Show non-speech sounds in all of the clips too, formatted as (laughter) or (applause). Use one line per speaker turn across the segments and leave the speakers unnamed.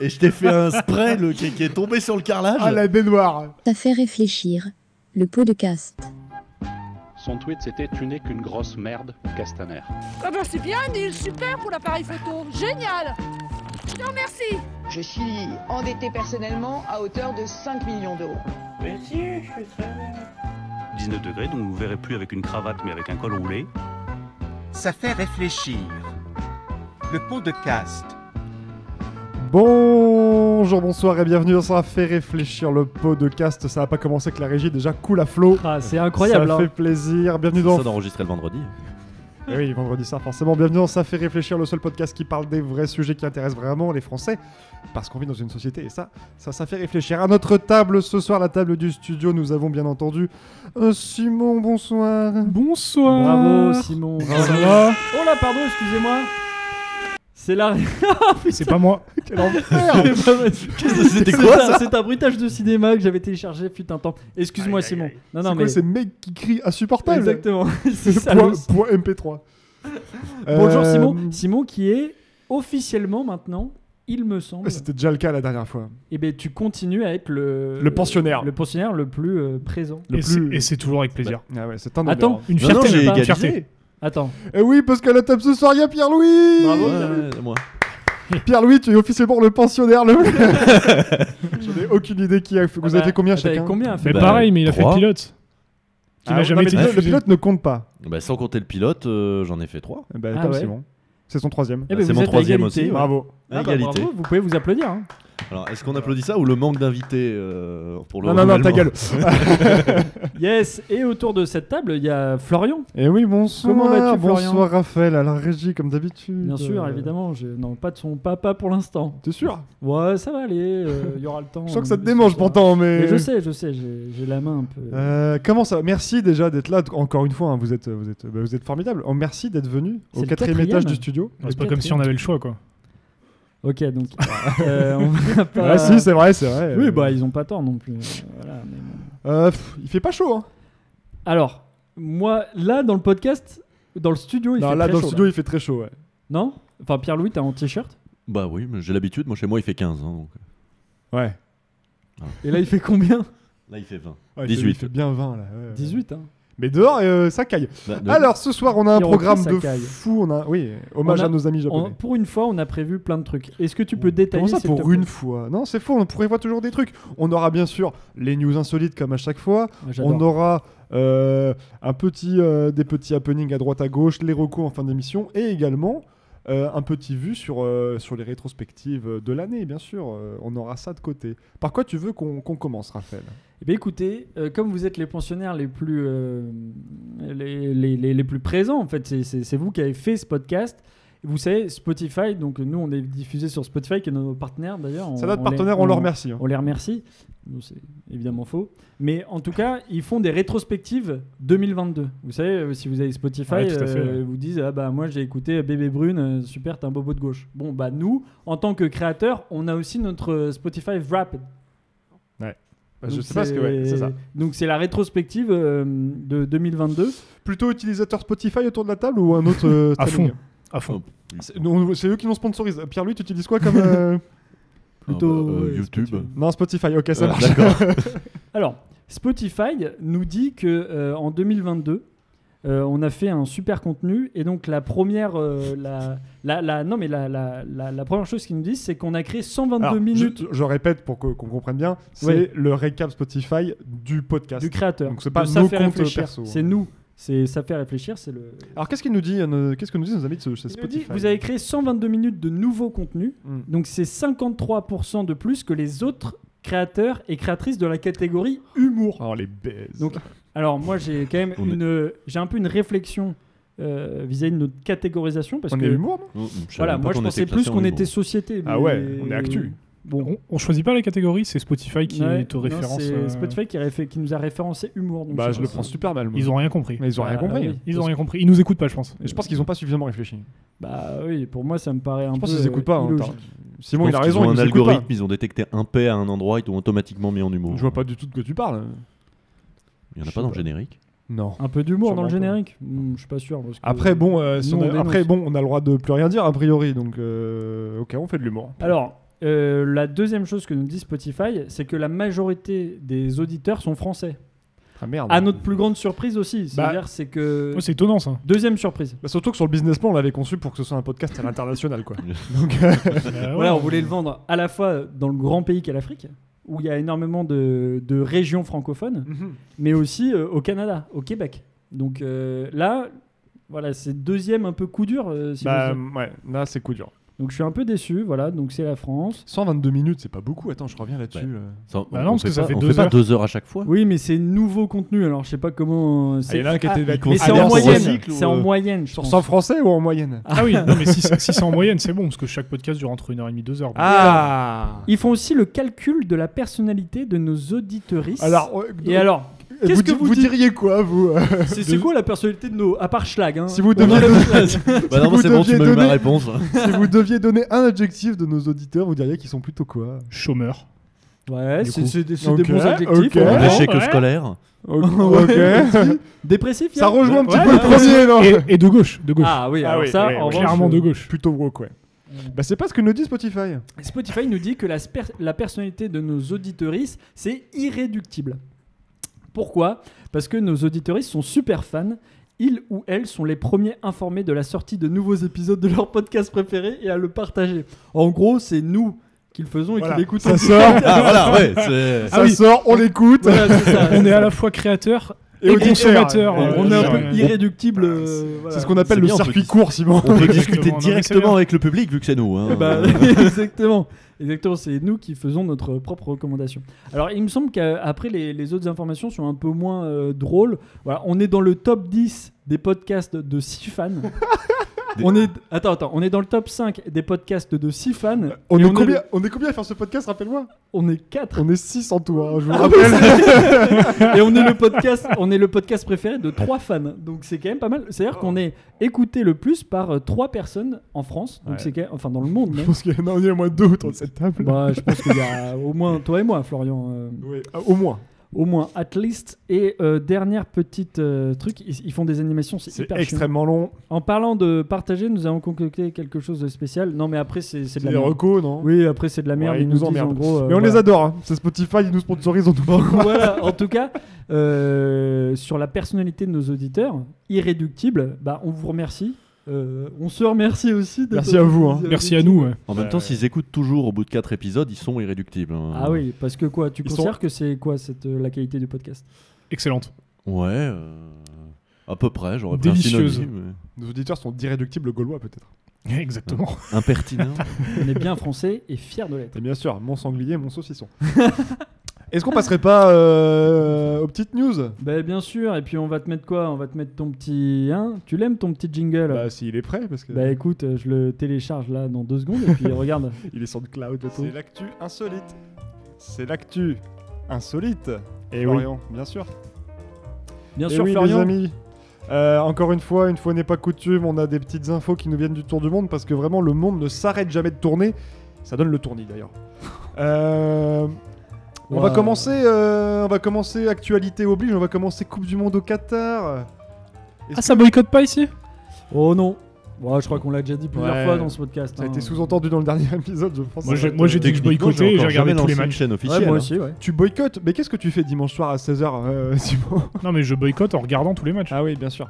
Et je t'ai fait un spray le, qui, qui est tombé sur le carrelage.
Ah, la baignoire.
T'as fait réfléchir. Le pot de caste.
Son tweet c'était Tu n'es qu'une grosse merde, Castaner.
Ah bah c'est bien, Neil, super pour l'appareil photo. Génial. Je te remercie.
Je suis endetté personnellement à hauteur de 5 millions d'euros.
19 degrés, donc vous verrez plus avec une cravate mais avec un col roulé.
Ça fait réfléchir. Le pot de caste.
Bonjour, bonsoir et bienvenue dans Ça fait réfléchir le podcast. Ça n'a pas commencé que la régie déjà coule à flot.
Ah, c'est incroyable.
Ça
hein.
fait plaisir. Bienvenue dans.
Ça d'enregistrer le vendredi.
Eh oui, vendredi soir, forcément. Bienvenue dans Ça fait réfléchir, le seul podcast qui parle des vrais sujets qui intéressent vraiment les Français. Parce qu'on vit dans une société et ça, ça, ça fait réfléchir. À notre table ce soir, la table du studio, nous avons bien entendu euh, Simon, bonsoir.
Bonsoir.
Bravo Simon. Bravo. Oh là, pardon, excusez-moi. C'est la.
C'est pas moi.
Quel enfer
(laughs) C'est pas- C'est un- C'est un bruitage de cinéma que j'avais téléchargé fut un temps. Excuse-moi
Aïe, aïe,
Simon.
aïe.
Non
C'est
non
quoi
mais
ces mecs qui crient insupportables
exactement. (laughs) C'est ça,
Point,
le-
point MP3.
Bonjour
Euh,
Simon. Simon qui est officiellement maintenant, il me semble.
C'était déjà le cas la dernière fois.
Et ben tu continues à être le
Le pensionnaire.
le pensionnaire le plus euh, présent.
Le
et c'est-
plus-
et c'est toujours avec plaisir.
Ah ouais, c'est un honneur.
Attends,
Une
Non, non,
fierté,
j'ai
pas.
égalisé.
Fierté.
attends.
Et oui, parce qu'à la table ce soir, il y a Pierre-Louis
Bravo.
Ah Ouais, ouais, moi.
Pierre-Louis, tu es officiellement le pensionnaire.
(laughs)
Le... J'en ai aucune idée qui a fait.
Ah
Vous avez fait combien
T'avais
chacun
bah, combien à
Mais
faire
Bah,
pareil, mais il a fait
trois.
le pilote. Qui
Ah,
n'a
non,
jamais
mais le,
été
pilote- le
diffusé.
pilote ne compte pas.
Bah, sans compter le pilote, euh, j'en ai fait trois.
Eh ben,
Ah
t'as
ouais.
Simon. C'est son troisième.
Eh ben,
Bah,
vous
c'est mon
êtes à
troisième
égalité,
aussi,
ouais.
Bravo.
Ah, bah,
Égalité.
bravo, vous pouvez vous applaudir. hein.
Alors, est-ce qu'on applaudit ça ou le manque d'invités euh, pour le
Non, non, non, ta
renouvellement
(laughs)
gueule.
(laughs) Yes. Et autour de cette table, il y a Florian.
Et Eh oui, bonsoir.
Comment vas-tu, Florian
bonsoir, Raphaël, à la régie, comme d'habitude.
Bien sûr,
Euh,
évidemment. Oh, Je... Non, pas de son papa pour l'instant.
T'es sûr
Ouais, ça va aller.
(laughs)
euh, Il y aura le temps.
Je sens que
euh,
ça te démange
ce soir.
pourtant, Euh. mais.
Mais je sais, je sais. J'ai j'ai la main un peu.
Euh, comment ça Merci déjà d'être là. Encore une fois, hein, vous êtes, vous êtes, bah, vous êtes formidable. merci d'être venu
C'est
au
le
quatrième
quatrième.
étage du studio.
Ouais, C'est pas comme si on avait le choix, quoi.
Ok,
(laughs)
donc euh, on va pas.
Ah si, c'est vrai, c'est vrai.
Oui,
Euh,
bah ils ont pas tort non plus. euh, voilà, mais bon.
euh, pff, il fait pas chaud. Hein.
Alors, moi, là dans le podcast, dans le studio, il
Non,
fait
là
très
dans
chaud,
le studio,
là.
il fait très chaud. Ouais.
Non Enfin, Pierre Louis, t'es en t-shirt
Bah oui, mais j'ai l'habitude. Moi, chez moi, il fait 15. hein, donc.
Ouais.
et là
(laughs)
il fait combien
Euh,
Là, il fait 20.
Ouais, il fait-
18.
Il fait bien 20 là. ouais, ouais.
18 hein.
Mais dehors, euh, ça caille.
Bah, de-
Alors ce soir, on a un
Hiroki,
programme
ça
de
caille.
fou. On a, oui, hommage
On a-
à nos amis
On-
japonais.
pour une fois, on a prévu plein de trucs. Est-ce que tu peux détailler
Comment ça
s'il te
pour
plaît
une fois Non, c'est faux. On prévoit toujours des trucs. On aura bien sûr les news insolites comme à chaque fois.
Ah, j'adore.
On aura euh, un petit, euh, des petits happenings à droite à gauche, les recos en fin d'émission, et également euh, un petit vu sur, euh, sur les rétrospectives de l'année, bien sûr. Euh, on aura ça de côté. Par quoi tu veux qu'on qu'on commence, Raphaël
Eh bien, écoutez, euh, comme vous êtes les pensionnaires les plus, euh, les, les- les- les plus présents, en fait, c'est- c'est c'est vous qui avez fait ce podcast. Vous savez, Spotify, donc nous, on est diffusé sur Spotify, qui est nos partenaires d'ailleurs. On-
Ça, notre
on les-
partenaire, on, le remercie. hein.
On les remercie. Nous, c'est évidemment faux. Mais en tout cas, ils font des rétrospectives 2022. Vous savez, euh, si vous avez Spotify,
Ouais, tout à fait,
euh,
ouais.
ils vous disent Ah bah moi j'ai écouté Bébé Brune, euh, super, t'es un bobo de gauche. Bon, bah nous, en tant que créateurs, on a aussi notre euh, Spotify Wrapped.
Bah, je
Donc
sais pas ce que ouais, c'est ça.
Donc c'est la rétrospective euh, de 2022.
Plutôt utilisateur Spotify autour de la table ou un autre (laughs) euh,
À
streaming
fond. À fond.
C'est nous- c'est eux qui nous sponsorisent. Pierre-Louis, tu utilises quoi comme. (laughs) euh,
Plutôt
Ah,
bah, euh,
ouais,
YouTube.
Spotify.
Non, Spotify, ok, ça
Euh,
marche.
D'accord.
Alors, Spotify nous dit que euh, en 2022, euh, on a fait un super contenu et donc la première, euh, la, la, la- non mais la, la, la, la première chose qu'ils nous disent, c'est qu'on a créé 122
Alors, je-
minutes
je, répète pour que- qu'on comprenne bien c'est
Ouais.
le récap Spotify du podcast.
du créateur.
Donc, c'est pas
De ça
nos
fait
comptes
réfléchir.
perso, hein.
C'est nous. C'est ça fait réfléchir. C'est le.
Alors qu'est-ce qu'il nous dit, euh, nos- qu'est-ce que nous disent nos amis de ce, chez
Il nous dit,
Spotify
vous avez créé 122 minutes de nouveaux contenus.
Mm.
Donc c'est 53% de plus que les autres créateurs et créatrices de la catégorie humour.
Oh les baises.
Donc, alors moi j'ai quand même
On est-
une, euh, j'ai un peu une réflexion euh, vis-à-vis de notre catégorisation parce
on
que
est euh, humour, non
Mm, mm, je savais
voilà,
même pas
moi je
qu'on
pensais
était
plus
classé en
qu'on
humour.
était société.
Ah
mais-
ouais, on est actu.
Bon.
On, on choisit pas les catégories, c'est Spotify qui
Ouais,
est aux
non,
références.
c'est
euh,
Spotify qui, réfé- qui nous a référencé humour. donc
Bah
ça
je
va,
le
ça.
prends super mal. moi.
Ils ont rien compris.
Mais ils ont rien
Bah,
compris. hein.
oui.
Ils ont rien compris. Ils nous écoutent pas, je pense.
Et je pense qu'ils ont pas suffisamment réfléchi.
Bah oui, pour moi ça me paraît un
Je
peu.
pense qu'ils écoutent
euh,
pas. hein,
illogique.
t'as-
Je
Simon il a
pense qu'ils
raison.
ont
ils
un
nous écoutent
algorithme, ils ont détecté un paix à un endroit, ils t'ont automatiquement mis en
pas.
humour.
Je vois pas du tout de quoi tu parles.
Il y en
je
a
sais
pas dans
pas.
le générique.
Non.
Un peu d'humour dans le
Sûrement pas.
générique. Hmm, je suis pas sûr. parce que-
Après bon, euh, si
Nous,
on a-
on dénonce.
après bon, on a le droit de plus rien dire a priori, donc euh, ok, on fait de l'humour.
Alors, Euh, la deuxième chose que nous dit Spotify, c'est que la majorité des auditeurs sont français.
Ah merde.
À notre plus grande surprise aussi.
Bah,
C'est-à-dire, c'est que.
Oh, c'est
(laughs)
étonnant ça.
Deuxième surprise.
Bah, surtout que sur le business plan, on l'avait conçu pour que ce soit un podcast à l'international, quoi.
Bah
Ah
Voilà, on voulait le vendre à la fois dans le grand pays qu'est l'Afrique, où il y a énormément de, de régions francophones, mais aussi euh, au Canada, au Québec. Donc euh, là, voilà, c'est deuxième un peu coup dur. euh, si
Bah,
vous voulez.
ouais, là, c'est coup dur.
Donc je suis un peu déçu, voilà, donc c'est la France.
122 minutes, c'est pas beaucoup. Attends, je reviens là-dessus.
Ouais.
euh.
Ça,
Bah non, parce que ça fait
on
deux
fait pas
heures.
deux heures à chaque fois.
Oui, mais c'est nouveau contenu, alors je sais pas comment... euh, c'est-
il y en a un qui
Ah,
était-
mais
Ah,
c'est en
merde, c'est
moyenne,
recycle ou,
c'est en
euh,
moyenne, je
Sur
pense.
100 français ou en moyenne
Ah oui, non, mais si, c'est- si c'est en moyenne, c'est bon, parce que chaque podcast dure entre 1h30 et 2h.
Ah
Ils font aussi le calcul de la personnalité de nos auditeuristes.
Alors, euh, (laughs)
Et alors,
vous,
qu'est-ce
di-
que vous
vous
dites
diriez quoi, vous euh,
c'est c'est quoi la personnalité de nos... À part Schlag, hein
Si (laughs) vous
On
deviez
enlève
donner-
(laughs)
Schlag.
Bah non,
vous
c'est bon, tu
deviez
m'as eu ma
donner-
réponse.
Si vous deviez donner un adjectif de nos auditeurs, vous diriez qu'ils sont plutôt quoi
Chômeur.
Ouais,
Du
c'est
coup.
c'est des, c'est
Ok,
des bons adjectifs. hein.
ok.
on
Un
comprend.
échec
Ah ouais.
scolaire.
Ok.
Dépressif,
Ça
Yann
rejoint un petit
Ouais,
peu le premier, non
Et, et de gauche, de gauche.
Ah oui,
Ah
alors
oui,
ça,
oui,
en
oui.
revanche,
Clairement de gauche.
Plutôt woke, ouais. Bah, c'est pas ce que nous dit Spotify.
Spotify nous dit que la, sper- la personnalité de nos auditorices, c'est irréductible. Pourquoi Parce que nos auditorices sont super fans. Ils ou elles sont les premiers informés de la sortie de nouveaux épisodes de leur podcast préféré et à le partager. En gros, c'est nous qui le faisons et
Voilà.
qui l'écoutons.
Ça sort,
Ah voilà, ouais. c'est-
ça
oui.
sort, on l'écoute.
(laughs) Voilà, c'est ça.
On est à la fois créateur et,
auditeur.
consommateur.
Ouais,
euh,
On est un
ouais.
peu irréductible. euh, voilà.
C'est ce qu'on appelle
C'est
le
bien, on peut
circuit
dis-
court, Simon.
On peut
Exactement,
discuter
non, mais c'est
directement
bien.
avec le public vu que c'est nous. hein.
(laughs)
Eh
Bah, (laughs)
ben, exactement. Exactement, c'est nous qui faisons notre propre recommandation. Alors, il me semble qu'après, les, les autres informations sont un peu moins euh, drôles. Voilà, on est dans le top 10 des podcasts de 6 fans. On est, attends, attends, on est dans le top 5 des podcasts de 6 fans. Et
Euh, On,
on,
est combien, on est combien à faire ce podcast, rappelle-moi
on est 4.
On est 6 en tout, hein, je vous rappelle.
et on est, le podcast, on est le podcast préféré de 3 fans. Donc, c'est quand même pas mal. C'est-à-dire qu'on est écouté le plus par 3 personnes en France. Donc,
Ouais.
c'est quand même- enfin, dans le monde
je
même.
pense qu'il y en a, il y en a au moins deux autour de cette table.
Bah, je pense qu'il y a au moins toi et moi, Florian. euh,
Ouais, ah, au moins.
Au moins, at least. Et euh, dernière petite euh, truc, ils, ils font des animations, c'est
C'est
hyper chiant.
extrêmement long.
En parlant de partager, nous avons concocté quelque chose de spécial. Non, mais après, c'est c'est
C'est
de la
des
merde.
recos, non
Oui, après, c'est de la merde.
Ouais, ils
ils
nous
nous, disent en
emmerdent.
gros. euh,
Mais on
voilà.
les adore, hein. c'est Spotify, ils nous sponsorisent, on nous parle.
(laughs) voilà, en tout cas, euh, sur la personnalité de nos auditeurs, irréductible, bah, on vous remercie. Euh, on se remercie aussi. d'être-
Merci à vous, hein.
Merci à nous. ouais.
En même temps, s'ils écoutent toujours au bout de quatre épisodes, ils sont irréductibles. hein.
Ah oui, parce que quoi Tu
Ils
considères que c'est quoi cette, euh, la qualité du podcast
(laughs)
Excellente.
Ouais. euh, À peu près, j'aurais pris un
Délicieuse.
synonyme.
Nos auditeurs sont d'irréductibles gaulois, peut-être.
Exactement.
mais
(laughs)
Impertinent.
On est bien français et fiers de l'être.
Et bien sûr, mon sanglier, mon (laughs) saucisson. Est-ce qu'on passerait pas euh, aux petites news
Ben bien sûr, et puis on va te mettre quoi On va te mettre ton petit... Hein tu l'aimes ton petit jingle bah,
Bah, s'il est prêt, parce que
écoute, euh, je le télécharge là dans deux secondes, et
(laughs)
puis regarde.
il est sur le cloud.
Toto.
C'est l'actu insolite. C'est l'actu insolite.
Et
Florian, bien sûr.
Bien
Eh
sûr,
oui,
Florian.
les amis. Euh, encore une fois, une fois n'est pas coutume, on a des petites infos qui nous viennent du tour du monde parce que vraiment le monde ne s'arrête jamais de tourner. Ça donne le tournis d'ailleurs. Euh, on va
Ouah.
commencer, euh, on va commencer actualité oblige, on va commencer Coupe du Monde au Qatar.
Ah, ça boycotte pas ici
Oh non Ouais, Je crois qu'on l'a déjà dit plusieurs
Ouais.
fois dans ce podcast.
Ça a
hein.
été sous-entendu dans le dernier (laughs) épisode, je pense.
Moi,
Ça
j'ai-
va
moi,
être,
j'ai
euh,
dit que je
Techniquement,
boycottais
j'ai
et j'ai
encore
regardé
jamais
tous les
lancé une
matchs.
chaîne
Ouais,
officielle.
moi
hein.
aussi, ouais.
Tu boycottes, mais qu'est-ce que tu fais dimanche soir à euh, 16h, Simon
Non, mais je boycotte en regardant tous les matchs.
Ah oui, bien sûr.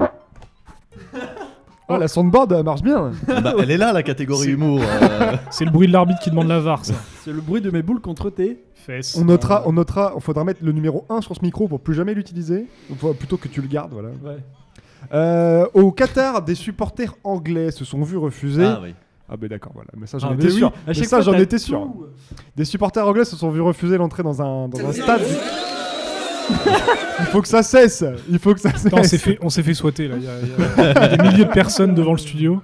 Oh, la soundboard elle marche bien.
Ah bah, Elle est là, la catégorie
(laughs) C'est-
humour. euh.
C'est le bruit de l'arbitre qui demande la VAR, ça.
C'est le bruit de mes boules contre tes.
Fesse.
On
euh,
notera, on notera, on faudra mettre le numéro 1 sur ce micro pour plus jamais l'utiliser, Enfin, plutôt que tu le gardes, voilà.
Ouais.
Euh, au Qatar, des supporters anglais se sont vus refuser.
Ah
Ah,
oui.
ben d'accord, voilà, mais ça j'en
Ah,
étais
mais oui,
sûr.
à
Mais
chaque
ça
fois,
j'en
t'as
étais sûr.
tout.
Des supporters anglais se sont vus refuser l'entrée dans un, dans un stade. (laughs) Il faut que ça cesse. Il faut que ça
Attends, on s'est
cesse.
fait, on s'est fait souhaiter là. Il y, a- il y a- il y a des milliers de personnes devant le studio.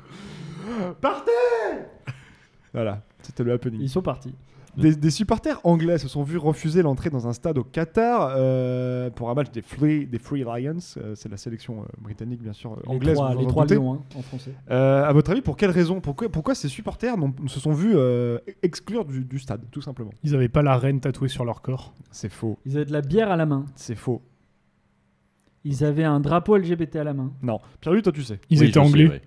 Voilà, c'était le happening.
Ils sont partis.
Des, des supporters anglais se sont vus refuser l'entrée dans un stade au Qatar euh, pour un match des Free, des Free Lions. euh, c'est la sélection euh, britannique, bien sûr, euh, anglaise.
les trois,
vous vous
les
en
trois
doutez.
lions, hein, en français.
Euh, à votre avis, pour quelle raison pourquoi, pourquoi ces supporters n'ont- se sont vus euh, exclure du, du stade, tout simplement
Ils avaient pas la reine tatouée sur leur corps.
C'est faux.
Ils avaient de la bière à la main.
C'est faux.
Ils avaient un drapeau LGBT à la main.
Non. Pierre-Louis, toi, tu sais.
Ils
Oui,
étaient
je sais,
anglais.
ouais.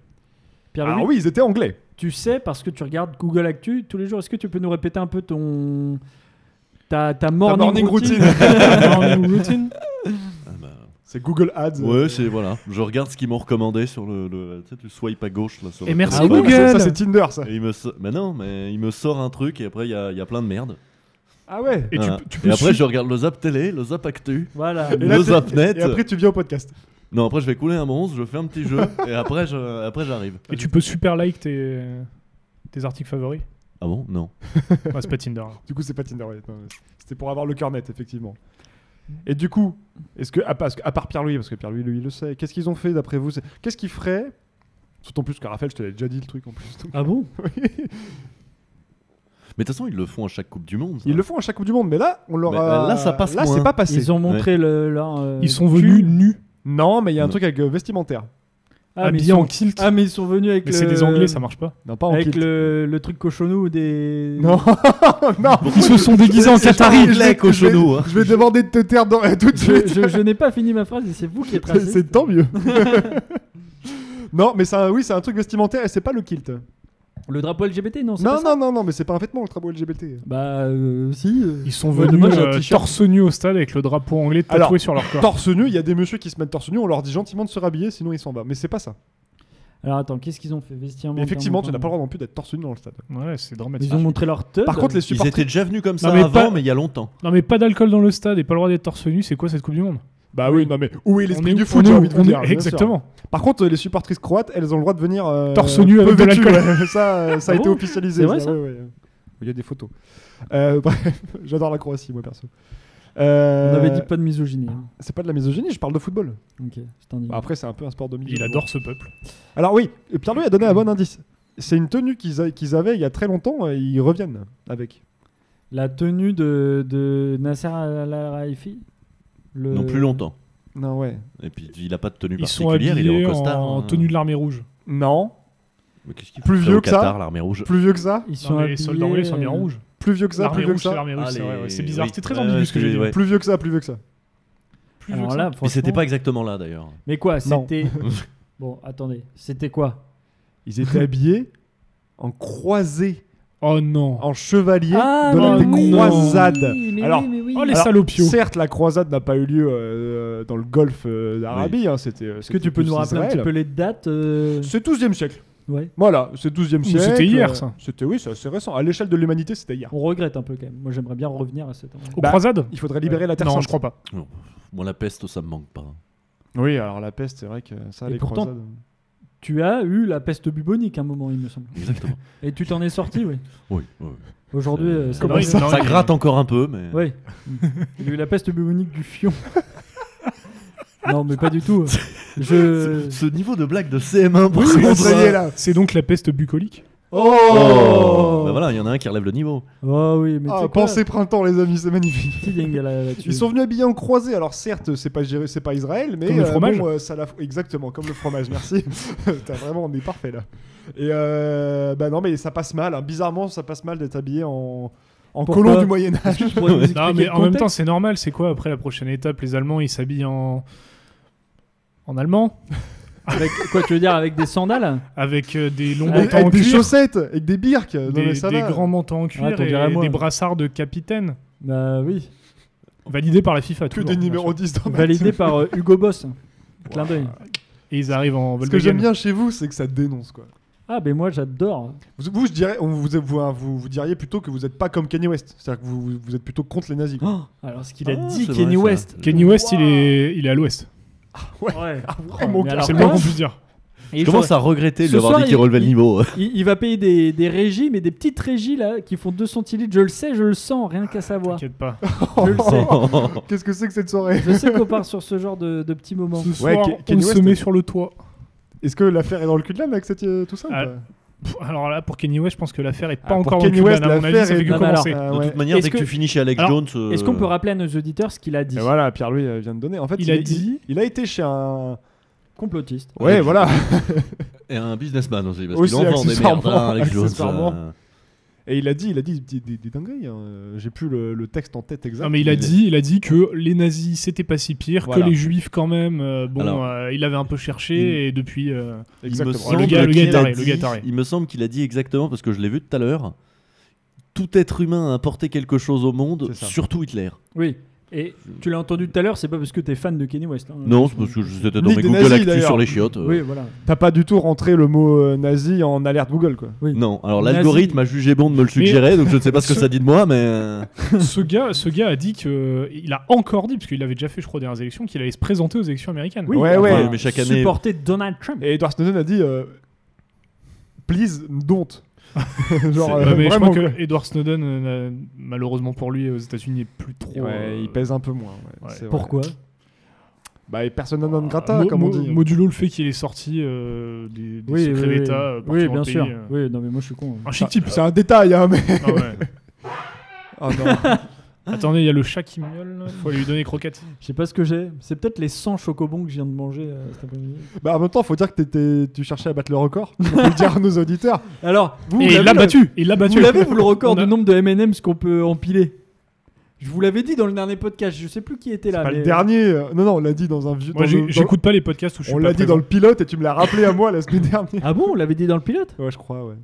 Pierre-Louis,
Ah oui, ils étaient anglais.
tu sais, parce que tu regardes Google Actu tous les jours, est-ce que tu peux nous répéter un peu ton. ta, ta morning,
morning
routine, (laughs)
Morning routine.
C'est Google Ads. euh,
Ouais, c'est voilà. Je regarde ce qu'ils m'ont recommandé sur le, le- tu sais, tu swipe à gauche là. Sur
Et
le
merci
téléphone.
Google.
Ça, ça, c'est Tinder, ça.
Et il me so- Mais non, mais il me sort un truc et après il y a, il y a plein de merde.
Ah ouais.
Et tu,
Voilà.
tu peux
Et après
suivre-
je regarde le Zap Télé, le Zap Actu,
Voilà.
Et là,
le
t'es-
Zap Net.
Et après, tu viens au podcast.
Non, après je vais couler un bronze, je fais un petit jeu et après je, après j'arrive.
et tu peux super like tes, tes articles favoris.
Ah bon Non.
Ouais, c'est
(laughs)
pas Tinder.
Du coup, c'est pas Tinder. ouais. Non, C'était pour avoir le cœur net, effectivement. Et du coup, est-ce que, à, parce que- à part Pierre-Louis, parce que Pierre-Louis, lui, il le sait, qu'est-ce qu'ils ont fait d'après vous C'est- Qu'est-ce qu'ils feraient Surtout plus que Raphaël, je te l'avais déjà dit le truc en plus. donc.
Ah bon
Mais de toute façon ils le font à chaque Coupe du Monde. ça.
Ils le font à chaque Coupe du Monde, mais là, on leur
Mais,
a-
euh, là, ça passe
Là,
moins.
Ah, c'est pas passé.
Ils ont montré le, leur. euh,
Ils sont
cul.
venus nus,
Non, mais il y a un
Non.
truc avec euh, vestimentaire.
Ah, mais ils
habillés en
sont...
kilt.
ah, mais ils sont venus avec
mais
le.
c'est des Anglais, ça marche pas.
Non, pas en
Avec
kilt.
le, le truc cochonou des.
(laughs) Non, (laughs) non.
Ils se sont déguisés en Qatari.
Je vais-
cochonou, hein.
Je vais demander de te taire dans- (laughs) tout de
Je,
suite.
je- je n'ai pas fini ma phrase et c'est vous qui êtes
C'est-
raciste.
C'est tant
(laughs)
mieux. non, mais ça, oui, c'est un truc vestimentaire et c'est pas le kilt.
Le drapeau LGBT, non c'est pas
Non,
ça
non, non, non, mais c'est pas un vêtement le drapeau LGBT.
Bah, euh, si. euh.
Ils sont
Ouais,
venus
dommage, j'ai un
euh,
t-shirt.
torse nu au stade avec le drapeau anglais tatoué
Alors,
sur leur corps.
Torse nu, il y a des messieurs qui se mettent torse nu, on leur dit gentiment de se rhabiller, sinon ils s'en vont. Mais c'est pas ça.
Alors attends, qu'est-ce qu'ils ont fait Vestimentaire
Mais effectivement, tu n'as
mental.
pas le droit non plus d'être torse nu dans le stade.
Ouais, c'est dramatique.
Ils ont montré leur teub.
Par
Euh,
contre, les
Ils
supporters.
étaient déjà venus comme ça
mais
avant,
pas-
mais il y a longtemps.
Non, mais pas d'alcool dans le stade et pas le droit d'être torse nu, c'est quoi cette Coupe du Monde
Bah oui, non mais où est
On est
l'esprit du
où
foot
On
j'ai
est
envie de
où
vous
On est-
dire, bien sûr.
Exactement.
Par contre, les supportrices croates, elles ont le droit de venir euh,
Torse nu
peu
avec de
vêtues,
l'alcool.
ouais. (laughs) ça, euh, ça a
Ah
été
bon
officialisé.
C'est vrai, ça
ouais, ouais. Il y a des photos. Euh, (laughs) bref, j'adore la Croatie, moi perso. Euh,
On avait dit pas de misogynie. hein.
C'est pas de la misogynie, je parle de football.
Ok, je t'en dis.
Bah, après, c'est un peu un sport de milieu.
Il adore ce peuple.
Alors oui, Pierre-Louis a donné un bon indice. C'est une tenue qu'ils a- qu'ils avaient il y a très longtemps, et ils reviennent avec.
La tenue de, de Nasser Al-Raifi le...
Non plus longtemps.
Non, ouais.
Et puis il a pas de tenue
Ils sont
particulière, il est
habillés
en costard.
en
hein.
tenue de l'armée rouge.
Non,
Mais qu'est-ce qu'il
Plus
fait
vieux
au
que ça.
Qatar, l'armée rouge.
plus vieux que ça,
Ils
Non,
sont
mais les
habillés,
soldats anglais sont bien
euh,
en rouge.
plus vieux que ça,
L'armée
plus vieux que
rouge, c'est
ça.
l'armée rouge,
Ah,
c'est
les-
vrai, ouais, c'est bizarre.
oui.
C'était très
Ouais,
ambigu
ouais,
ce que j'ai dit.
ouais.
Plus vieux que ça, plus vieux que ça.
Plus vieux
Alors
que
là,
ça.
Mais c'était
franchement-
pas exactement là d'ailleurs.
Mais quoi
Non.
C'était. bon, attendez. C'était quoi
Ils
(laughs)
étaient habillés en croisés,
Oh non.
en chevaliers,
Ah,
dans
mais
des
oui,
croisades.
mais
Alors,
oui, mais oui.
Oh les
Alors,
salopios.
Certes, la croisade n'a pas eu lieu euh, dans le golfe euh, d'Arabie. hein, c'était, euh,
Est-ce que tu peux nous rappeler un petit peu les dates euh,
C'est 12e siècle.
Ouais.
Voilà, c'est 12e siècle.
c'était hier,
euh,
ça.
C'était, oui, c'est assez récent. À l'échelle de l'humanité, c'était hier.
On regrette un peu quand même. Moi, j'aimerais bien revenir à cet endroit.
Aux
bah,
croisades
Il faudrait libérer la Terre
Non,
Sainte.
je crois pas.
Moi la peste ça me manque pas.
Oui, alors la peste, c'est vrai que ça,
Et
les
pourtant-
croisades. euh,
Tu as eu la peste bubonique à un moment, il me semble.
Exactement.
Et tu t'en es sorti, oui.
oui. oui.
Aujourd'hui,
Euh,
euh, ça
comment
va.
ça
Ça gratte encore un peu, mais.
Oui. (laughs) Il a eu la peste bubonique du (laughs) fion. non, mais pas du tout. (laughs)
Ce,
Je.
ce niveau de blague de CM1
(laughs)
pour
Oui, ça y est là.
C'est donc la peste bucolique.
Oh Bah voilà, il y en a un qui relève le niveau.
Ah, Oh oui, mais tu
Ah,
sais quoi,
pensez printemps, les amis, c'est magnifique.
petit dingue là- là-dessus.
Ils sont venus habillés en croisés. Alors certes, c'est pas géré- c'est pas Israël, mais
Comme le
euh,
fromage.
bon, euh, ça la- exactement comme le fromage.
(laughs)
Merci. T'as vraiment, on est parfait là. Et euh, bah non, mais ça passe mal. hein. Bizarrement, ça passe mal d'être habillé en en
Pourquoi
colon du Moyen Âge.
Tu pourrais nous expliquer
Non, mais
le
en même temps,
contexte
c'est normal. C'est quoi après la prochaine étape Les Allemands, ils s'habillent en. En allemand
Avec, quoi, tu veux dire avec des sandales
Avec euh, des longs
Avec-
Avec,
manteaux en
des
cuir.
chaussettes, avec des birques. Euh, Non mais
Des,
ça
des
va.
grands manteaux en cuir
t'en
et
dirais moi.
des brassards de capitaine,
Bah oui.
validés par la FIFA.
Que
toujours,
des
bien
numéros
sûr.
10 dans ma
(laughs) Validé par euh, Hugo Boss. Clin d'œil.
Et ils arrivent en
Ce que j'aime
Volkswagen.
bien chez vous, c'est que ça dénonce quoi.
Ah, ben moi j'adore.
Vous, vous, je dirais, on vous, vous, vous, vous diriez plutôt que vous n'êtes pas comme Kanye West. C'est-à-dire que vous, vous- vous êtes plutôt contre les nazis. quoi.
Alors ce qu'il a
Ah,
dit,
c'est
Kenny
vrai, ça.
West.
Kenny West, il
Wow.
est, il est à l'ouest.
Ouais. Ah,
Oh, mon
Mais
gars.
alors,
C'est le moins
quoi
qu'on puisse dire.
Et
Je
il
commence
faudrait-
à regretter de
Ce
lui avoir
soir,
dit qu'il
il-
relevait le
il-
niveau.
il, il va payer des, des régies, mais des petites régies là, qui font 2 centilitres. Je le sais, je le sens, rien qu'à savoir.
T'inquiète pas.
Je le sais.
(laughs)
(laughs)
Qu'est-ce que c'est que cette soirée
Je sais qu'on part sur ce genre de, de petits moments.
Ce
Ouais,
soir,
Ke-
on
Kenny
se
West- euh,
met sur le toit.
Est-ce que l'affaire est dans le cul de l'âme avec cette, euh, tout ça ou
Ah,
pas
Pff, alors là, pour Kenny West, je pense que l'affaire est pas
Ah, pour
encore dans le
Kanye
Cuban,
West,
à mon avis,
l'affaire
ça
est-
fait que
Non, mais
commencer.
alors, Ah,
De
ouais.
toute manière,
Est-ce
dès que,
que-
tu finis chez Alex
Alors,
Jones. euh,
Est-ce qu'on peut rappeler à nos auditeurs ce qu'il a dit
Et voilà, Pierre-Louis euh, vient de donner. En fait,
Il a dit-
Il, a été chez un.
Complotiste.
Ouais,
Alex
voilà.
Et un businessman aussi, parce
Aussi,
qu'il en vend des merdes, hein, Alex Jones.
accessoirement.
euh.
(laughs) Et il a dit, il a dit des, des- des dingueries. hein. Euh, J'ai plus le, le texte en tête exact.
Non mais il a
mais-
dit, il a dit que les nazis c'était pas si pire,
Voilà.
que les juifs quand même. euh, bon,
Alors.
euh, il avait un peu cherché
Il-
et depuis. euh,
Exactement.
Il me
Oh,
semble
le gars- le gars
qu'il
est taré,
a
le gars est
dit-
taré.
Il me semble qu'il a dit exactement parce que je l'ai vu tout à l'heure. Tout être humain a apporté quelque chose au monde,
C'est ça.
surtout Hitler.
Oui. Et tu l'as entendu tout à l'heure, c'est pas parce que t'es fan de Kenny West. hein.
Non, c'est parce que j'étais dans
Ni
mes
des
Google
nazis,
Actu
d'ailleurs.
sur les chiottes. euh,
Oui, voilà.
T'as pas du tout rentré le mot euh, nazi en alerte Google quoi.
Non, alors
Nazi.
l'algorithme a jugé bon de me le suggérer, donc je ne sais pas ce que ça dit de moi, mais euh,
ce gars, ce gars a dit que il a encore dit parce qu'il avait déjà fait, je crois, des élections, qu'il allait se présenter aux élections américaines.
Oui,
Ouais,
on
ouais.
va
Mais chaque année-
Supporter Donald Trump.
Et Edward Snowden a dit euh, please
(laughs)
don't. Genre
Ouais,
euh,
mais je
vraiment,
crois
quoi.
que Edward Snowden, euh, n'a- malheureusement pour lui, euh, aux États-Unis, est plus trop.
Ouais,
euh,
il pèse un peu moins. ouais,
ouais.
c'est vrai.
Pourquoi
Bah, et personne non
euh,
grata,
mo-
comme on
mo-
dit.
Modulo le fait qu'il est sorti euh, des, des secrets d'État. euh, partout
Oui,
dans
bien
le pays,
sûr.
euh.
Oui, non mais moi je suis con. hein.
Un chic type.
C'est un détail, hein, mais.
Ah ouais. (laughs)
Ah non.
Attendez, il y a le chat qui miaule. là. Faut aller lui donner croquette.
Je sais pas ce que j'ai. C'est peut-être les 100 chocobons que je viens de manger euh, cet après-midi.
bah, en même temps, faut dire que t'étais- tu cherchais à battre le record. On peut le dire à nos auditeurs.
Alors, vous,
Et
vous
il l'a
l'avez-
battu. Il l'a battu.
Vous l'avez vous le record
On a-
du nombre de M&M's qu'on peut empiler. Je vous l'avais dit dans le dernier podcast. Je sais plus qui était là.
Pas
Ah, mais-
le dernier. euh, Non, non, on l'a dit dans un vieux.
Moi,
dans
j'ai-
le- dans-
j'écoute pas les podcasts où je suis
On
pas
l'a dit dans le pilote et tu me l'as rappelé à moi la semaine dernière.
Ah bon, on l'avait dit dans le pilote
Ouais, je crois, ouais.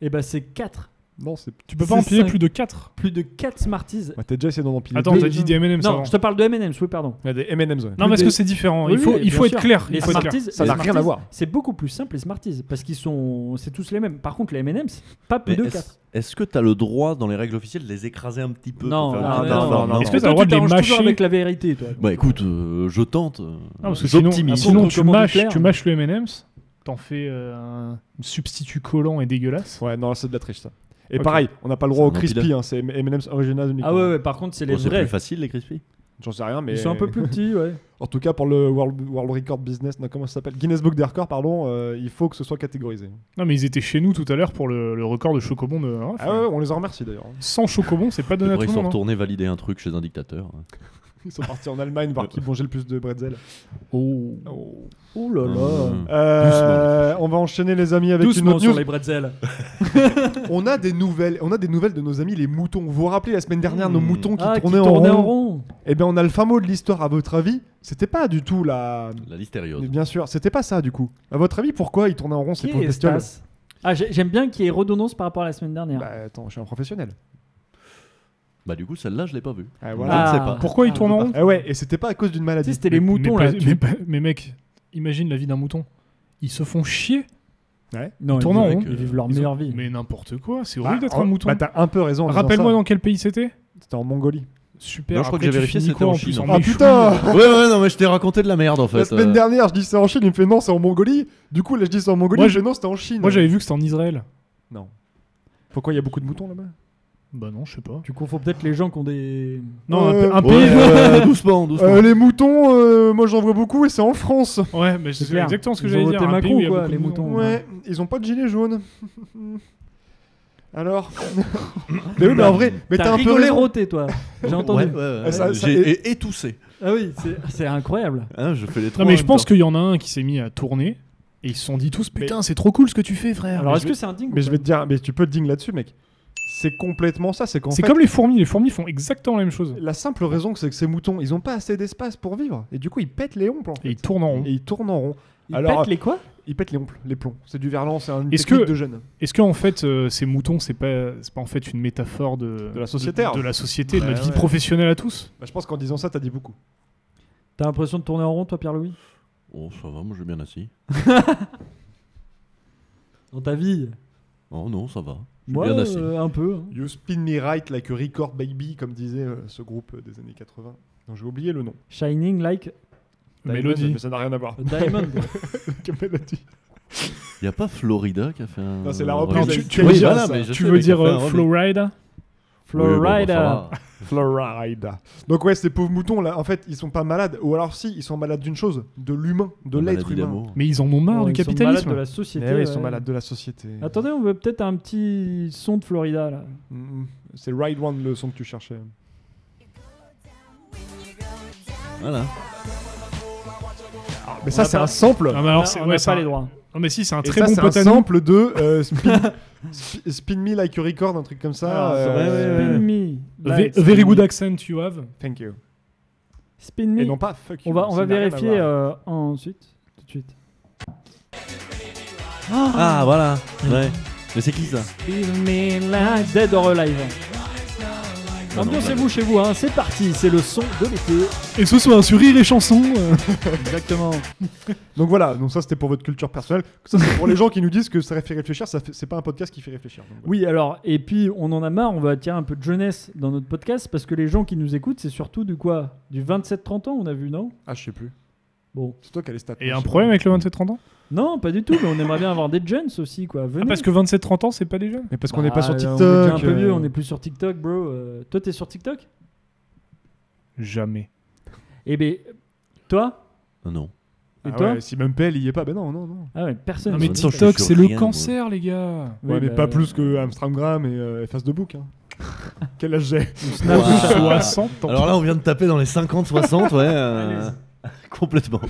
Eh ben c'est 4
Non, c'est.
Tu peux pas en
C'est
payer
cinq.
plus de 4
plus de 4 Smarties.
Bah, t'as déjà essayé d'en empiler.
Attends,
deux.
t'as dit des M&M's
non,
avant.
je te parle de M&M's. Oui, pardon.
Il y a des MM's, ouais.
plus
Non, parce
des-
que c'est différent. Il
Oui,
faut,
oui,
il
bien
faut être
sûr.
clair.
Les
Il faut être clair.
Smarties,
Ça
les
n'a rien à
Smarties,
voir.
C'est beaucoup plus simple les Smarties parce qu'ils sont, c'est tous les mêmes. Par contre, les M&M's, pas
mais
plus de
est-ce-
4
Est-ce que t'as le droit, dans les règles officielles, de les écraser un petit peu
Non,
pour faire
non,
une
non,
petite
non,
affaire
non,
Est-ce que
Toi,
t'as le droit
tu
de les
t'arranges toujours
mâcher
avec la vérité, toi.
Bah écoute, euh, je tente. euh,
Non, parce que sinon,
j'optimise.
sinon tu,
Contre-commande
mâches,
nucléaire.
tu mâches le M&M's, t'en fais euh, un substitut collant et dégueulasse.
Ouais, non, c'est de la triche, ça. Et
Ok.
pareil, on n'a pas le droit
C'est
au
un
crispy, hein, c'est M&M's original uniquement.
Ah ouais, ouais, par contre, c'est les
Bon, c'est
vrais.
plus facile les crispy.
J'en sais rien, mais.
Ils sont un peu plus petits, ouais.
En tout cas, pour le World, World Record Business, non, comment ça s'appelle Guinness Book des Records, pardon, euh, il faut que ce soit catégorisé.
Non, mais ils étaient chez nous tout à l'heure pour le, le record de chocobon de Raph.
Ah ouais, on les en remercie d'ailleurs.
Sans chocobon, c'est pas donné à
Après
tout
ils
le
sont
monde. hein.
retournés valider un truc chez un dictateur.
Ils sont partis en Allemagne voir qui mangeait le plus de bretzel.
(laughs) Oh.
Oh là
Mmh.
là.
Euh, on va enchaîner les amis avec une
Doucement
autre
sur
news.
les
(laughs)
bretzels.
On a des nouvelles, on a des nouvelles de nos amis les moutons. Vous vous rappelez la semaine dernière nos
Mmh.
moutons qui
Ah, qui
tournaient en
tournaient
rond,
en rond.
Eh bien, on a le fin mot de l'histoire à votre avis. C'était pas du tout la.
La listériose.
Bien sûr, c'était pas ça du coup. À votre avis, pourquoi ils tournaient en rond ces
Qui
pauvres
est
bestioles
Stas Ah, j'ai- j'aime bien qu'il y ait redondance par rapport à la semaine dernière.
Bah attends, je suis un professionnel.
Bah du coup celle-là je l'ai pas vue.
Ah,
Je
voilà.
ne sais pas.
hein. Pourquoi ils
Ah,
tournent en rond
Ah ouais, et c'était pas à cause d'une
Tu sais,
maladie.
c'était les moutons
mais,
là.
pas-
tu-
mais, pas- mais mec, imagine la vie d'un mouton. Ils se font chier.
Non, ils
tournent en
vivent-
rond.
Ils vivent leur
euh, Ils ont-
meilleure vie.
Mais n'importe quoi, c'est
Bah,
horrible d'être
en-
un mouton.
Bah t'as un peu raison. en disant ça.
Rappelle-moi dans quel pays c'était
C'était en Mongolie.
Super.
Non, je crois que
après,
j'ai
tu
vérifié,
finis
c'était
quoi
en
en plus
Chine.
en
Ah
méchou-
ouais
putain
ouais non mais je t'ai raconté de la merde en fait.
La semaine
euh.
dernière, je dis c'est en Chine, il me fait non, c'est en Mongolie. Du coup, là, je dis c'est en Mongolie,
Moi,
il me
je-
fait non, c'était en Chine.
Moi j'avais vu que c'était en Israël.
Pourquoi il y a beaucoup de moutons là-bas
Bah non, je sais pas.
Tu confonds peut-être les gens qui ont des.
Non, un
Euh,
p- un
Ouais,
pays.
euh, doucement, doucement.
Euh, Les moutons, euh, moi j'en vois beaucoup et c'est en France.
Ouais, mais c'est
clair.
exactement ce que
Ils ont
j'allais
voté
dire. un
Macron,
pays où il y a
quoi,
beaucoup de
les moutons.
Ouais, ils ont pas de gilet jaune. (laughs) Alors Mais oui, mais en vrai, mais t'as un peu
rigolé
raison.
roté, toi. J'ai entendu.
Ouais, ouais, ouais,
Ah, ça-
ouais.
ça-
J'ai
et-
é- étoussé.
Ah oui, c'est- c'est incroyable.
Hein, je fais les trois.
Non, mais
en
je
même
pense
temps.
qu'il y en a un qui s'est mis à tourner et ils se sont dit tous Putain, c'est trop cool ce que tu fais, frère.
Alors,
Ah, Mais
est-ce que c'est un dingue
Mais
ou
je
pas
vais te dire, mais tu peux te dingue là-dessus, mec. C'est complètement ça, c'est qu'en
C'est
fait.
comme les fourmis, les fourmis font exactement la même chose.
La simple raison, c'est que ces moutons, ils ont pas assez d'espace pour vivre. Et du coup, ils pètent les omples en fait.
Et ils tournent en rond.
Et ils tournent en rond.
Ils
Alors-
pètent les quoi
Ils pètent les omples, les plombs. C'est du verlan, c'est une
Est-ce
technique
que-
de jeune.
Est-ce qu'en fait, euh, ces moutons, c'est pas, c'est pas en fait une métaphore de,
De la société,
de,
hein.
de la société, de
Ouais,
notre vie
ouais.
professionnelle à tous
Bah, je pense qu'en disant ça, t'as dit beaucoup.
T'as l'impression de tourner en rond, toi, Pierre-Louis
Oh, ça va, moi j'ai bien assis.
Dans ta vie
Oh non, ça va. Je suis
Moi,
bien assis.
euh, un peu. hein.
You spin me right like a record baby, comme disait euh, ce groupe euh, des années 80. Non, j'ai oublié le nom.
Shining like
Mélodie.
Mais ça n'a rien à voir
a (laughs) diamond.
avec la (laughs) Mélodie.
Y a pas Florida qui a fait un.
Non, c'est la
un
reprise
remix
de
Oui,
Kelly Jones,
voilà,
ça.
mais je
Tu
sais,
veux
mais qui a
dire
fait un
euh,
remix.
Florida
Oui, bon, bah, ça
Florida.
va.
Florida. Donc ouais, ces pauvres moutons là, en fait, ils sont pas malades. Ou alors si, ils sont malades d'une chose, de l'humain, de
La
l'être
maladie
humain. euh,
d'amour.
Mais ils en ont marre
Oh,
du
ils sont malades
capitalisme.
de la société.
Mais Eh oui, ils
ouais.
sont malades de la société.
Attendez, on veut peut-être un petit son de Florida là.
Mm, mm. C'est Ride One le son que tu cherchais.
Voilà.
mais ça,
a
c'est
pas-
bah, un sample.
Ah, mais alors,
Ah,
c'est-
on
ouais,
n'a
c'est
pas
un-
les droits.
Non, mais si, c'est un
Et
très
ça,
bon
c'est un (laughs)
pote à nous.
sample de euh, Spin, Sp- spin me like you record, un truc comme ça. euh,
Ah,
ouais, ouais, ouais.
Spin me.
Ve-
like-
Very good accent you have.
Thank you.
Spin me.
Et non pas fuck you.
On va, on
ça
va
n'a rien à
vérifier
voir.
euh, ensuite. Tout de suite.
Ah, voilà. Ouais. Mais c'est qui ça
Dead or Alive.
Ah, non,
Ambiancez-vous chez vous, hein. c'est parti, c'est le son de l'été.
Et ce soir sur Rire et Chanson. euh,
Exactement.
Donc voilà, donc ça c'était pour votre culture personnelle. Ça c'est (laughs) pour les gens qui nous disent que ça fait réfléchir, ça fait- c'est pas un podcast qui fait réfléchir. Donc, voilà.
Oui, alors, et puis on en a marre, on va attirer un peu de jeunesse dans notre podcast parce que les gens qui nous écoutent, c'est surtout du quoi Du 27-30 ans, on a vu, non
Ah, je sais plus.
Bon.
C'est toi qui as les stats.
Et
moi,
un
je sais
problème
pas.
avec le 27-30 ans
Non, pas du tout, mais on aimerait bien avoir des jeunes aussi, quoi. Venez.
Ah, Parce que 27-30 ans, c'est pas des jeunes
Mais parce qu'on n'est pas sur
Bah,
TikTok.
On est déjà un peu
euh,
vieux, on n'est plus sur TikTok, bro. Euh, toi, t'es sur TikTok
Jamais.
Eh ben, toi
Ah, Non.
Et
ah
toi
ouais, si même PL y est pas, ben non, non, non.
Ah ouais, personne.
Non mais
mais
sur
TikTok,
TikTok,
je suis
c'est le
rien,
cancer, les gars.
Oui,
ouais, mais
bah,
pas plus que Amstramgram et euh, Face de Book.
(laughs)
Hein. Quel âge j'ai
Snap,
Ouah.
tout ça.
60 ans.
Alors là, on vient de taper dans les 50-60, ouais. euh, (laughs) complètement.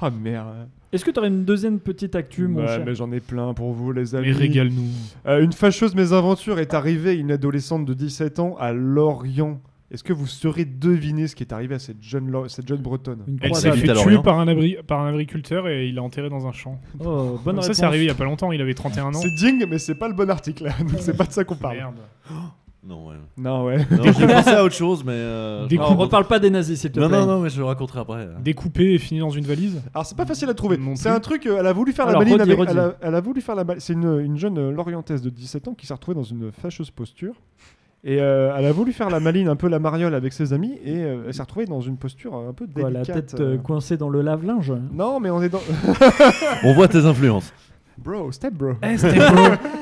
Ah merde.
Est-ce que t'aurais une deuxième petite actu, mon
Ouais,
cher
mais j'en ai plein pour vous, les amis.
Mais régale-nous.
Euh, une fâcheuse mésaventure est arrivée à une adolescente de 17 ans à Lorient. Est-ce que vous saurez deviner ce qui est arrivé à cette jeune, Lo- cette jeune bretonne
Une
Elle
croix
s'est
habite
fait
à
tuer
Lorient.
par un, abri- par un agriculteur et il l'a enterré dans un champ.
Oh, bonne
ça,
réponse.
c'est arrivé il y a pas longtemps, il avait 31 ans. Ah,
C'est dingue, mais c'est pas le bon article. (laughs) Donc c'est pas de ça qu'on parle.
Merde.
Non, ouais.
Non, ouais.
Non, J'ai pensé à autre chose, mais. euh,
Des
non,
Alors, on reparle pas des nazis, s'il te
Non,
plaît.
non, non, mais je le raconterai après.
Découpé et fini dans une valise.
Alors c'est pas facile à trouver.
Non
C'est
plus.
un truc. euh, Elle a voulu faire
Alors,
la maline.
redis,
avec-
redis.
elle, a, elle a voulu faire la mal- C'est une, une jeune euh, lorientaise de 17 ans qui s'est retrouvée dans une fâcheuse posture. Et euh, elle a voulu faire la maline un peu la mariole avec ses amis et euh, elle s'est retrouvée dans une posture euh, un peu
Quoi,
délicate.
la tête
euh.
euh, coincée dans
(laughs)
le lave-linge.
Non, mais on est dans.
On voit tes influences.
bro, step bro.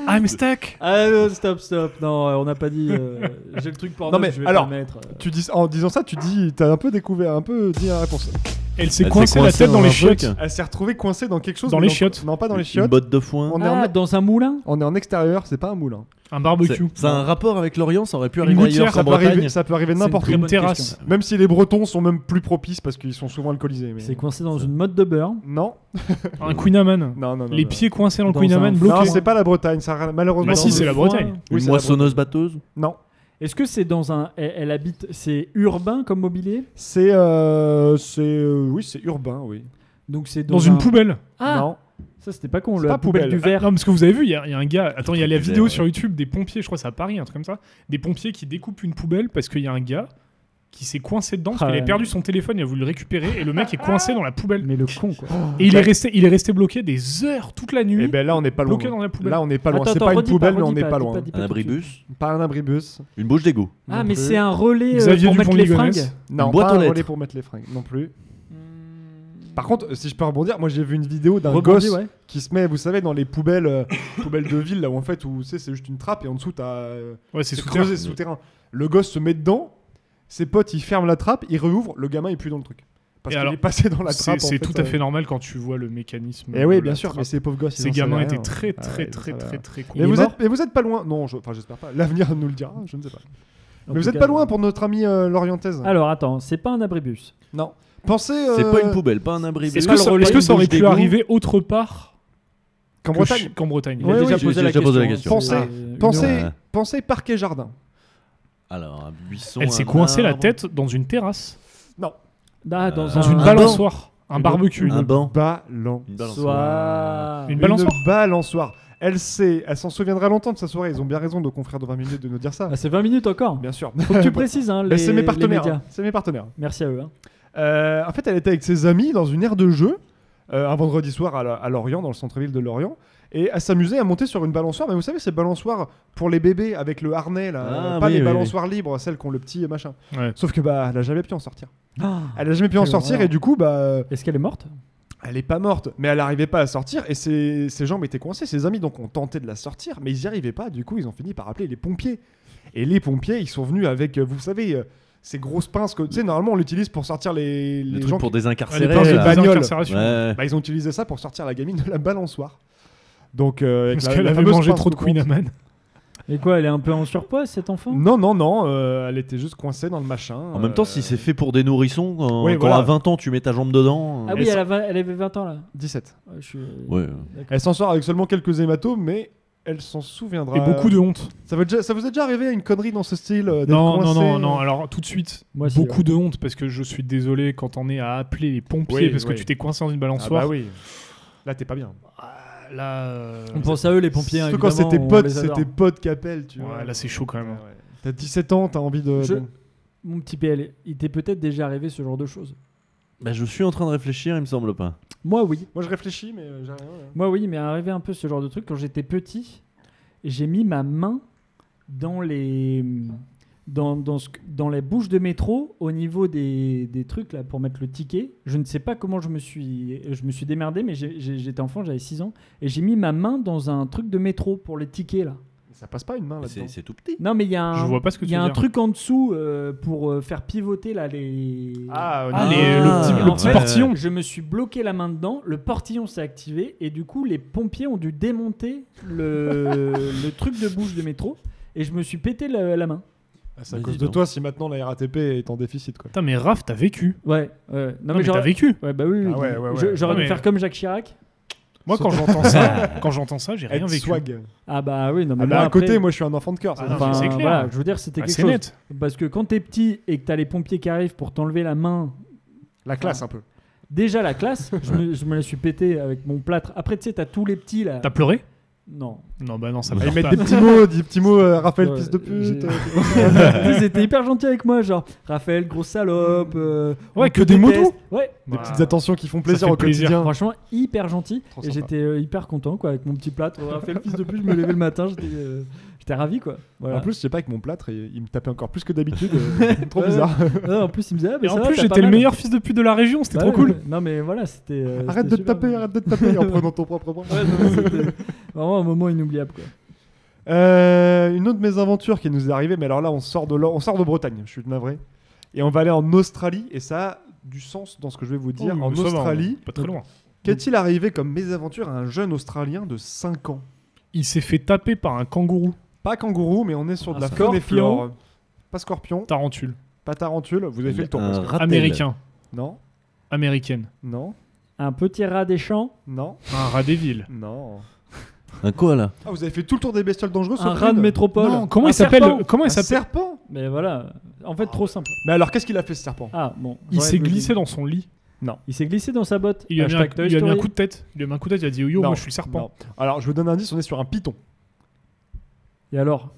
I'm stuck.
Ah, euh, stop, stop. Non, euh, on n'a pas dit. euh, J'ai le truc porno
Non, mais
que je vais
alors,
pas mettre. euh.
Tu dis, en disant ça, tu dis, t'as un peu découvert, un peu dit la réponse.
Elle s'est
Elle s'est
coincée la
coincée
tête dans
dans
les
un truc.
chiottes.
Elle s'est retrouvée coincée dans quelque chose.
Dans
mais
les chiottes.
Non, pas dans les
Une
chiottes.
botte de foin.
On est,
Ah,
en,
dans un moulin
on est en extérieur, c'est pas un moulin.
Un
C'est
barbecue.
c'est un rapport avec l'Orient, ça aurait pu
Une
arriver
gouttière,
ailleurs
ça
qu'en
Ça peut, arriver,
Bretagne.
ça peut arriver
C'est
n'importe
très
où.
Une
bonne
terrasse.
question.
Même si les Bretons sont même plus propices parce qu'ils sont souvent alcoolisés. Mais...
C'est coincé dans une mode de beurre.
Non,
Un Queen Amman.
non, non, non.
Les
non.
pieds coincés dans le
Dans
Queen
un
Amman
flanc.
bloqué.
Non, c'est pas la Bretagne, ça ra- malheureusement.
Bah si,
non,
c'est la
mais-
foin.
Bretagne.
Oui,
Une
c'est la
moissonneuse batteuse
Non,
Est-ce que c'est dans un. Elle, elle habite. C'est urbain comme mobilier
c'est euh, c'est euh, oui, c'est urbain, oui.
Donc c'est dans,
Dans une
un-
poubelle.
Ah
Non,
Ça, c'était pas con.
C'est
La
pas
poubelle,
poubelle.
du verre.
Ah, Non, parce que vous avez vu, il y, a- il y a un gars. Attends, il y a la
du
vidéo
verre,
sur YouTube des pompiers, je crois, c'est à Paris, un truc comme ça. Des pompiers qui découpent une poubelle parce qu'il y a un gars qui s'est coincé dedans parce
Ah
qu'il
ouais.
a perdu son téléphone, il a voulu le récupérer et le mec est coincé dans la poubelle.
Mais le con, quoi.
Et il est resté, il est resté bloqué des heures toute la nuit.
et ben là on n'est pas loin.
bloqué dans la poubelle.
Là on n'est pas loin.
Attends,
C'est
attends,
pas une
redis
poubelle, mais on
redis
n'est pas
dis
loin.
dis
Un
tout de suite.
abribus
Pas un abribus.
Une bouche d'égout
Ah,
Non
mais
plus.
c'est un relais euh,
Xavier
pour mettre les
Dupont-de-Ligonnès.
fringues.
Non,
boîte
pas
aux
un
lettres.
relais pour mettre les fringues non plus. Par contre, euh, si je peux rebondir, moi j'ai vu une vidéo d'un
Rebondis,
gosse
ouais.
qui se met, vous savez, dans les poubelles, euh, poubelles de ville, là où en fait, où, tu sais, c'est juste une trappe et en dessous, t'as. euh,
Ouais, c'est
c'est
sous
creusé,
terre.
c'est souterrain. Le gosse se met dedans, ses potes, ils ferment la trappe, ils réouvrent, le gamin, il pue dans le truc. Parce
Et
qu'il
alors,
est passé dans la
C'est
trappe. en
c'est
fait,
tout
euh.
à fait normal quand tu vois le mécanisme.
Eh
de
oui,
la
bien sûr,
trappe.
mais ces pauvres gosses, ils
Ces
en savaient
gamins
rien.
étaient très,
Ah
très,
ouais,
très,
ça va.
très, très cons.
Mais
Il
vous,
est mort
êtes, mais vous êtes pas loin. Non, je- enfin, j'espère pas. L'avenir nous le dira, je ne sais pas.
En
mais vous
tout
êtes
cas, Ah,
pas loin pour notre amie euh, lorientaise.
Alors, attends, c'est pas un abribus.
Non. Pensez. euh,
C'est pas une poubelle, pas un abribus.
Est-ce
pas
que,
le
ça-
relais
est-ce que
de
ça aurait
bouche
pu
d'égout
arriver autre part
Qu'en
que
Bretagne.
ch- qu'en Bretagne
Il a
Ouais,
déjà
oui,
posé
j'ai
la
déjà posé la
question.
question. Euh,
hein.
Pensez-
C'est une
Pensez,
heure.
Ouais.
pensez parquet jardin.
Alors, un buisson.
Elle s'est
un
coincée la
arbre,
tête dans une terrasse,
Ah, dans
Dans
dans
un-
une
un
balançoire, un
Une-
barbecue.
Un banc.
Ballon.
Une balance.
Soit-
Une
Une
balançoire.
balançoire. Elle sait, elle s'en souviendra longtemps de sa soirée. Ils ont bien raison, nos confrères de 20 minutes, de nous dire ça.
Ah, c'est 20 minutes encore.
Bien sûr.
Faut que tu
(laughs)
précises, hein,
Bah,
les,
c'est mes
les
partenaires.
médias.
hein. C'est mes partenaires.
Merci à eux. hein.
Euh, en fait, elle était avec ses amis dans une aire de jeu euh, un vendredi soir à, la- à Lorient, dans le centre-ville de Lorient, et elle s'amusait à monter sur une balançoire. Mais vous savez, ces balançoires pour les bébés avec le harnais, là,
Ah,
euh, pas
oui,
les
oui,
balançoires libres, celles qui ont le petit machin.
Ouais.
Sauf que bah, elle a jamais pu en sortir.
Ah,
Elle a jamais pu en
Quelle
sortir,
horreur.
et du coup, bah,
Ah. Est-ce qu'elle est morte
elle est pas morte, mais elle n'arrivait pas à sortir, et ses, ses jambes étaient coincées. Ses amis donc ont tenté de la sortir, mais ils n'y arrivaient pas. Du coup, ils ont fini par appeler les pompiers. Et les pompiers, ils sont venus avec, euh, vous savez, euh, ces grosses pinces que, tu sais, normalement on l'utilise pour sortir les,
Le
les
truc
gens
pour
qui-
Ouais, les
désincarcérer.
pinces de
là.
bagnoles.
désincarcération.
Ouais.
Bah, ils ont utilisé ça pour sortir la gamine de la balançoire. Donc, euh, avec
Parce
la-
qu'elle
la
avait
fameuse
mangé
pince
trop de
coupante.
Queen Amman.
Et quoi, elle est un peu en surpoids, cet enfant
Non, non, non, euh, elle était juste coincée dans le machin. euh,
En même temps, si c'est fait pour des nourrissons, quand,
Ouais,
quand
voilà.
à 20 ans tu mets ta jambe dedans.
Ah
euh,
oui,
Elle
elle, a vingt- elle avait 20 ans là.
17.
Ouais, je suis-
Ouais.
Elle s'en sort avec seulement quelques hématomes, mais elle s'en souviendra.
Et beaucoup de honte.
Ça, vous est déjà- ça vous est déjà arrivé à une connerie dans ce style euh, d'être
Non, non,
coincé,
non, non.
euh,
Alors, tout de suite,
Moi, si,
beaucoup de honte parce que je suis désolé quand on est à appeler les pompiers
Oui,
parce
oui.
que tu t'es coincé dans une
Ah
balançoire.
bah oui. Là, t'es pas bien.
Ah, Là, euh,
On pense à eux, les pompiers. hein,
Surtout quand
évidemment,
c'est tes
on
potes,
les
c'est
adore.
tes potes qu'appellent, tu vois.
ouais, là, c'est chaud quand même.
Ouais, ouais. T'as 17 ans, t'as envie de.
Je-
bon.
Mon petit PL, il t'est peut-être déjà arrivé ce genre de choses.
Bah, je suis en train de réfléchir, il me semble pas.
Ah,
Moi, oui.
Moi, je réfléchis, mais euh, j'ai rien. là.
Moi, oui, mais arrivé un peu ce genre de truc, quand j'étais petit, j'ai mis ma main dans les. Dans, dans, ce que- dans les bouches de métro, au niveau des, des trucs là pour mettre le ticket, je ne sais pas comment je me suis, je me suis démerdé, mais j'ai- j'ai- j'étais enfant, j'avais 6 ans, et j'ai mis ma main dans un truc de métro pour les tickets là.
Ça passe pas une main là-dedans.
C'est c'est tout petit.
Non, mais il y a un,
Je vois pas ce que
il
tu
y a
veux
un
dire.
truc en dessous euh, pour euh, faire pivoter là les.
Ah,
Ah,
non.
les-
Ah,
le petit, le petit
ouais.
portillon.
Je me suis bloqué la main dedans, le portillon s'est activé et du coup les pompiers ont dû démonter le, le truc de bouche de métro et je me suis pété la, la main.
Ah, c'est à
Vas-y,
cause de
donc.
toi si maintenant la RATP est en déficit, quoi.
Putain, mais Raph, t'as vécu.
Ouais, ouais. Non,
Non, mais t'as
j'aurais-
vécu.
Ouais, bah oui, oui,
Ah ouais, ouais, ouais.
Je- J'aurais
Non,
dû
mais-
faire comme Jacques Chirac.
Moi, quand j'entends ça, quand j'entends ça, j'ai rien
Être
vécu.
swag.
Ah bah oui, non mais
Ah, bah,
moi,
à côté,
après-
moi, je suis un enfant de cœur.
Ah,
ça.
non,
Enfin,
mais c'est clair.
voilà, je veux dire, c'était
Ah,
quelque
c'est
chose.
net.
Parce que quand t'es petit et que t'as les pompiers qui arrivent pour t'enlever la main
la classe, un peu.
Déjà la classe, je, me, je me la suis pété avec mon plâtre. Après, tu sais, t'as tous les petits là.
T'as pleuré
Non.
Non, bah non, ça
Ah,
pleure
Ils mettent
pas.
des petits mots, des petits mots, euh, Raphaël,
Ouais,
fils de pute.
j'ai-
euh,
(laughs)
(laughs) Ils étaient hyper gentils avec moi, genre Raphaël, gros salope. euh,
Ouais,
on
que
te
des
déteste.
motos.
Ouais,
Des
Bah,
petites attentions qui font plaisir
fait
au
plaisir.
quotidien.
franchement, hyper gentil.
Trop
Et
sympa.
j'étais euh, hyper content, quoi, avec mon petit plâtre. Raphaël, fils de pute, je me levais le matin, j'étais euh, j'étais ravi, quoi. Voilà.
En plus, je sais pas, avec mon plâtre, il, il me tapait encore plus que d'habitude. euh, trop bizarre.
Ouais, en plus, il me disait, ah, mais
Et
ça
en
va,
plus,
t'as
j'étais
pas
le
mal.
meilleur fils de pute de la région, c'était
Bah
trop
ouais,
cool.
mais- Non, mais voilà, c'était. euh,
arrête de
c'était
te
super
taper,
bien.
arrête de te taper en prenant ton propre
(laughs)
bras.
Ouais, non, mais c'était vraiment un moment inoubliable, quoi.
Euh, une autre mésaventure qui nous est arrivée, mais alors là, on sort de, là- on sort de Bretagne, je suis navré. Et on va aller en Australie, et ça a du sens dans ce que je vais vous dire.
Oh,
en
mais ça va, hein.
Australie,
on est pas très loin.
qu'est-il arrivé comme mésaventure à un jeune Australien de 5 ans
Il s'est fait taper par un kangourou
Pas kangourou, mais on est sur
Un
de la faune et
scorpion.
flore. Pas scorpion,
tarentule
pas tarentule, vous avez fait le tour. parce
Un
que-
ratel.
américain,
Non,
américaine,
non,
Un petit rat des champs,
non,
un rat des villes.
non.
Un koala.
Ah, vous avez fait tout le tour des bestioles dangereuses
un
sauf
rat
une.
de métropole.
Oh, Non, comment
un
il s'appelle
serpent.
le- Comment
Un
il s'appelle
serpent
Mais voilà, en fait, trop simple.
Mais alors, qu'est-ce qu'il a fait ce serpent
Ah bon.
Il
j'aurais
s'est
voulu-
glissé dans son lit.
Il s'est glissé dans sa botte.
Il lui a, mis un,
Hashtag Toy
il lui a mis un
Story.
coup de tête. Il lui a mis un coup de tête. Il a dit Yo, yo,
Non,
moi je suis le serpent.
non. Alors, je vous donne un indice, on est sur un python.
Et alors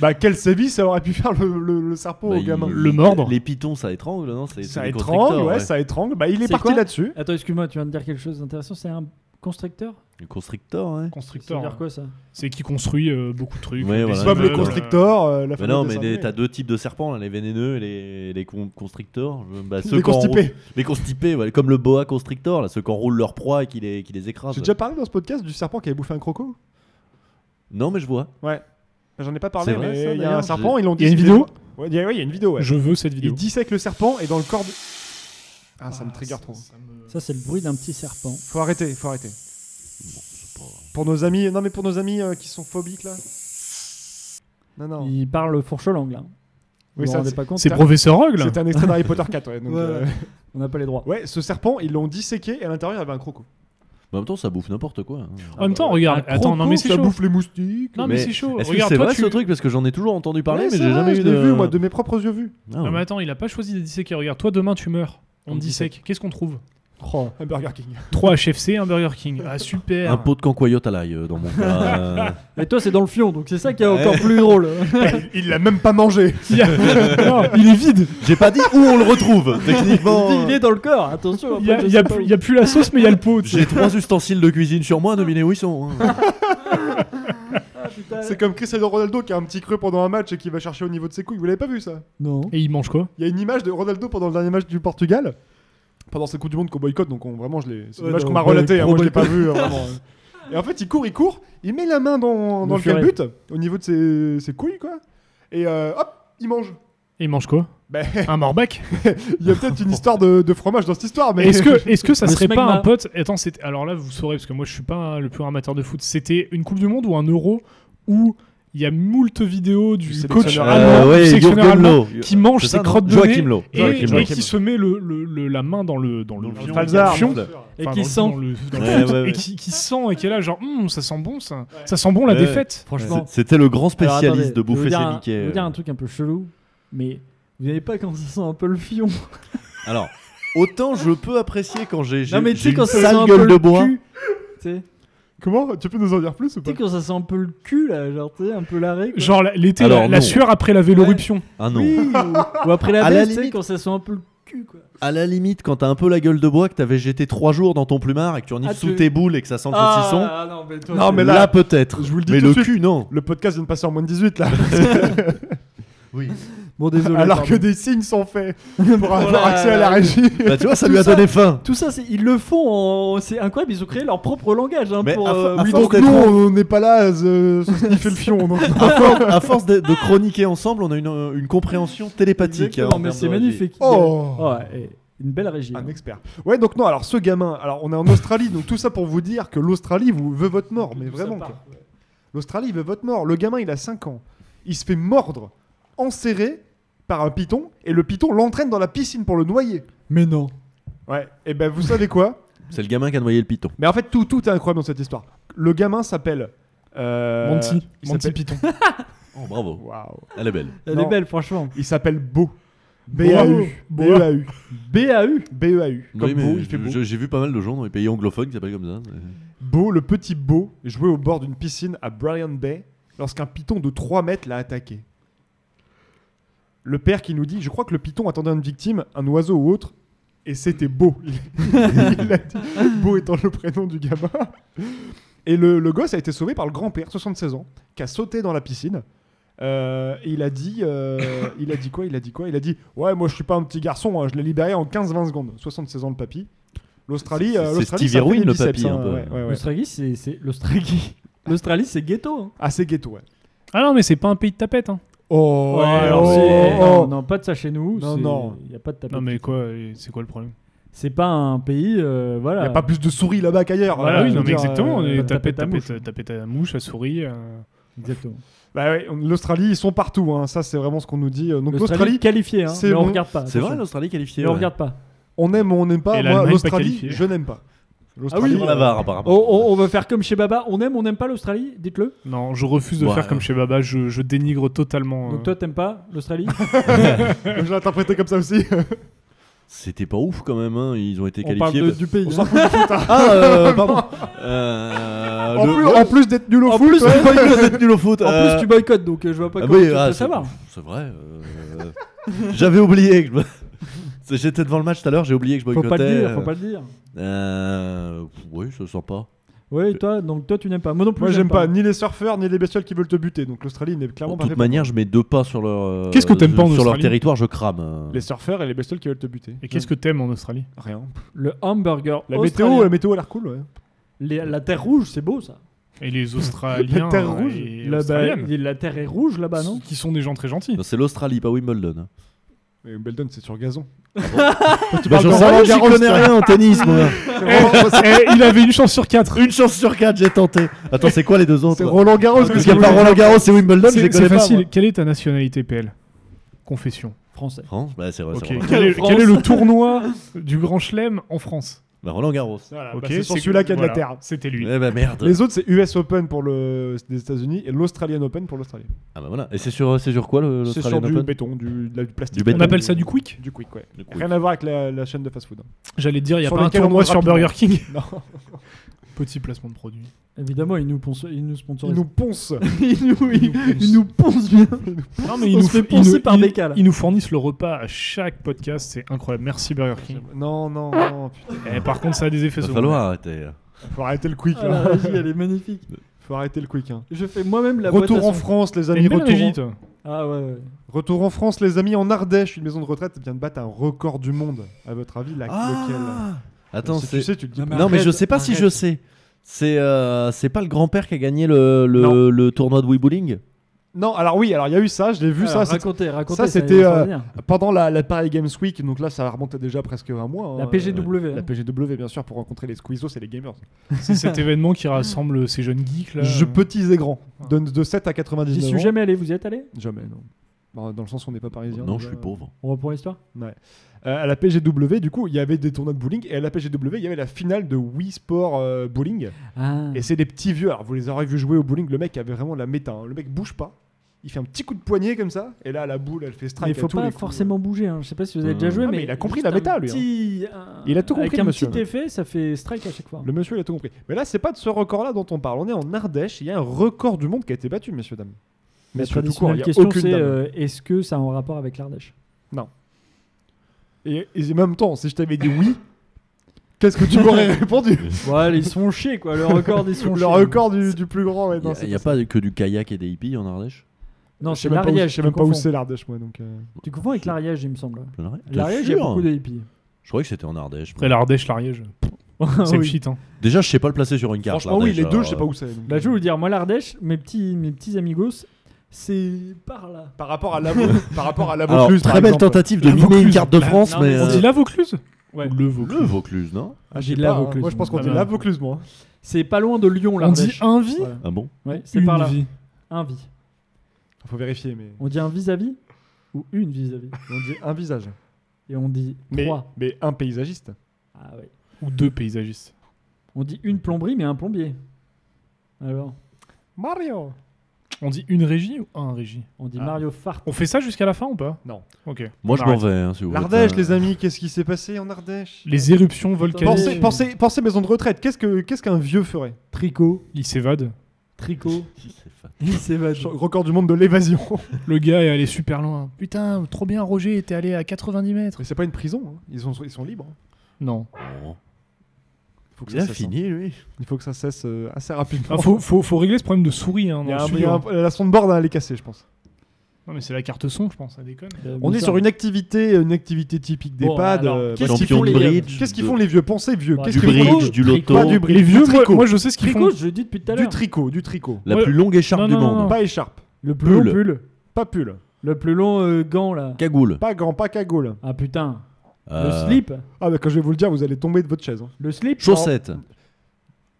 Bah quel sévice ça aurait pu faire le, le- le serpent
Bah,
au
il-
gamin
il-
Le mordre.
Les pitons, ça étrangle, non C'est- c'est
Ça
des
étrangle,
constricteurs,
ouais, ça étrangle. Bah il est,
C'est
parti
quoi
là-dessus.
Attends, excuse-moi, tu viens de dire quelque chose d'intéressant. C'est un constructeur
Le constricteur, ouais.
Ça veut
Constructeur. hein.
dire quoi ça
C'est qui construit euh, beaucoup de trucs.
Ouais,
des
voilà.
immeubles,
Bob
Bob le
euh,
constrictor, euh, la
Mais
famille
non,
des
mais des-
animés.
t'as deux types de serpents, là, les vénéneux et les, les con- constricteurs. Je- bah,
Les
qui en
constipés.
roulent- les constipés, ouais, comme le boa constrictor, là, ceux qui enroulent leur proie et qui les, qui les écrasent.
J'ai déjà parlé dans ce podcast du serpent qui avait bouffé un croco.
Non, mais je vois.
Ouais. Bah, J'en ai pas parlé,
C'est vrai, ça,
mais il y a un
d'ailleurs.
serpent, ils l'ont dit.
Il y a une
c'est-
vidéo
Ouais, il y a ouais, il y a une vidéo, ouais.
Je veux cette
Il
vidéo.
dissèque le serpent et dans le corps de... Ah, ça me trigger trop.
Ça, c'est le bruit d'un petit serpent.
Faut arrêter, faut arrêter.
pas grave.
Pour nos amis, non mais pour nos amis euh, qui sont phobiques là. Non, non.
Il parle fourche-langue là. Vous
Oui,
vous
ça,
rendez
c'est-
pas compte
C'est Professeur Ogle.
C'était un extrait d'Harry Potter 4, ouais. donc,
Voilà.
euh,
On n'a pas les droits.
ouais, ce serpent, ils l'ont disséqué et à l'intérieur, il y avait un croco.
Mais en même temps, ça bouffe n'importe quoi. hein.
Ah,
En même temps, regarde.
Un
Attends, non, mais c'est
ça
chaud.
bouffe les moustiques.
Non, mais
Mais
c'est chaud.
Est-ce que
Regarde,
c'est
toi,
vrai
tu-
ce truc Parce que j'en ai toujours entendu parler,
Ouais,
mais
c'est
j'ai
vrai,
jamais
je
eu
l'ai
de.
vu, moi, de mes propres yeux vus.
Ah,
Non, mais
ouais.
attends, il a pas choisi de disséquer. Regarde, toi demain tu meurs. On
On
te dissèque. Qu'est-ce qu'on trouve
Oh.
Un Burger King.
3 HFC, un Burger King. Ah super.
Un pot de cancoyote à l'ail, euh, dans
(laughs)
mon cas. euh.
Et toi, c'est dans le fion, donc c'est ça qui est encore plus (laughs) drôle.
Il l'a même pas mangé.
Ah, (laughs) Il y a- Non, il est vide.
J'ai pas dit où on le
(laughs)
retrouve, techniquement.
Il est dans le corps, attention.
Il y a,
après, je
il y a
sais pas
plus,
où.
il y a plus la sauce, mais il y a le pot. tu sais.
J'ai trois ustensiles de cuisine sur moi, devinez où ils sont. hein.
Ah, putain.
C'est comme Cristiano Ronaldo qui a un petit creux pendant un match et qui va chercher au niveau de ses couilles. Vous l'avez pas vu ça
Non.
Et il mange quoi
Il y a une image de Ronaldo pendant le dernier match du Portugal. Pendant cette Coupe du Monde qu'on boycotte, donc on- vraiment, je l'ai. C'est une
Ouais,
image
non,
qu'on m'a
ouais,
relatée, hein,
gros
moi je l'ai pas vue. euh, vraiment. Et en fait, il court, il court, il met la main dans, dans
Le
le quel
furet.
but, au niveau de ses, ses couilles, quoi. Et euh, hop, il mange.
Et il mange quoi
Bah,
Un morbac
il y a peut-être une histoire de, de fromage dans cette histoire, mais. (laughs)
Est-ce que, est que ça
Le
serait pas
smegma.
un pote Attends, c'était- alors là, vous saurez, parce que moi je suis pas le plus amateur de foot. C'était une Coupe du Monde ou un Euro où Il y a moult vidéos du,
Du
coach
Euh,
sélectionneur
allemand,
allemand.
du
ouais,
sélectionneur
Jürgen
allemand
Loh.
qui mange
C'est
ses
ça, non
crottes de
Joachim
nez
Loh.
et,
Joachim
et
Loh.
qui se met le, le- le- la main dans le dans le,
Dans le
dans
falzar.
fion,
Et
enfin,
qui
dans le-
sent.
dans le- dans le
Ouais,
foot,
ouais, ouais.
et qui, qui sent et qui est là genre Hum, ça sent bon ça ça sent bon la
Euh, Ouais.
défaite
Franchement.
C'est- C'était le grand
Alors,
spécialiste
attendez,
de
je vais vous
bouffer
dire
ses
un- Je vais
niquets.
vous dire un truc un peu chelou, mais vous n'avez pas quand ça sent un peu le fion.
Alors, autant je peux apprécier quand j'ai j'ai-
Non, mais tu
j'ai
sais,
une
quand ça sent un
sale
peu
gueule de
le
bois.
cul. Tu sais,
Comment Tu peux nous en dire plus ou
tu
pas
sais, quand ça sent un peu le cul, là, genre, tu sais, un peu l'arrêt. quoi.
genre la- l'été la,
Alors,
la
non.
sueur après la véloruption
Ah non.
Oui, (laughs) ou, ou après la
À la
baisse, tu sais,
limite.
quand ça sent un peu le cul, quoi.
À la limite, quand t'as un peu la gueule de bois, que t'avais jeté trois jours dans ton plumard et que tu renifles
Ah, tu-
sous tes boules et que ça sent le saucisson,
ah non, mais toi,
Non,
tu-
mais là-
là, peut-être.
je vous le dis
Mais
tout
le
de suite.
cul, non.
Le podcast vient de passer en moins de 18 là.
Bon, désolé.
Alors
pardon.
que des signes sont
(laughs)
faits pour avoir
Voilà.
accès à la régie.
Bah, tu vois, ça
Tout
lui a
ça-
donné faim.
Tout ça, c'est- ils le font, en- c'est incroyable, ils ont créé leur propre langage hein,
Mais
pour...
à fo-
euh,
à
Oui,
oui,
force
donc
d'être
nous,
en-
on n'est pas là euh, à se se sniffer le fion.
(laughs)
donc.
À force, à force de, de chroniquer ensemble, on a une, euh, une compréhension télépathique.
exactement,
hein, en
mais
termes
c'est
de régie.
magnifique.
Oh.
Oh, ouais, et une belle régie.
Un
hein.
expert. Ouais, donc non, alors ce gamin, alors on est en Australie, donc tout ça pour vous dire que l'Australie vous veut votre mort, mais
Tout ça
vraiment.
part,
quoi.
ouais.
L'Australie veut votre mort. Le gamin, il a 5 ans. Il se fait mordre, enserré par un python, et le python l'entraîne dans la piscine pour le noyer.
Mais non.
Ouais, et ben vous savez quoi
C'est le gamin qui a noyé le piton.
Mais en fait, tout, tout est incroyable dans cette histoire. Le gamin s'appelle. euh,
Monty
il
Monty
s'appelle-
Python
Oh, bravo.
(laughs) Waouh.
Elle est belle.
Elle
Non.
est belle, franchement.
Il s'appelle Beau.
Bravo.
B-A-U. B-E-A-U.
BAU.
B-E-A-U. E Comme
Oui, mais
Beau, il fait beau.
je- J'ai vu pas mal de gens dans les pays anglophones qui s'appellent comme ça.
Beau, le petit Beau, jouait au bord d'une piscine à Brian Bay lorsqu'un python de 3 mètres l'a attaqué. Le père qui nous dit Je crois que le python attendait une victime, un oiseau ou autre, et c'était Beau. (laughs) Il, il a dit Beau étant le prénom du gamin. Et le, le gosse a été sauvé par le grand-père, 76 ans, qui a sauté dans la piscine. Euh, et il a dit, euh, il a dit quoi Il a dit quoi Il a dit ouais, moi je suis pas un petit garçon, hein, je l'ai libéré en 15-20 secondes. 76 ans le papy. L'Australie,
C'est-
euh,
c'est
l'Australie,
Stevie
ça fait
Irwin,
des
le
biceps,
papy,
hein,
un peu.
ouais, ouais, ouais.
L'Australie, c'est c'est-
(laughs)
l'Australie. L'Australie, c'est ghetto. hein.
Ah, c'est ghetto, ouais.
ah non mais c'est pas un pays de tapette hein.
Oh,
Ouais, alors
oh,
c'est-
oh.
non, non, pas de ça chez nous.
Non,
c'est-
non.
Il n'y a pas de tapis.
non mais quoi euh, c'est quoi le problème
C'est pas un pays. euh,
Il
voilà.
Ah.
n'y a pas plus de souris là-bas qu'ailleurs.
voilà
hein,
Ah oui
je
non
veux
mais
dire,
exactement
euh,
euh,
pas de
tapette
tapette à mouche.
tapette tapette à mouche à souris euh.
Exactement.
Bah ouais, on- l'Australie, ils sont partout, hein, ça c'est vraiment ce qu'on nous dit. euh, Donc
L'Australie
l'Australie,
qualifiée. Hein,
c'est
mais
bon.
on regarde pas.
C'est vrai,
attention.
l'Australie qualifiée.
Mais on
ouais.
regarde pas.
on aime ou on n'aime pas.
Et
Moi,
l'Allemagne, pas
l'Australie,
qualifiée.
je n'aime pas.
Ils
L'Australie,
ont la VAR, apparemment.
On, on- on va faire comme chez Baba. On aime, on n'aime pas l'Australie. Dites-le.
non je refuse de
Ouais.
faire comme chez Baba je, je dénigre totalement
Donc
euh.
toi, t'aimes pas l'Australie
euh, (laughs) je l'ai interprété comme ça aussi.
C'était pas ouf quand même, hein. ils ont été
On parle
qualifiés.
de-
parce-
du pays.
bah, On s'en
hein.
fout.
(laughs)
Ah, euh, pardon Euh,
en,
le-
plus, Ah, en plus d'être nul au
En
foot, euh,
plus,
ouais.
tu boycottes.
Nul au foot.
En
euh,
plus, tu boycottes, donc euh, je vois pas
ah
comment
oui,
tu
ah,
peux
c'est-
savoir.
C'est vrai. euh, J'avais oublié. Que je... (laughs) C'est- J'étais devant le match tout à l'heure, j'ai oublié que je
Faut
boycottais.
pas le dire,
euh,
faut pas le dire.
euh, pff, Oui, ça sent pas.
Oui, toi, donc toi, tu n'aimes pas. Moi non plus.
moi j'aime pas ni les surfeurs ni les bestioles qui veulent te buter. Donc l'Australie n'est clairement
De
pas fait
toute
pour
manière, je mets deux pas sur leur. euh,
Qu'est-ce que t'aimes pas en
Sur leur
Australie
territoire, je crame. euh.
moi. les surfeurs et les bestioles qui veulent te buter.
et qu'est-ce que t'aimes en Australie
Rien.
Le hamburger.
La météo,
australien.
la météo, elle a l'air cool. Ouais.
Les- la terre rouge, c'est beau ça.
(laughs)
Et les Australiens.
La Terre
euh,
Rouge,
et
Là-bas,
Australiennes,
il- la terre est rouge là-bas, non
Qui sont des gens très gentils.
Euh, Non, C'est l'Australie, pas Wimbledon. hein.
Mais Beldon, c'est sur gazon.
Bah,
Ah, parles
J'en
de
sais rien,
Roland
j'y
Garros,
connais
toi.
rien en tennis,
(laughs)
moi.
C'est vraiment-
Eh, il avait une chance sur quatre.
Une chance sur quatre, j'ai tenté. Attends, c'est quoi les deux
c'est
autres
Roland Garros.
Parce
que
qu'il y a
c'est-
pas Roland Garros et Wimbledon, je les
C'est
connais
c'est
pas,
facile.
moi.
Quelle est ta nationalité, PL Confession.
Français.
France Bah, c'est vrai.
Ok.
c'est Roland-
Quel, est,
France.
quel est le tournoi du Grand Chelem en France
Bah, Roland Garros.
voilà,
bah, c'est sur celui-là qu'il y a de la terre.
C'était lui.
Eh bah, merde.
Les autres, c'est US Open pour le... les États-Unis et l'Australian Open pour l'Australie.
Ah bah voilà. Et c'est sur, c'est sur quoi le-
C'est
l'Australian
sur du
Open
béton, du, de la- du plastique.
Du béton.
On appelle ça du quick
Du quick, ouais.
Le quick.
Rien à voir avec la, la chaîne de fast-food. hein.
J'allais te dire, il y a
Sur
pas un
lequel on
tournoi
monte
sur
rapidement.
Burger King.
(laughs) Non.
Petit placement de produit.
Évidemment, ils nous, ponce- ils nous
Ils
sponsorisent.
nous poncent.
(laughs) Ils nous, ils-
Ils nous
ils nous poncent bien.
Non,
On se fait
f-
poncer par
ils-
Becca, là.
ils nous fournissent le repas à chaque podcast. C'est incroyable. Merci Burger King.
non, non, non. Putain,
Eh, par contre, ça a des effets
Va
secondaires.
falloir arrêter.
faut arrêter le quick,
Ah, la
là.
régie, elle est magnifique.
Faut arrêter le quick. hein.
Je fais moi-même la
Retour
boîte à
en
son-
France, les
T'as
amis.
une belle
Retour
régie,
en...
toi.
Ah ouais, ouais.
retour en France, les amis. En Ardèche, une maison de retraite vient de battre un record du monde. À votre avis, la... lequel
Ah, Attends,
Si
c'est.
tu sais, tu le dis.
Non,
pas.
mais
Non, mais
arrête,
je sais pas si
arrête.
je sais. C'est euh, c'est pas le grand-père qui a gagné le, le,
Non.
le tournoi de Wii Bowling
Non, alors oui, alors il y a eu ça, je l'ai vu ça.
Alors,
c'était-
racontez, racontez.
ça,
y est,
c'était,
va
euh,
venir.
Pendant la, la Paris Games Week, donc là ça remonte à déjà presque un mois.
la
hein,
PGW.
euh, la
hein.
PGW, bien sûr, pour rencontrer les squeezos et les gamers.
C'est cet événement qui rassemble ces jeunes geeks là.
Je petits et grands, de, de 7 à
J'y
99
suis
ans.
jamais allé, vous y êtes allé
Jamais, non. Bah, Dans le sens où on n'est pas parisien.
Non,
déjà.
je suis pauvre.
On reprend l'histoire
Euh, à la PGW, du coup, il y avait des tournois de bowling. Et à la PGW, il y avait la finale de Wii Sport euh, Bowling.
Ah.
Et c'est des petits vieux. Alors, vous les aurez vu jouer au bowling. Le mec avait vraiment la méta. hein. Le mec bouge pas. Il fait un petit coup de poignet comme ça. Et là, la boule, elle fait strike.
Mais il
à
faut
tous
pas
les coups. Euh,
forcément bouger. hein. Je sais pas si vous avez déjà
Ah,
joué,
mais
mais,
il a compris
juste
la méta,
un
lui, hein.
petit- un-
Il a tout compris,
Avec un
monsieur.
petit effet, ça fait strike à chaque fois.
euh, Le monsieur, il a tout compris. Mais là, c'est pas de ce record-là dont on parle. On est en Ardèche. Il y a un record du monde qui a été battu, messieurs, dames.
La
Messieurs, tout court,
traditionnelle
il y a
question,
aucune
c'est
dame.
euh, est-ce que ça a un rapport avec l'Ardèche
Et, et en même temps, si je t'avais dit oui, qu'est-ce que tu m'aurais répondu
Ouais, ils sont chiés, quoi. Le record, ils sont
Le record du, du plus grand. ouais,
Il
non, c'est
n'y a, pas que du kayak et des hippies en Ardèche
Non,
je sais
c'est
même pas où-
l'Ariège.
je sais
tu
même pas où
confonds.
c'est l'Ardèche, moi. Donc, euh.
Tu confonds avec l'Ariège, il me semble.
Plein d'Ardèche. T'es
L'Ariège, il y a
sûr
beaucoup
hein.
de hippies.
Je croyais que c'était en Ardèche.
Après l'Ardèche,
(laughs)
l'Ariège. C'est le
Oui.
shit. Hein.
Déjà, je sais pas le placer sur une carte.
Franchement, oui,
l'Ardèche,
les deux,
alors,
je sais pas où c'est. donc,
Bah, je vais
euh,
vous dire, moi, l'Ardèche, mes petits, mes petits amigos, c'est par là.
Par rapport à la, par rapport à la
Alors,
Vaucluse,
très
par
belle
exemple.
tentative de
La
miner une
Vaucluse.
carte de France,
non,
mais.
mais
On
euh,
dit la Vaucluse
Ouais.
Ou Le
Le
Vaucluse.
Vaucluse, non
Ah, je
J'ai de
sais
la
pas, hein.
Vaucluse,
Moi, je pense
moi.
qu'on dit
Ah,
la
bah.
Vaucluse, moi. hein.
C'est pas loin de Lyon,
On dit
l'Ardèche.
un vie
Ouais.
Ah bon
Ouais, c'est
Une
par là.
vie.
Un vie.
Faut vérifier, mais.
On dit un vis-à-vis ou une vis-à-vis.
(laughs) On dit un visage.
Et on dit
(laughs) Mais,
trois.
mais un paysagiste.
Ah ouais.
Ou deux paysagistes.
On dit une plomberie, mais un plombier. Alors,
Mario
On dit une régie ou un régie
on dit
Ah.
Mario Fart.
On fait ça jusqu'à la fin ou pas
Non.
Ok.
Moi,
On
je m'en
arrête.
vais, hein, si vous voulez.
L'Ardèche,
Euh,
les amis, qu'est-ce qui s'est passé en Ardèche
Les éruptions volcaniques.
pensez, pensez, pensez maison de retraite, qu'est-ce que- qu'est-ce qu'un vieux ferait
Tricot,
Il s'évade.
tricot. (laughs)
c'est fa-
Il s'évade.
Record du monde de l'évasion.
Le gars est allé super loin. Putain, trop bien, Roger, t'es allé à 90 mètres.
mais c'est pas une prison, hein. ils, sont, ils sont libres.
Non.
Oh.
Faut que
Il
ça
a
cesse,
fini, lui.
hein. Il faut que ça cesse euh, assez rapidement.
Ah, faut, faut, faut régler ce problème de souris.
Il
Hein, dans
y a
le
un- il y
studio.
a un- la soundboard, hein, elle est cassée, je pense.
Non, mais c'est la carte son, je pense, ça déconne.
Euh,
On est sur une activité, une activité typique des
Bon,
pads.
alors,
euh,
qu'est-ce
bah,
qu'ils
Champion
font,
de
les gars
bridge.
Qu'est-ce qu'ils
de-
font les vieux Pensez vieux.
Bah,
Qu'est-ce
Du
qu'ils font
bridge, du loto.
Pas du bridge.
Les vieux,
du
moi,
tricot.
moi, je sais ce qu'ils font.
Tricot, je le dis depuis tout à
Du
l'heure.
tricot, du tricot.
La
Ouais.
plus longue écharpe
Non,
du
non, non,
monde.
non.
Pas écharpe,
Le plus long
Pull.
pull.
pas pull,
Le plus long euh, gant, là.
Cagoule.
pas gant, pas cagoule.
Ah putain.
Euh,
Le slip.
Ah bah quand je vais vous le dire, vous allez tomber de votre chaise. hein.
Le slip.
Chaussette.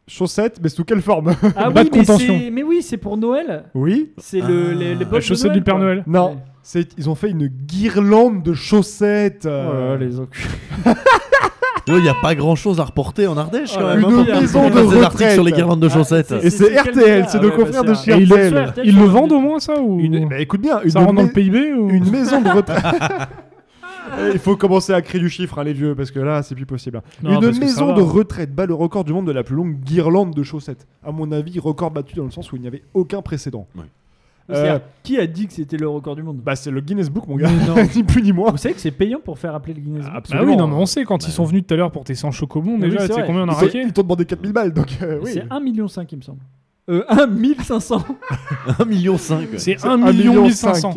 Chaussettes, mais sous quelle forme (laughs)
Ah
Bas
oui,
de
mais,
contention.
c'est- mais oui, c'est pour Noël.
Oui
C'est
Ah.
le, les, les bottes
La
de
chaussette du Père
quoi.
Noël.
Non.
Ouais.
C'est, ils ont fait une guirlande de chaussettes.
Oh là
euh,
là, les enculés.
Il n'y a pas grand chose à reporter en Ardèche,
Oh
quand
là
même.
là.
hein, pour
Une
il y a
maison
un
qu'on
de
fasse des articles
retraite.
sur les guirlandes de
Ah,
chaussettes.
Et c'est
quel
RTL,
gars
c'est
Ah
nos
ouais,
confrères
bah,
de
c'est
chez
un-
Et ils le-
RTL.
Peut-être
Ils le
sur le-
vendent au moins, ça ou...
Une- bah, écoute bien,
Ça
une,
rentre dans le
mais-
PIB ou...
une maison de retraite. (laughs) Eh, Il faut commencer à créer du chiffre, hein, les vieux, parce que là, c'est plus possible. hein.
Non, parce
une
que ça
maison
va.
de retraite bat le record du monde de la plus longue guirlande de chaussettes. À mon avis, record battu dans le sens où il n'y avait aucun précédent.
C'est-à-dire,
Euh,
Qui a dit que c'était le record du monde
Bah, c'est le Guinness Book, mon gars.
Mais non.
(laughs) ni plus ni moins.
Vous savez que c'est payant pour faire appeler le Guinness Book
Ah oui, non, mais on sait, quand ils sont venus tout à l'heure pour tes 100 chocobons,
Oui,
déjà,
c'est
tu sais
vrai.
combien on a
Ils t'ont-
raqué
Ils t'ont demandé 4000 balles, donc euh, oui.
C'est 1,5 million, il me semble. Euh, 1,500
1,5 million. cinq.
C'est
C'est
1
1,5
million 1500.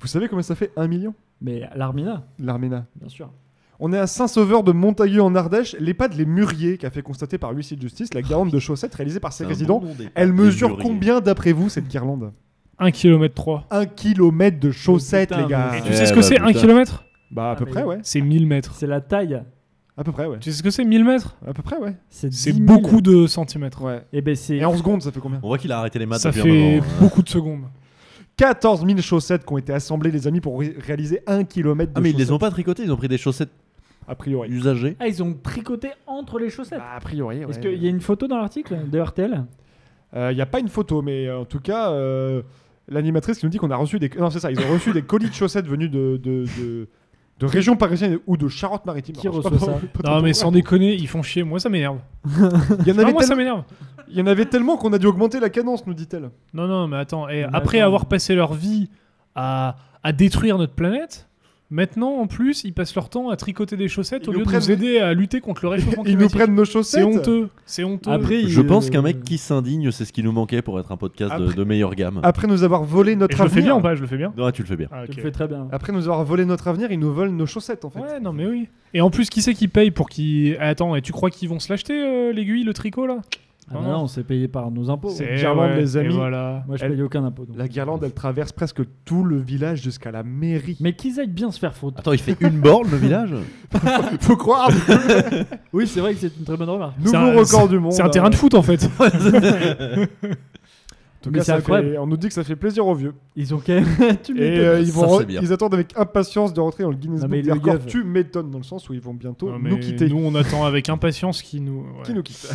Vous savez combien ça fait 1 million
(laughs) Mais l'Armina,
L'Armena.
bien sûr.
On est à Saint-Sauveur de Montagu en Ardèche. L'EHPAD Les Muriers, qui a fait constater par l'huissier de justice la garante de chaussettes réalisée par ses
C'est un
résidents.
bon nom des-
Elle
des
mesure
mûriers.
combien d'après vous cette guirlande
1 km 3.
1 km de chaussettes,
Putain,
les gars.
mais-
Tu
Eh
sais ce que
bah,
c'est 1
putain.
km
Bah à
Ah,
peu
mais-
près, ouais.
C'est 1000 mètres.
C'est la taille.
À peu près, ouais.
Tu sais ce que c'est 1000 mètres
À peu près, ouais.
C'est
C'est
10 000.
beaucoup de centimètres.
Ouais.
Eh ben c'est
Et en secondes, ça fait combien
On voit qu'il a arrêté les maths
Ça
depuis
fait
un moment.
beaucoup de secondes.
14 000 chaussettes qui ont été assemblées, les amis, pour ré- réaliser 1 km de
Ah mais ils les
chaussettes,
ont pas tricotées, ils ont pris des chaussettes
a priori.
usagées.
Ah, ils ont tricoté entre les
Ah,
chaussettes.
Bah, a priori, ouais.
Est-ce qu'il y a une photo dans l'article de RTL
Il n'y a pas une photo, mais euh, en tout cas, euh, l'animatrice qui nous dit qu'on a reçu des. Non, c'est ça, ils ont reçu des colis de chaussettes venus de, de, de, de régions parisiennes ou de Charente-Maritime.
Qui
Alors, je sais
reçoit
pas-
ça
(laughs) pas trop
Non mais
pourquoi.
sans déconner, ils font chier. Moi ça m'énerve.
Il y, en
Non,
avait
moi ça
tellement-
m'énerve.
il y en avait tellement qu'on a dû augmenter la cadence, nous dit-elle.
Non non mais attends. eh,
Mais
après
attends.
avoir passé leur vie à, à détruire notre planète, maintenant en plus ils passent leur temps à tricoter des chaussettes
Ils
au
nous
lieu de
prennent-
nous aider à lutter contre le réchauffement
(laughs) Ils nous
climatique.
prennent nos
C'est
chaussettes.
honteux. C'est honteux.
Après,
Je
il-
pense qu'un mec qui s'indigne, c'est ce qui nous manquait pour être un podcast de,
euh, Après-
de meilleure gamme.
Après nous avoir volé
Et
notre
je le
avenir.
fais bien ou pas Je le fais bien.
Non, tu le fais bien.
Ah,
Tu
ok.
le fais très bien.
Après nous avoir volé notre avenir, ils nous volent nos chaussettes en fait.
Ouais non mais Eh, oui. Et en plus qui c'est qui paye pour qui Attends et tu crois qu'ils vont se l'acheter euh, l'aiguille le tricot là
Ah bah
Non,
non,
non.
c'est payé par nos impôts.
C'est-
Guirlande, les
et
amis.
voilà.
Moi, je
Elle-
paye aucun impôt. donc.
La guirlande, elle traverse presque tout le village jusqu'à la mairie.
Mais qu'ils aillent bien se faire foutre.
Attends, il fait une borne le village
(laughs) Faut croire
Oui, c'est vrai que c'est une très bonne remarque.
Nouveau
un-
record du monde. hein.
C'est un terrain de foot en fait.
En tout
Mais
cas,
c'est
ça
incroyable.
fait- on nous dit que ça fait plaisir aux vieux.
Ils ont quand même. (laughs) tu
Et
m'étonnes.
euh, ils,
Ça,
vont
c'est bien.
ils attendent avec impatience de rentrer dans le Guinness
Non, mais
Book des
le
records.
Yeuve.
Tu m'étonnes dans le sens où ils vont bientôt
Non, mais
nous quitter.
Nous, on attend avec impatience qui nous. ouais.
Qui nous quitte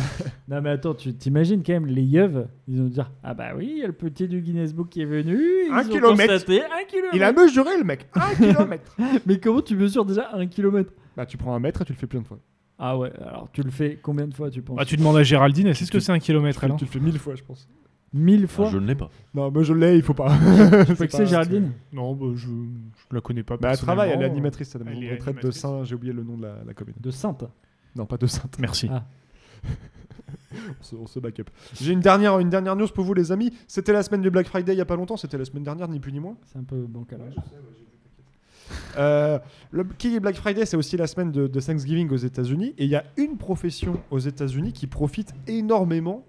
Non, mais attends, tu t'imagines quand même les yeux, ils vont dire Ah bah oui, il y a le petit du Guinness Book qui est venu. Ils
Un
ont
kilomètre.
constaté un kilomètre.
Il a mesuré le mec
(laughs)
Un kilomètre
Mais comment tu mesures déjà un kilomètre
Bah, tu prends un mètre et tu le fais plein de fois.
Ah ouais, alors tu le fais combien de fois tu penses
Ah, tu demandes à Géraldine, elle sait ce que c'est un kilomètre,
Tu,
elle. hein.
tu le fais mille fois, je pense.
Mille
Ah,
fois
Je ne l'ai pas.
Non, mais je l'ai, il faut pas.
Tu sais que c'est Géraldine
Non, bah, je, je la connais pas.
Bah, elle travaille, elle est
personnellement. euh,
animatrice à la
Elle est
retraite de
animatrice.
Saint, j'ai oublié le nom de la, la commune.
De Sainte.
Non, pas de Saint,
Merci.
Ah.
on se, on se back up. J'ai une dernière, une dernière news pour vous, les amis. C'était la semaine du Black Friday il y a pas longtemps, c'était la semaine dernière, ni plus ni moins.
C'est un peu bancal. hein.
Euh, le qui est Black Friday, c'est aussi la semaine de, de Thanksgiving aux États-Unis. Et il y a une profession aux États-Unis qui profite énormément,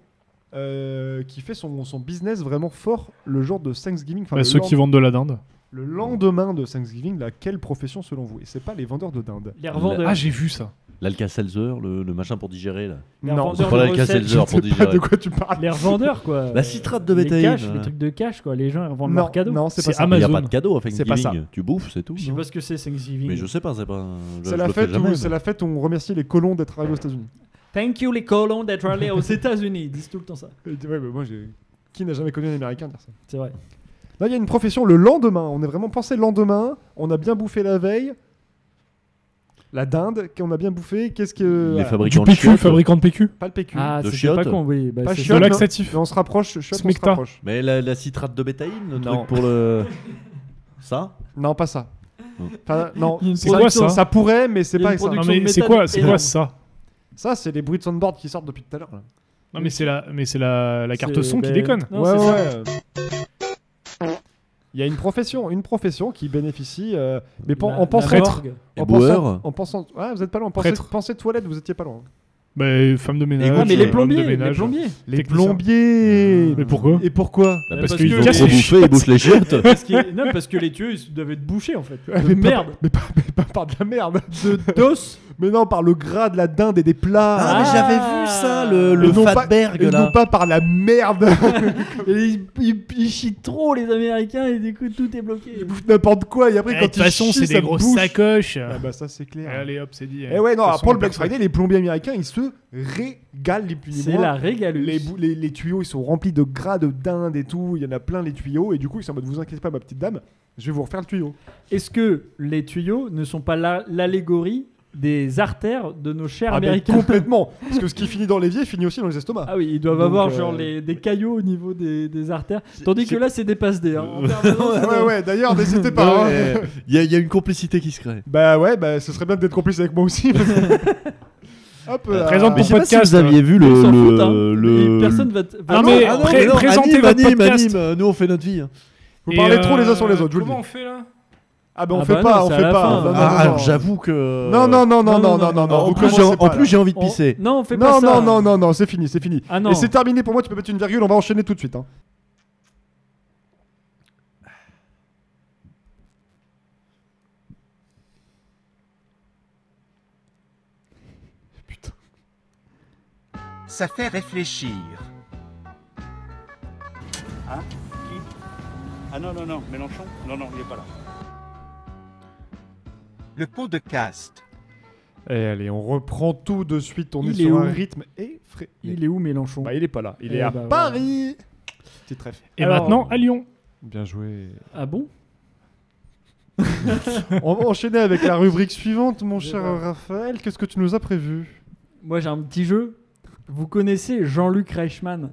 euh, qui fait son, son business vraiment fort le jour de Thanksgiving. Enfin,
Bah,
le,
ceux
lend-
qui vendent de la dinde.
le lendemain de Thanksgiving, là, quelle profession selon vous Et c'est pas les vendeurs de dinde.
Les revendeurs.
Ah, j'ai vu ça.
L'Alka-Seltzer, le, le machin pour digérer là.
Les
C'est
revendeurs
pas
de recettes.
l'Alka-Seltzer pour
Je sais pas de
digérer.
quoi tu parles.
Les revendeurs quoi.
La citrate de
Les
bétaïne,
cash,
ouais.
les trucs de cash quoi. Les gens ils revendent
Non,
leurs cadeaux.
non, c'est pas
C'est
ça.
Il n'y a
Amazon.
pas de cadeau à
C'est pas ça.
Thanksgiving. Tu bouffes, c'est tout.
Je sais
non
pas ce que c'est Thanksgiving.
Mais je sais pas, c'est pas. je-
C'est
je
la
le fais
fête
jamais,
où
mais-
c'est la fête où on remercie les colons d'être arrivés aux États-Unis.
Thank you les colons d'être
(laughs)
allés aux États-Unis. Ils disent tout le temps ça.
Euh, Ouais, mais moi j'ai. Qui n'a jamais connu un Américain dire ça
C'est vrai.
Là, il y a une profession le lendemain. On est vraiment pensé le lendemain. On a bien bouffé la veille. La dinde qu'on a bien bouffé. Qu'est-ce que.
Les
ah,
fabricants de
PQ,
chiottes.
fabricant de PQ.
Pas le PQ.
Ah,
De
c'est
chiottes.
pas con, oui. Bah,
pas
c'est-
De
chiotte, non.
laxatif.
Mais on se rapproche. Chiotte, on se
Smecta.
rapproche.
Mais la, la citrate de bétaïne, le
Non.
truc pour
(laughs)
le. Ça
Non, pas ça.
Non.
Enfin, non.
Il y a une
C'est quoi ça
Ça pourrait, mais c'est
Il y a
pas
une
ça.
Non,
production
mais
de
c'est
métal
quoi, c'est
énorme.
quoi ça
Ça, c'est les bruits de soundboard qui sortent depuis tout à l'heure. là.
Non, mais c'est la, mais c'est la, la carte
C'est-
son qui
ben,
déconne.
non,
ouais,
c'est ça.
ouais. Il y a une profession, une profession qui bénéficie. euh, mais pen-
La-
on pense
la
Prêtre.
morgue.
En
Éboueur
pensant, en pensant, ouais, vous êtes pas loin. Pensez,
Prêtre.
pensez toilette, vous étiez pas loin.
Bah, femme de ménage.
Ouais, mais
homme
les
de
plombiers, les
ménage.
plombiers.
Les
Technicien.
plombiers.
Mais pourquoi
Et (laughs) pourquoi
Bah,
Bah,
Parce
parce
qu'ils
que-
ont
Casse
trop
les
bouffé, ils bouffent les chiottes.
(laughs)
Parce que- non, parce que les tueux, ils doivent être bouchés en fait.
Ouais,
de
mais pas-
merde.
mais, pas, mais pas par de la merde.
De dos.
Mais non, par le gras de la dinde et des plats.
Ah, mais j'avais vu ça, le-
Et non pas- et non pas par la merde. (laughs)
Et Ils, ils- ils chient trop les Américains et du coup tout est bloqué.
Ils bouffent n'importe quoi et après
Eh,
quand
De toute
ils
façon,
chient,
c'est
ça
des grosses
bouge.
sacoches.
Ah bah ça c'est clair.
Allez hop, c'est dit.
Et ouais, non,
De toute
alors,
façon,
pour le Black
personne-
Friday, les plombiers américains, ils se régalent les plus ni
C'est
moins.
la régalus.
Les, bou- les, les tuyaux, ils sont remplis de gras, de dinde et tout. Il y en a plein, les tuyaux. Et du coup, ils sont en mode, vous inquiétez pas, ma petite dame, je vais vous refaire le tuyau.
Est-ce que les tuyaux ne sont pas la- l'allégorie des artères de nos chers
Ah, mais
Américains
complètement. Parce que ce qui finit dans l'évier finit aussi dans les estomacs.
Ah oui, ils doivent
Donc,
avoir
euh,
genre les- des caillots au niveau des, des artères. Tandis que là, c'est des passes-dés. hein.
Euh,
En
(laughs)
permanence,
ouais, ouais, ouais, d'ailleurs,
(laughs)
n'hésitez pas. hein.
Ouais, Il y, a- il y a une complicité qui se crée.
(laughs) Bah ouais, bah ce serait bien d'être complice avec moi aussi. parce que- Hop, euh, ah, là.
Présente
Mais je
ton
sais pas si
podcast,
vous aviez vu le.
ils s'en foutent, hein.
le, le-
Et personne va. t- va-
Ah non, mais pré-
non,
présentez
anime,
votre
anime,
podcast.
anime, Nous, on fait notre vie. hein.
Vous
Et,
parlez trop
euh,
les uns sur les autres, je vous le
Comment on
dis.
fait là
Ah bah on
Ah
fait
bah
pas,
non,
on
c'est à
fait
la
pas.
fin.
Non, non,
Ah,
non, non.
j'avoue que.
Non, non, non, non, non, non, non,
En
non.
plus, j'ai- en plus, j'ai envie de
on-
pisser.
Non, on fait
Non,
pas ça.
non, non, non, non, c'est fini, c'est fini.
Ah non.
Et c'est terminé pour moi, tu peux mettre une virgule, on va enchaîner tout de suite. hein.
Ça fait réfléchir.
Ah non, non, non, Mélenchon Non, non, il n'est pas là.
Le podcast.
Et allez, on reprend tout de suite, on
Il
est
est
sur
où
un rythme effrayant.
Il est où Mélenchon
Bah il est pas là, il
Eh
est à
bah, voilà.
Paris Petite ref.
Et
Alors-
maintenant, à Lyon.
Bien joué.
Ah bon
on va enchaîner avec la
(laughs)
rubrique suivante, mon
Je
cher
vois.
Raphaël, qu'est-ce que tu nous as prévu
Moi, j'ai un petit jeu. Vous connaissez Jean-Luc Reichmann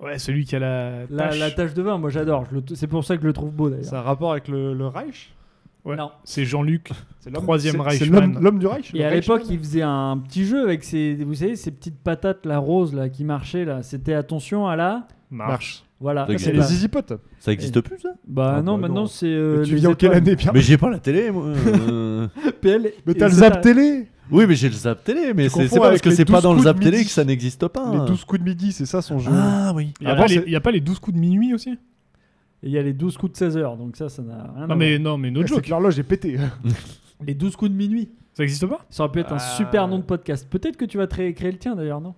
Ouais, celui qui a la.
la,
tâche.
la tache de vin, moi j'adore. Je le t- C'est pour ça que je le trouve beau d'ailleurs.
Ça a rapport avec le, le Reich
Ouais.
Non.
C'est Jean-Luc.
C'est l'homme-
Troisième
c'est- c'est
Reichmann.
l'homme- L'homme du Reich
Et
le
à
Reichmann.
l'époque, il faisait un petit jeu avec ces, vous savez, ces petites patates, la rose là, qui marchaient là. C'était attention à la,
Marche.
voilà.
Donc,
C'est
pas- Euh,
les Zizi Potes.
Ça existe plus, ça
Bah
Ah, bah,
non,
non.
maintenant c'est. euh,
tu
les
viens en quelle
étoiles.
année, Pierre
Mais j'ai pas la télé, moi. euh.
PL,
Mais
et
t'as le
ça,
Zap Télé
Oui, mais j'ai le Zap Télé, mais
Tu
c'est
confonds
c'est pas parce
avec
que
les
c'est pas
12
dans le
coups de
Zap Télé
midi.
que ça n'existe
Ah.
pas.
Les 12 coups de midi, c'est ça son jeu.
Ah oui.
Il n'y a,
Avant,
pas les-
c'est-
il y a pas les 12 coups de minuit aussi
Et il y a les 12 coups de 16 heures, donc ça, ça n'a rien à
Non, mais, non, mais no
Ouais, c'est
joke.
que L'horloge est pétée.
voir. Les 12 coups de minuit.
Ça n'existe pas
Ça aurait pu être un
Ah.
super nom de podcast. Peut-être que tu vas créer créer le tien
(laughs)
d'ailleurs, non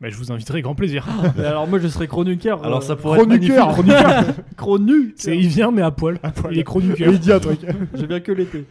bah, Je vous inviterai grand
(laughs)
plaisir.
Ah,
Mais Alors moi, je serais chroniqueur.
Alors
euh,
ça pourrait être magnifique.
Chroniqueur (laughs)
chronu.
C'est- il vient, mais à poil. Il est
Et
chroniqueur.
Il dit un truc.
(laughs) Je viens que l'été.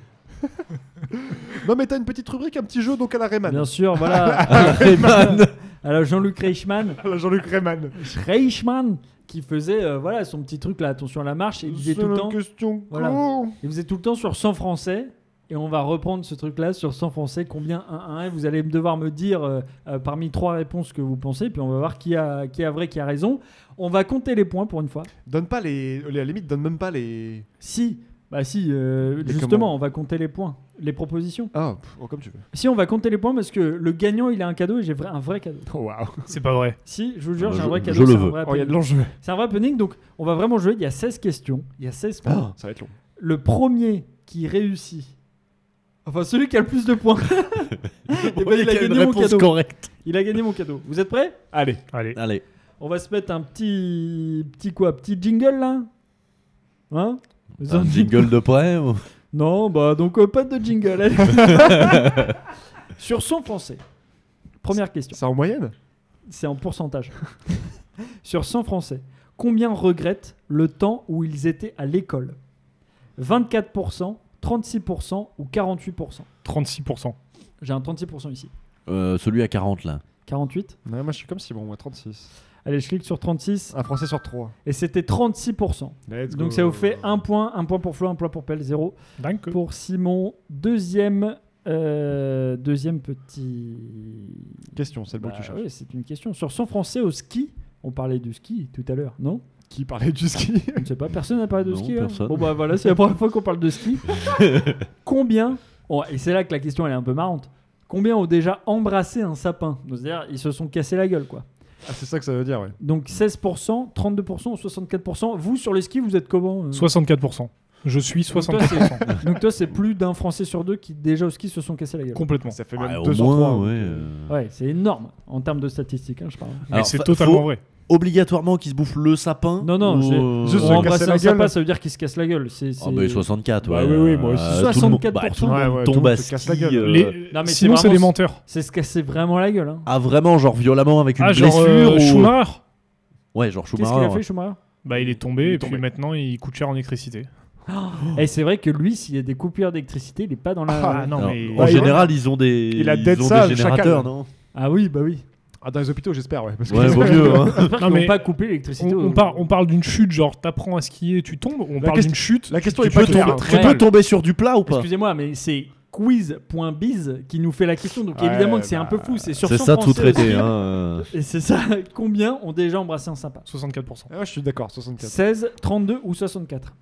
Non, mais t'as une petite rubrique, un petit jeu, donc à la Rayman.
Bien
(laughs)
sûr, voilà. (laughs)
Rayman.
Alors Jean-Luc Reichmann,
À la Jean-Luc Rayman.
Reichmann qui faisait euh, voilà son petit truc là, attention à la marche, et il disait tout le
Seule
temps,
question.
Voilà.
con.
il faisait tout le temps sur 100 français. Et on va reprendre ce truc-là sur 100 français, combien 1-1 et vous allez devoir me dire euh, euh, parmi trois réponses que vous pensez, puis on va voir qui a, qui a vrai, qui a raison. On va compter les points pour une fois.
Donne pas les. les- À la limite, donne même pas les.
Si, bah si, euh,
Mais
justement,
comment
on va compter les points, les propositions.
Ah, pff, oh, comme tu veux.
Si, on va compter les points parce que le gagnant, il a un cadeau et j'ai vra- un vrai cadeau.
Oh, waouh.
C'est pas vrai.
Si, je vous jure,
Ah bah,
j'ai un
je-
vrai
je
cadeau.
le
c'est un
veux.
vrai
Oh, il y a de
happening.
l'enjeu.
C'est un vrai happening, donc on va vraiment jouer. Il y a 16 questions, il y a 16 points.
Ça va être long.
Le premier qui réussit, enfin celui qui a le plus de points, (laughs) eh ben, il a gagné mon cadeau. Il a gagné mon cadeau. Vous êtes prêts
Allez.
Allez.
Allez.
On va se mettre un petit, petit quoi, petit jingle là, hein
Un jingle de près ou-
Non, bah donc euh, pas de jingle. allez. Sur son français. Première question.
Ça en moyenne
C'est en pourcentage. (laughs) Sur 100 Français, combien regrettent le temps où ils étaient à l'école 24%, 36% ou 48%
36%.
J'ai un 36% ici.
(laughs) Euh, Celui à 40 là.
48
Ouais, moi je suis comme Simon, moi 36.
Allez, je clique sur 36
Un français sur 3.
et c'était 36%. Donc ça vous fait un point, un point pour Flo, un point pour Pelle, zéro
Dingue. que-
pour Simon. Deuxième, euh, deuxième petit
Question, c'est le mot
Bah
que tu cherches.
oui, c'est une question. Sur 100 Français au ski, on parlait du ski tout à l'heure, non
Qui parlait du ski
Je ne sais pas, personne n'a parlé de
Non,
ski. hein
personne.
Bon bah voilà, c'est la première fois qu'on parle
(laughs)
de ski. Combien oh, Et c'est là que la question elle est un peu marrante. Combien ont déjà embrassé un sapin C'est-à-dire, ils se sont cassés la gueule, quoi.
Ah, c'est ça que ça veut dire, ouais.
Donc 16%, 32% ou 64%. Vous, sur le ski, vous êtes comment euh
64%. Je suis
Donc toi,
64%.
c'est- (laughs) Donc toi, c'est plus d'un Français sur deux qui, déjà au ski, se sont cassés la gueule.
Complètement.
Ça fait
Ouais,
même
Au
2 sur
moins,
3.
ouais. euh.
Ouais, c'est énorme en termes de statistiques, hein, je parle.
Mais
Alors,
c'est
fa-
totalement
faut
vrai.
Obligatoirement qu'ils se bouffent le sapin.
Non, non, j'ai-
ou, euh,
je Juste
Pour
se
embrasser
casser la
un sapin,
gueule.
ça veut dire qu'ils se cassent la gueule. C'est, c'est...
Ah, bah, 64, ouais.
Bah oui, oui, moi aussi.
Euh, tout le monde- bah, tout le monde
Ouais, ouais, tout le
tombe à
monde se casse
ski,
la gueule.
euh,
Les-
Non, mais c'est
Sinon, c'est
vraiment-
des menteurs.
c'est se casser vraiment la gueule. hein.
Ah, vraiment, genre violemment avec une
Ah, genre
blessure
euh,
ou-
Schumacher
Ouais, genre Schumacher.
Qu'est-ce qu'il a
ouais.
fait, Schumacher
Bah, il est
Il
tombé
est
et puis
tombé.
maintenant il coûte cher en électricité.
Et c'est vrai que lui, s'il y a des coupures d'électricité, il n'est pas dans la.
Ah, non,
Alors,
mais.
en
Ouais,
général, ils ont des,
Il a
ils
dead
ont
ça,
des
le chacal.
générateurs, non
Ah oui, bah oui.
Ah, dans les hôpitaux, j'espère, ouais. Parce que
Ouais, vaut mieux. hein.
J'espère qu'ils
Non,
n'ont
mais
pas coupé l'électricité.
On,
au-
on par- on parle d'une chute, genre t'apprends à skier et tu tombes. On
La
parle
question-
d'une chute.
(laughs) La question
Tu
est pas
peux
claire.
tomber
hein.
Tu
très
peux tomber sur du plat ou pas
Excusez-moi, mais c'est quiz.biz qui nous fait la question. Donc évidemment que c'est
bah,
un peu fou. C'est sur
C'est
100
ça tout
Français
traité.
aussi.
hein, euh.
Et c'est ça. (laughs) Combien ont déjà embrassé un sympa
64%.
Ah, ouais, je suis d'accord, 64.
16, 32 ou 64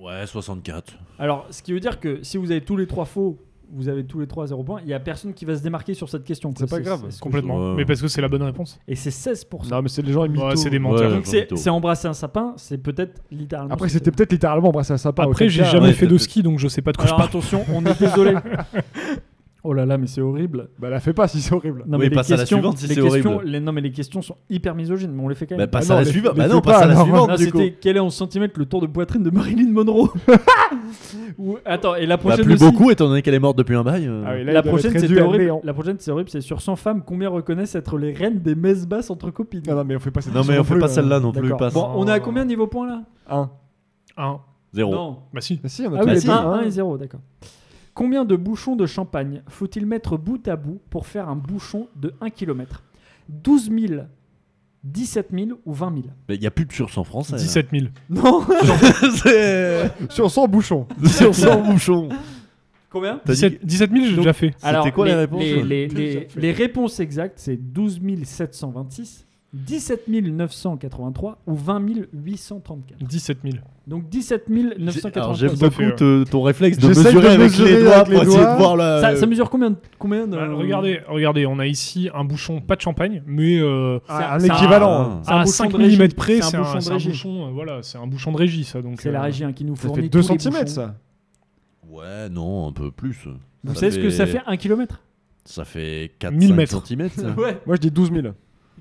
Ouais, 64.
Alors, ce qui veut dire que si vous avez tous les trois faux, vous avez tous les trois 0 points. Il n'y a personne qui va se démarquer sur cette question. quoi.
C'est pas grave.
ce que je-
Complètement.
Ouais.
Mais parce que c'est la bonne réponse.
Et c'est 16%.
Non, mais c'est les gens
Ouais,
imitent.
c'est des menteurs.
Ouais.
Donc c'est
mytho.
c'est embrasser un sapin, c'est peut-être littéralement.
Après,
ce
c'était peut-être littéralement embrasser un sapin.
Après,
auquel
j'ai
cas,
jamais
ouais,
fait de
peut-être.
ski donc je sais pas de quoi
Alors
je parle.
attention, on est désolé. (laughs) Oh là là, mais c'est horrible.
Bah, la fais pas si c'est horrible.
Non,
Oui,
mais les
passe à la
questions,
suivante si
les
c'est
questions-
horrible.
les- non, mais les questions sont hyper misogynes, mais on les fait quand
Bah,
même.
passe
non,
à la
les-
suivante.
les
Bah, non,
fais
passe
pas,
à la
alors.
suivante.
Non,
du coup.
c'était quel est en centimètres le tour de poitrine de Marilyn Monroe (laughs) Ou- Attends, et la
Bah,
prochaine
plus
aussi.
beaucoup, étant donné qu'elle est morte depuis un bail. euh.
Ah oui, là, il doit
La
être
prochaine,
réduit
c'était
à
horrible.
néant.
La prochaine, c'est horrible. C'est sur 100 femmes, combien reconnaissent être les reines des messes basses entre copines
Non, hein. non, mais on fait pas cette
Non, mais on fait pas celle-là non plus.
D'accord.
Passe.
Bon, on est à combien niveau points là
1.
Un.
Zéro.
Non.
Bah si.
Mais si, on a tous
Ah oui,
les
Bah,
les
si.
deux.
1,
un.
et 0, d'accord. Combien de bouchons de champagne faut-il mettre bout à bout pour faire un bouchon de 1 km 12 000, 17 000 ou 20 000
Mais il n'y a plus de sur 100 français.
17 000.
Non
C'est.
Sur 100 bouchons.
Sur 100 bouchons.
Combien
T'as dit-
17 17 000, j'ai
Donc-
déjà fait.
C'était quoi
les,
les réponses
les, les-
Déjà
les-
fait.
les réponses exactes, c'est 12 726, 17 983 ou 20 834.
17 000.
Donc 17 983.
Alors j'aime
ça
beaucoup
fait,
te- ton réflexe de
J'essaye de
mesurer avec
mesurer
les doigts
avec les
pour essayer
doigts.
de voir la.
Ça, ça mesure combien de, combien de-
Bah, regardez, regardez, on a ici un bouchon, pas de champagne, mais euh,
Ah,
un-
Un
c'est un-
équivalent. hein.
C'est un
à
bouchon
5
de régie.
mm près,
C'est
c'est
un
un,
bouchon de
c'est un
régie.
bouchon, euh, voilà, c'est un bouchon de régie ça. Donc
C'est
euh,
la régie hein, qui nous
Ça
fournit
fait 2
tous les
cm
bouchons.
ça.
Ah. Ouais, non, un peu plus.
Vous
Ça
savez ce que
fait-
ça fait un kilomètre
Ça fait
1000
4-5
mètres.
cm. (laughs) Ça.
Ouais,
Moi, je dis 12 000.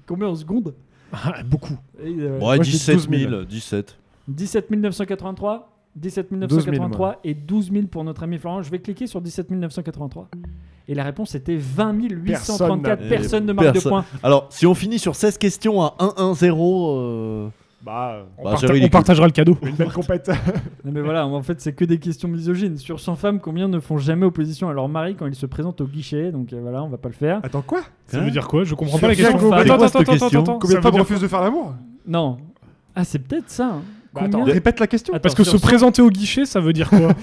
combien en secondes
(laughs) Ah, beaucoup.
Et, euh,
Ouais,
Moi, je dis
17
12 000.
000. 17.
17 983, 17
12
983 et 12 000 pour notre ami Florent. Je vais cliquer sur 17 983. Et la réponse était 20 834.
Personne.
Personne, ne
Euh,
marque de
Personne.
points.
Alors, si on finit sur 16 questions à 1-1-0. euh,
Bah, Hein
On,
Bah,
parta-
j'avais les
on partagera le cadeau.
une belle compète.
Non mais voilà, en fait c'est que des questions misogynes. Sur 100 femmes, combien ne font jamais opposition à leur mari quand ils se présentent au guichet Donc euh, voilà, on va pas le faire.
Attends, quoi
Ça
Hein
veut dire quoi Je comprends
Sur
pas la
chaque
question.
femme,
c'est
attends,
quoi cette
attends, attends,
question
attends.
Combien de
Ça veut
femmes
dire-
refusent de faire l'amour
Non. Ah c'est peut-être ça. hein.
Bah, Attends,
Combien-
répète la question.
Attends,
Parce que
sur
se
100
présenter au guichet, ça veut dire quoi
Parce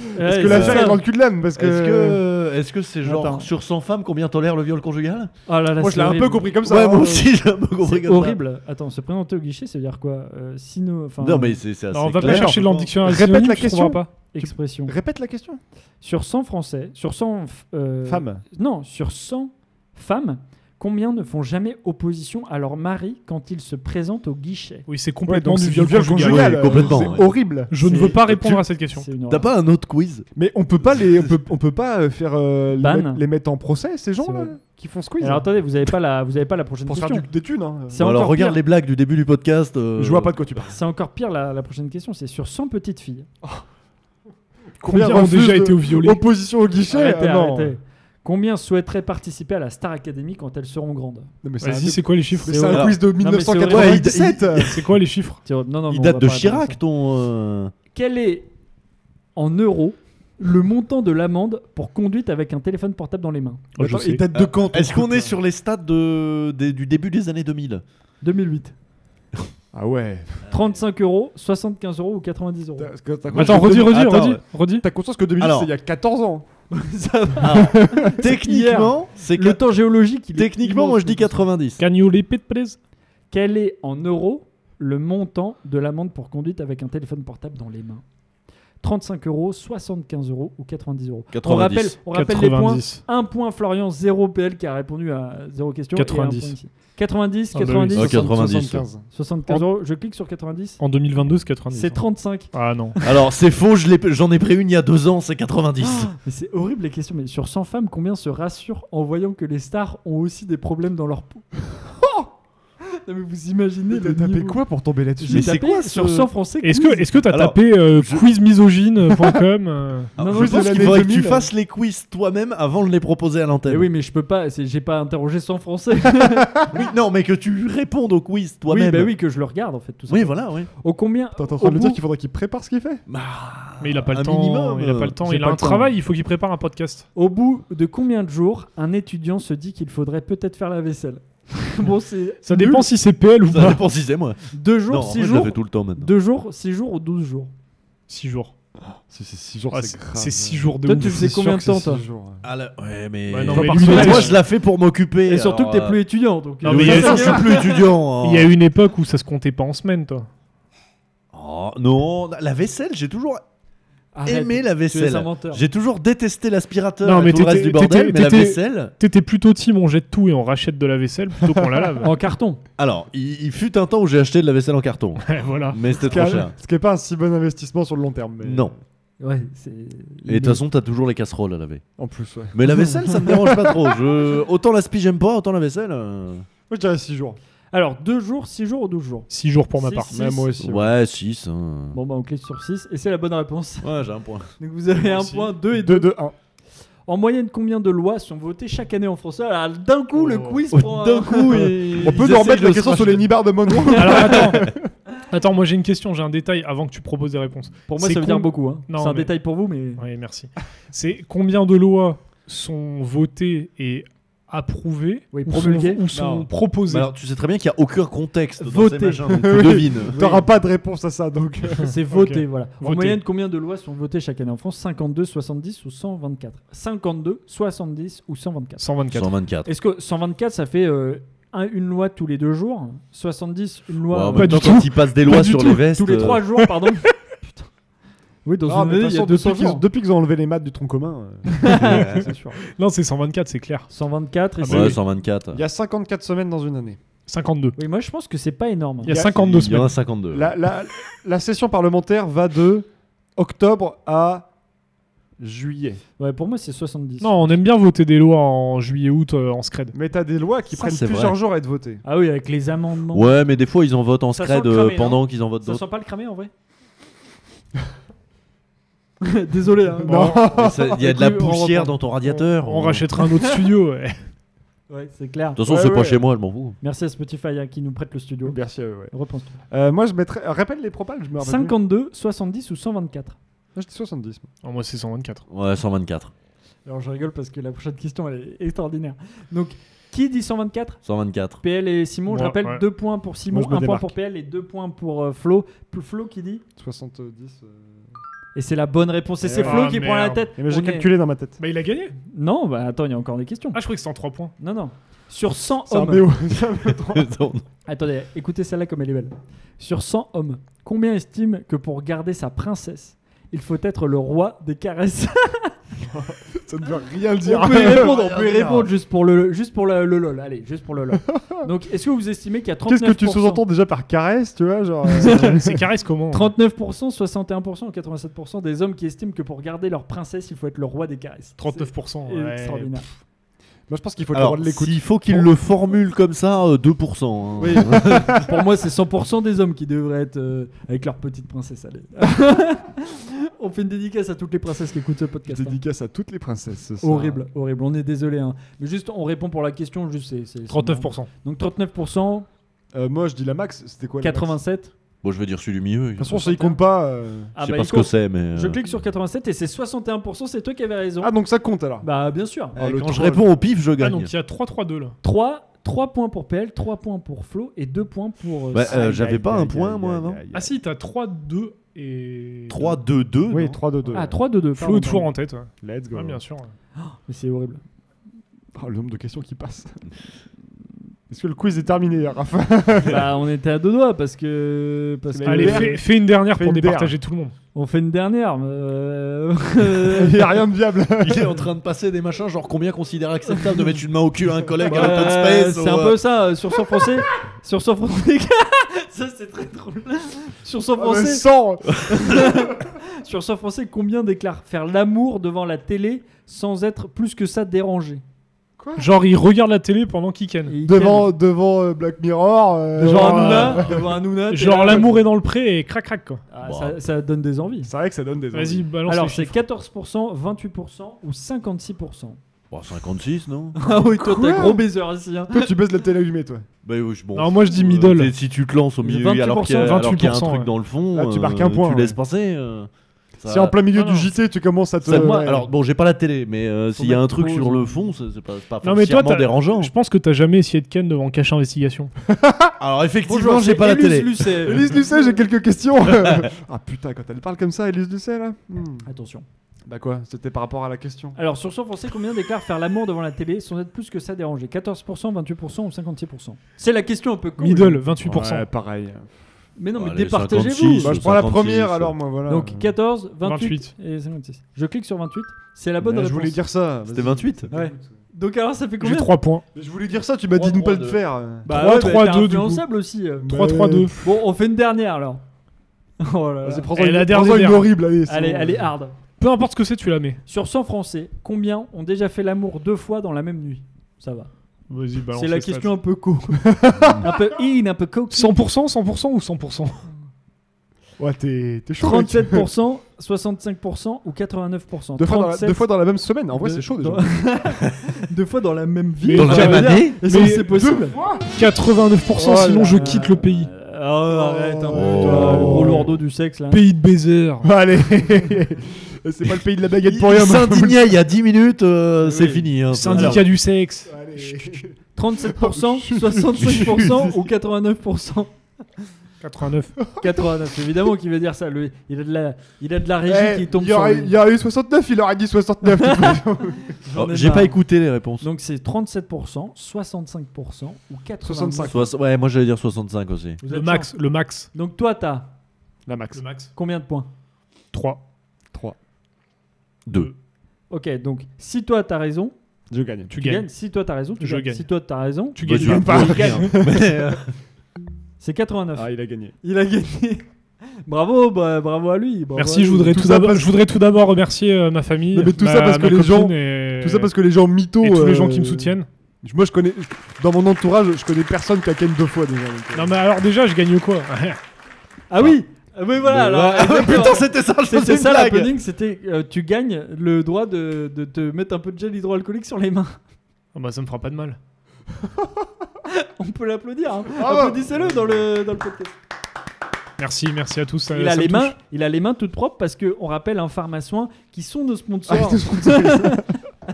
que
Ouais, c'est
l'affaire
ça.
est dans le cul de l'âme. Parce que. euh,
Est-ce que est-ce que c'est genre
Attends.
sur 100 femmes combien tolère le viol conjugal
Oh là là,
Moi, je
c'est
l'ai un
horrible.
peu compris comme ça.
Ouais,
hein.
moi aussi, j'ai un peu compris
C'est
comme ça.
horrible. Attends, se présenter au guichet, ça veut dire quoi Euh, Sino, enfin,
Non, mais c'est c'est assez
Alors, On va pas
clair.
chercher dans le dictionnaire.
Répète
synonyme,
la
je comprends
question.
pas.
expression.
Répète la question.
Sur 100 Français, sur 100 f- euh,
Femme.
Non, sur 100 femmes, combien ne font jamais opposition à leur mari quand ils se présentent au guichet
Oui, c'est
Ouais,
complètement
donc
du
c'est
viol conjugal.
Ouais,
euh,
complètement,
C'est
ouais.
horrible.
Je ne
C'est-
veux pas répondre à cette question.
C'est une
T'as
horreur.
pas un autre quiz
Mais on peut pas les, on peut, on peut pas euh, faire euh, les,
Ban.
mettre, les mettre en procès ces gens là
C'est vrai.
qui font squeeze
Alors attendez, vous avez pas la, vous avez pas la prochaine
pour se
question.
faire du- des thunes. hein.
C'est
Bon, Alors
encore
regarde
pire.
les blagues du début du podcast. euh,
Je vois pas de quoi tu parles.
C'est encore pire la, la prochaine question, c'est sur 100 petites filles.
Combien ont
refusent
déjà
de-
été violés
Opposition au guichet.
Arrêtez,
Ah, non.
arrêtez. Combien souhaiteraient participer à la Star Academy quand elles seront grandes
Non, mais c'est un-
Vas-y, c'est quoi les chiffres
c'est un
Alors-
quiz de
mais c'est horrible.
1997.
C'est quoi les chiffres (laughs)
Tiens, Non, non, mais
Il
on
date
va
de
pas répondre à ça.
Chirac, ton. euh,
Quel est, en euros, le montant de l'amende pour conduite avec un téléphone portable dans les mains
Oh, je
Attends,
sais.
et
Ah,
date de quand ton
Euh, Est-ce qu'on
truc,
est
là
sur les stades de, des- du début des années 2000
2008.
Ah ouais.
35 euros, 75 euros ou 90 euros
T'as- t'as- t'as-
Attends, redis, redis,
Attends,
redis,
ouais.
redis.
T'as conscience que 2008
Alors.
c'est il y a 14 ans.
Alors, Ah. Techniquement, c'est que.
Le temps géologique, il est
Techniquement, moi je dis
immense.
90.
Can you repeat, please
Quel est en euros le montant de l'amende pour conduite avec un téléphone portable dans les mains 35 euros, 75 euros ou 90 euros On
90.
rappelle, on rappelle les points.
90.
Un point Florian, 0 PL qui a répondu à 0 question.
90.
90,
Ah bah oui,
90,
Ok. 90.
75.
75 euros. Je clique sur 90.
En 2022, c'est 90.
C'est
hein.
35.
Ah non.
Alors c'est faux, je l'ai- j'en ai, pris une il y a deux ans, c'est 90.
Mais c'est horrible les questions. Mais sur 100 femmes, combien se rassurent en voyant que les stars ont aussi des problèmes dans leur peau (laughs) Oh Non, mais vous imaginez
Mais
le
T'as tapé
niveau.
quoi pour tomber là-dessus
J'ai
Mais c'est
tapé
quoi ce-
sur 100 français
Est-ce
quiz.
que est-ce que t'as
Alors,
tapé euh, quizmisogyne.com euh,
Alors,
non,
je
c'est
pense
l'année
qu'il faudrait que tu
2000.
fasses les quiz toi-même avant de les proposer à l'antenne.
Eh oui, mais je peux pas. c'est- J'ai pas interrogé 100 français.
Oui, non, mais que tu répondes au quiz
oui,
toi-même.
bah oui, que je le regarde en fait. Tout ça.
Oui, voilà, oui.
Au combien
T'es en train
au
de me dire
bout-
qu'il faudrait qu'il prépare ce qu'il fait
Mais il a pas le
Un
temps.
minimum,
il a pas
euh,
le temps.
j'ai
Il
pas
a un
le temps.
travail. Il faut qu'il prépare un podcast.
Au bout de combien de jours un étudiant se dit qu'il faudrait peut-être faire la vaisselle (laughs) Bon, c'est
Ça
nul.
dépend si c'est PL ou
Ça
pas.
dépend si c'est moi.
Deux
non,
jours,
en
6
vrai, je la
jours,
fais tout le temps maintenant.
deux jours, 6 jours ou 12 jours.
6 jours.
Oh, C'est 6 jours,
Ah, c'est- C'est 6 jours de
Toi,
ouf.
tu faisais
C'est sûr
combien
que
de temps,
c'est-
toi
Ah là, ouais, mais.
Ouais, non,
Toi,
mais
par
lui,
semaine,
il
moi,
était-
je la fais pour m'occuper.
Et surtout
alors,
que t'es
euh,
plus étudiant, donc.
Non,
euh,
mais
oui,
il y a-
ça, je suis plus étudiant. hein.
(laughs) Il y a une époque où ça se comptait pas en semaine, toi.
Oh, non, la vaisselle, j'ai toujours
Arrête,
aimé la
tu es un
vaisselle.
menteur.
J'ai toujours détesté
Non,
l'aspirateur et
mais
tout le reste
t'étais-
du bordel,
t'étais-
mais la
t'étais-
vaisselle.
T'étais plutôt team, on jette tout et on rachète de la vaisselle plutôt qu'on
(laughs)
la lave.
En carton.
Alors, il, il fut un temps où j'ai acheté de la vaisselle en
(laughs)
carton,
Ouais, voilà.
mais c'était trop cher.
Ce qui est pas un si bon investissement sur le long terme. mais-
Non.
Ouais, c'est.
Et de toute façon, t'as toujours les casseroles à laver.
En plus, ouais. Moi,
Mais la vaisselle,
(laughs)
ça me dérange pas trop. Je... Autant l'aspi, j'aime pas, autant la vaisselle. euh,
je dirais 6 jours.
Alors, 2 jours, 6 jours ou 12 jours
6 jours pour ma
Six,
part.
six.
Ouais, moi aussi. ouais.
Ouais, 6.
Bon, bah, on clique sur 6 et c'est la
(laughs)
bonne réponse.
Ouais, j'ai un point.
Donc, vous avez
Moi
un
aussi.
point, 2 et 2.
2, 2, 1.
En moyenne, combien de lois sont votées chaque année en France Alors, d'un coup, le
Oh.
quiz
Oh,
prend.
d'un
(laughs)
coup,
On
et.
peut
Ils
nous
essayent
remettre
de
la
se
question sur
racheter.
les nibards de Monroe
Alors attends.
(laughs)
Attends, moi j'ai une question, j'ai un détail avant que tu proposes des réponses.
Pour moi,
C'est
ça veut dire
con-
beaucoup. hein. C'est
Non,
un
mais-
détail pour vous, mais.
Oui, merci. C'est combien de lois sont votées et approuvées
Oui,
ou sont-
promulguées.
ou sont,
Non.
proposées
Bah, Alors, tu sais très bien qu'il n'y a aucun contexte
Voter.
dans ces
(laughs)
machins, donc tu devines.
T'auras pas de réponse à ça donc.
(laughs)
euh.
C'est voté, voilà. En
Voté.
moyenne, combien de lois sont votées chaque année en France 52, 70 ou 124 52, 70 ou 124
124.
124.
Est-ce que 124, ça fait euh, un- une loi tous les deux jours 70, une
Ouais,
loi
en
euh,
même
pas
temps,
du
quand
tout.
ils passent des
Pas
lois
du
sur
tout.
les vestes.
tous les trois
euh,
jours,
(laughs)
pardon Putain. Oui, dans
Ah,
une
mais de
année,
toute
il y a
façon,
200
depuis qu'ils-
jours.
Depuis qu'ils ont enlevé les maths du tronc commun, euh, c'est sûr.
Non, c'est 124, c'est clair.
124 et
Ah bah
c'est-
Ouais,
oui.
124.
Il y a 54 semaines dans une année.
52.
Oui, moi je pense que c'est pas énorme.
Il y a
Il y a-
52
Il y en
semaines.
a
Euh.
52.
La, la, la session parlementaire va de octobre à juillet.
Ouais, pour moi, c'est 70.
Non, on aime bien voter des lois en juillet-août euh, en scred.
Mais t'as des lois qui
Ça,
prennent
c'est
plusieurs
vrai.
jours à être votées.
Ah oui, avec les amendements.
Ouais, mais des fois, ils en votent en
Ça
scred
sent le cramé,
euh, pendant qu'ils en votent
Ça
d'autres.
sent pas le cramer en vrai (laughs) Désolé. hein.
Bon,
Mais ça- Il y a de la
Du coup, on
poussière
reprend.
dans ton radiateur.
On rachètera un autre
(laughs)
studio. ouais.
Ouais, c'est clair.
De toute façon,
Ouais,
c'est
ouais.
pas chez moi, je m'en fous.
Merci à Spotify hein, qui nous prête le studio.
Merci à eux, ouais.
Repense.
Euh, moi, je mettrais. euh, Rappelle les propales, je me rappelle. plus.
52, 70 ou 124
Moi, je dis 70. moi.
Oh, moi, c'est 124.
Ouais, 124.
Alors je rigole parce que la prochaine question elle est extraordinaire. Donc qui dit 124 (laughs)
124.
PL et Simon, je
Moi,
rappelle
ouais.
2 points pour Simon,
Moi, je me
1 point
démarque.
pour PL et 2 points pour euh, Flo. Plus Flo qui dit
70. euh,
Et c'est la bonne réponse et c'est
Ah,
Flo qui prend la
Eh merde.
tête.
Mais j'ai
On est-
calculé dans ma tête.
Bah, il a gagné.
Non, bah attends, il y a encore des questions.
Ah, je croyais que c'était en 3
(laughs)
points.
Non non. Sur 100
C'est un
hommes.
(laughs) BO. c'est un BO.
Non,
Attendez, écoutez celle-là comme elle est belle. Sur 100 hommes, combien estime que pour garder sa princesse, il faut être le roi des caresses
Ça ne veut rien (laughs) dire.
On peut y répondre, on peut y répondre juste pour le, juste pour le, le lol. Allez, juste pour le lol. Donc, est-ce que vous estimez qu'il y a 39%
Qu'est-ce que tu sous-entends déjà par caresse, tu vois genre, euh, (laughs)
C'est caresse comment
39%, 61% ou 87% des hommes qui estiment que pour garder leur princesse, il faut être le roi des caresses.
39%.
C'est
ouais.
extraordinaire.
Moi, je pense qu'il faut le
Alors,
droit de l'écoute.
s'il faut qu'il le formule comme ça, euh, 2%. hein.
Oui.
Pour moi, c'est 100% des hommes qui devraient être euh, avec leur petite
(laughs)
princesse. Allez. on fait une dédicace à toutes les princesses qui écoutent ce podcast. hein.
Dédicace à toutes les princesses. ça.
Horrible, horrible. On est désolé. hein. Mais juste, on répond pour la question. Juste, c'est- c'est- c'est
39%.
marrant. Donc 39%,
Euh, moi, je dis la max. C'était quoi la max
87.
(laughs) Bon, je vais dire celui du milieu.
De toute façon, ça y compte pas. euh.
Ah
je sais
bah,
pas
il
ce que
compte.
c'est, mais.
Je
euh,
clique sur 87 et c'est 61%, c'est toi qui avais raison.
Ah, donc ça compte alors.
Bah bien sûr.
Ah, le
Quand je
troll.
réponds au pif, je
Ah,
gagne.
donc il y a 3-3-2 là.
3, 3 points pour PL, 3 points pour Flo et 2 points pour... euh,
Bah,
Sam.
euh, j'avais pas un point, moi, avant.
Ah, si, t'as 3-2 et.
3-2-2.
Oui,
non
3-2-2.
ah 3 de 2.
Flo est toujours en tête. Ouais.
Let's go.
Ouais, bien sûr.
Mais c'est horrible.
Oh, le nombre de questions qui passent. (laughs) Est-ce que le quiz est terminé, (laughs) Raphaël
(laughs) bah on était à deux doigts parce que... Parce
C'est
que
la
Allez,
dernière.
fais, fais une dernière
Fais
pour
une
départager tout le monde.
on fait une dernière. mais, euh,
Il n'y a rien de viable.
Il est en train de passer des machins, genre combien considère acceptable de mettre une main au cul à un collègue à open
Euh,
space
c'est un peu ça, euh, sur son français. sur son français. (laughs) ça c'est très drôle. Sur son
Ah, mais
français.
sans
Sur son français, combien déclare faire l'amour devant la télé sans être plus que ça dérangé
Genre, il regarde la télé pendant qu'il ken.
Et
devant devant euh, Black Mirror. euh,
Devant
Genre,
Hanouna, devant Hanouna, t'es
Genre,
là-
l'amour est dans le pré et crac crac quoi.
Ah, ça, ça donne des envies.
C'est vrai que ça donne des.
Vas-y,
envies.
balance
Alors
les
c'est
chiffres.
14%, 28% ou 56%.
Bon, 56, non
Ah oui, toi
Quoi
t'as gros baiser ici. hein.
Toi, tu baises la télé allumée, toi.
Bah oui, je- bon.
Non, moi je dis middle.
Euh, t'es- si tu te lances au milieu
28%,
alors qu'il y, a- alors qu'il y a un
28%,
truc
ouais.
dans le fond,
Là, tu
euh,
marques un point,
Tu
ouais.
laisses passer. euh, ça-
Si en plein milieu
Non,
du
non,
JT, tu commences à te.
ça- moi,
ouais.
alors bon, j'ai pas la télé, mais euh, s'il y a
mettre
un truc
pause.
sur le fond, c'est c'est pas, c'est pas
Non, mais toi,
foncièrement
t'as-
dérangeant.
Je pense que t'as jamais essayé de ken devant Cache Investigation.
Alors effectivement,
Bonjour,
j'ai
c'est
pas la
Élus
télé.
Lucet.
Élise Lucet, j'ai quelques questions. ah putain, quand elle parle comme ça, Élise Lucet là. Hmm.
Attention.
Bah quoi C'était par rapport à la question.
Alors sur 100 français, combien déclare faire l'amour devant la télé sans être plus que ça dérangé 14%, 28% ou 56% C'est la question un peu con.
Middle, 28%.
Ouais, pareil.
Mais non, mais
Allez,
départagez-vous.
56.
Bah, je prends la
56,
première
ça.
alors, moi voilà. Euh,
Donc 14, 28,
28.
et 56. Je clique sur 28. C'est la bonne
Mais
réponse.
Je voulais dire ça.
Ah, C'était
vas-y.
28
Ouais. Donc alors ça fait
J'ai
combien
3 points.
Mais Je voulais dire ça, tu m'as dit de ne pas le faire.
Bah
Trois,
ouais, bah,
trois,
t'es
deux, du coup.
influençable aussi. euh.
3-3-2.
Bon, on fait une dernière alors. (laughs) Oh là là.
Vas-y, prends-en
Et
une,
la
prends-en
dernière.
une horrible, allez. c'est
hein. Allez,
bon.
elle est hard.
Peu importe ce que c'est, tu la mets.
Sur 100 Français, combien ont déjà fait l'amour deux fois dans la même nuit Ça va.
Vas-y, balance.
C'est la
les stats.
question un peu
(laughs)
co. (laughs) un peu in, un peu co.
100%, 100% ou 100%
Ouais, t'es t'es chaud. mec.
37%, 65% ou 89%
Deux fois, dans la,
37,
deux fois dans la même semaine, en vrai
deux-
c'est chaud déjà.
dans- (laughs) deux fois dans la même vie.
Dans la
Enfin,
même
je veux dire,
année
est-ce que
Mais
c'est possible
89%,
Oh
sinon
là
je
là.
quitte le pays.
Euh, ah, arrête un peu,
Oh.
toi, le gros lourdeau du sexe là.
Pays de baiser.
Allez (laughs) C'est pas le pays de la baguette pour rien.
Il s'indignait il y a 10 minutes, euh, c'est
Oui.
fini. hein.
Syndicat du sexe.
Allez. (laughs)
37%, 65% ou 89%
89.
89, évidemment qu'il veut dire ça. Le, il, a de la, il a de la régie
Eh,
qui tombe
il y,
sur
aurait,
lui.
il y aurait eu 69, il aurait dit 69. de toute façon.
J'en
Oh,
ai
J'ai
marre.
pas écouté les réponses.
Donc c'est 37%, 65% ou 85
Soix- Ouais, moi j'allais dire 65 aussi.
Vous
Le
êtes
max,
sûr
le max.
Donc toi, t'as
la max.
max.
combien de points
3.
2.
Ok, donc si toi, t'as raison,
Je gagne.
tu
Tu
gagnes.
gagnes.
Si toi, t'as raison, tu
Je
gagnes.
gagne.
Si toi, t'as raison,
Tu
Bah,
gagnes.
tu vas
pas.
pas.
c'est 89.
Ah, il a gagné.
Il a gagné. (laughs) Bravo, bah, bravo à lui. bravo à
Merci,
lui.
je voudrais,
Tout
tout
ça
d'abord-
parce-
je voudrais tout d'abord remercier euh, ma famille,
Non, mais tout ça
ma-
parce que
ma
les
copine
gens-
et,
Tout ça parce que les gens mythos.
Euh, et tous les gens
euh,
qui me soutiennent.
Moi, je connais. Dans mon entourage, je connais personne qui a ken deux fois déjà. donc, euh.
Non mais alors déjà, je gagne quoi (laughs)
Ah oui (laughs) Ah oui, voilà.
Mais
alors,
ouais.
exactement.
Putain, c'était ça, je faisais
c'était
une
ça
blague.
l'opening, c'était euh, tu gagnes le droit de, de te mettre un peu de gel hydroalcoolique sur les mains. (laughs)
Ah Bah ça me fera pas de mal.
On peut l'applaudir. hein.
Bravo.
Applaudissez-le dans le, dans le podcast.
Merci, merci à tous. ça-
il,
ça
a
me
les
touche.
mains, il a les mains toutes propres parce qu'on rappelle un pharmacien qui sont nos sponsors.
(laughs) Ah, nos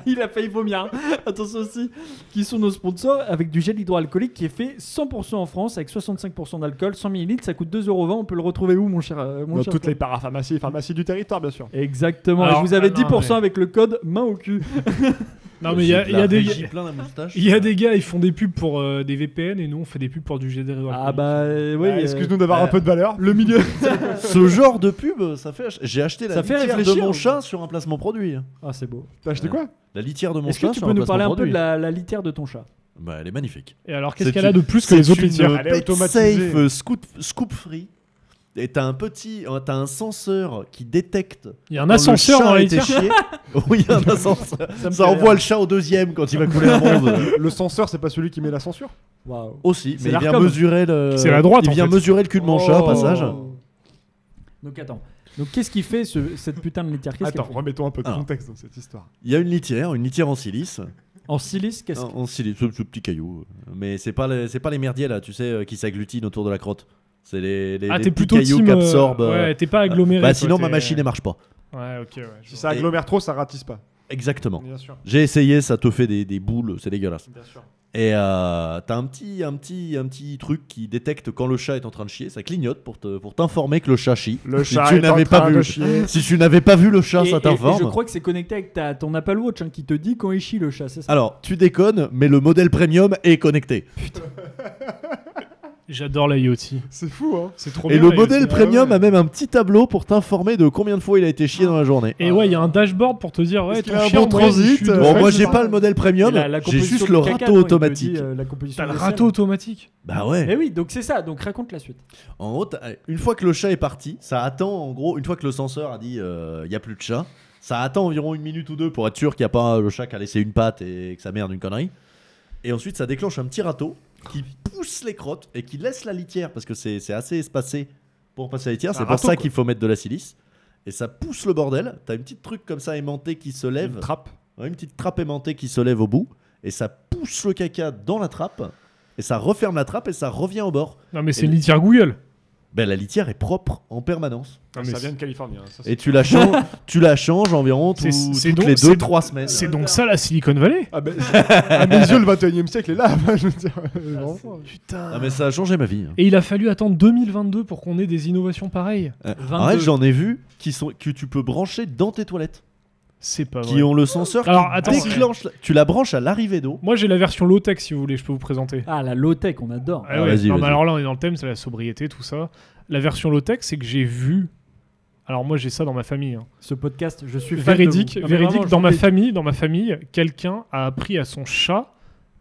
il a failli vomir. Attention aussi. Qui sont nos sponsors avec du gel hydroalcoolique qui est fait 100% en France avec 65% d'alcool, 100 ml. Ça coûte 2,20€. On peut le retrouver où, mon cher euh, mon
Dans
cher
toutes les
Fred
parapharmacies et pharmacies du territoire, bien sûr.
Exactement.
Alors,
Et je vous avais
ah non,
10%
mais-
avec le code main au cul.
Non mais il y a, il y a
La
des
régie plein la moustache.
il y a des gars, ils font des pubs pour euh, des VPN et nous on fait des pubs pour du GDR.
ah bah euh, oui.
Ah,
euh,
Excuse-nous d'avoir un
euh,
peu de valeur. Le milieu.
Ce genre de pub, ça fait. ach- J'ai acheté la
Ça fait
litière de
réfléchir.
mon chat sur un placement produit.
Ah c'est beau.
T'as acheté
Ouais.
quoi
La litière de mon
Est-ce
chat
que tu
sur
peux
un
nous
placement
parler un peu
produit.
de la, la litière de ton chat
Bah, elle est magnifique.
Et alors
C'est
qu'est-ce qu'elle a
une-
de plus que les autres
C'est une euh,
litières
Elle est
pet
automatisée.
safe euh, scoop, scoop free. Et t'as un petit, euh, t'as un senseur qui détecte.
Il y a un ascenseur dans la litière. (laughs)
oui, un ascenseur.
me fait
Ça envoie
rire.
le chat au deuxième quand il va couler un
(laughs)
monde.
Le censeur, c'est pas celui qui met la censure
Waouh.
Aussi,
C'est
mais il vient
l'Arcom.
mesurer le.
C'est la droite,
Il
en
vient
fait. Oh.
mesurer le cul de mon chat, au passage.
Oh. Donc attends. Donc qu'est-ce qui fait ce- cette putain de litière Qu'est-ce qu'elle
Attends,
fait
remettons un peu de
Alors.
contexte dans cette histoire.
Il y a une litière, une litière en silice.
En silice, qu'est-ce
En, en silice, ce, ce petit caillou. Mais c'est pas les, c'est pas les merdiers là, tu sais, euh, qui s'agglutinent autour de la crotte. C'est les, les,
Ah
les
t'es
petits
plutôt
cailloux
team.
qui
euh,
absorbent. euh,
Ouais, t'es pas
euh,
aggloméré.
bah,
toi,
sinon
t'es-
ma machine elle marche pas.
Ouais, ok. ouais, je
Si
vois.
ça agglomère trop, ça ratisse pas.
Exactement.
Bien sûr.
J'ai essayé, ça te fait des, des boules, c'est dégueulasse.
Bien sûr.
Et euh, t'as un petit, un, petit, un petit truc qui détecte quand le chat est en train de chier, ça clignote pour, te, pour t'informer que le chat chie.
Le
si
chat
tu
est en
n'avais
train
pas
de
vu,
(laughs) chier.
Si tu n'avais pas vu le chat,
Et-
ça
et- et je
t'informe.
crois que c'est connecté avec ta, ton Apple Watch hein, qui te dit quand il chie le chat, c'est ça
Alors, tu déconnes, mais le modèle premium est connecté.
J'adore l'IoT.
C'est fou, hein.
C'est trop
Et
bien,
le
l'IoT.
modèle
Ah
premium
ouais.
a même un petit tableau pour t'informer de combien de fois il a été chié dans la journée.
Et ouais, il y a un dashboard pour te dire ouais,
Est-ce qu'il
ton
a un
chien
bon
en moyenne, il
transit
chute de-
Euh,
Bon,
ouais,
moi
c'est
j'ai
ça.
pas le modèle
Et
premium,
la- la
j'ai
composition
juste
du
le
caca,
râteau
non, il te
automatique.
dit, euh, la composition
T'as le
des
râteau
selles.
automatique.
Bah ouais.
Eh oui, donc c'est ça. Donc raconte la suite.
En haut, t'as- une fois que le chat est parti, ça attend en gros, une fois que le censeur a dit il n'y a plus de chat, ça attend environ une minute ou deux pour être sûr qu'il n'y a pas le chat qui a laissé une patte et que ça merde une connerie. Et ensuite, ça déclenche un petit râteau qui pousse les crottes et qui laisse la litière parce que c'est c'est assez espacé pour passer la litière.
Un
C'est pour
râteau,
ça
quoi.
qu'il faut mettre de la silice. Et ça pousse le bordel. T'as une petite truc comme ça aimantée qui se lève.
Une trappe.
Ouais, une petite trappe aimantée qui se lève au bout et ça pousse le caca dans la trappe et ça referme la trappe et ça revient au bord.
Non mais
Et
c'est une litière Google.
Ben, la litière est propre en permanence.
Non, mais
ça vient de Californie. hein, ça, c'est-
Et tu la changes, tu la changes environ tout-
C'est- c'est
toutes
donc-
les
c'est-
2-3 semaines.
C'est donc ça la Silicon Valley
Ah, ben, à mes yeux, le 21 e siècle est là. (laughs) je veux dire, euh, vraiment.
Oh, Putain.
Ah, mais ça a changé ma vie. hein.
bah. Et il a fallu attendre 2022 pour qu'on ait des innovations pareilles.
Euh,
22.
arrête, j'en ai vu qui sont, que tu peux brancher dans tes toilettes.
C'est pas
qui
vrai.
ont le senseur
Ah, Alors,
qui
attends,
déclenche. la- Tu la branches à l'arrivée d'eau.
Moi j'ai la version low-tech si vous voulez, je peux vous présenter.
Ah la low tech, on adore.
Ah
Ah,
ouais.
vas-y,
Non, mais
vas-y.
alors là on est dans le thème, c'est la sobriété, tout ça. La version low-tech, c'est que j'ai vu. Alors moi j'ai ça dans ma famille. hein.
Ce podcast, je suis fan de
Véridique,
vous. Non, mais
véridique.
vraiment, je
dans
vous
ma
ai-
famille, dans ma famille, quelqu'un a appris à son chat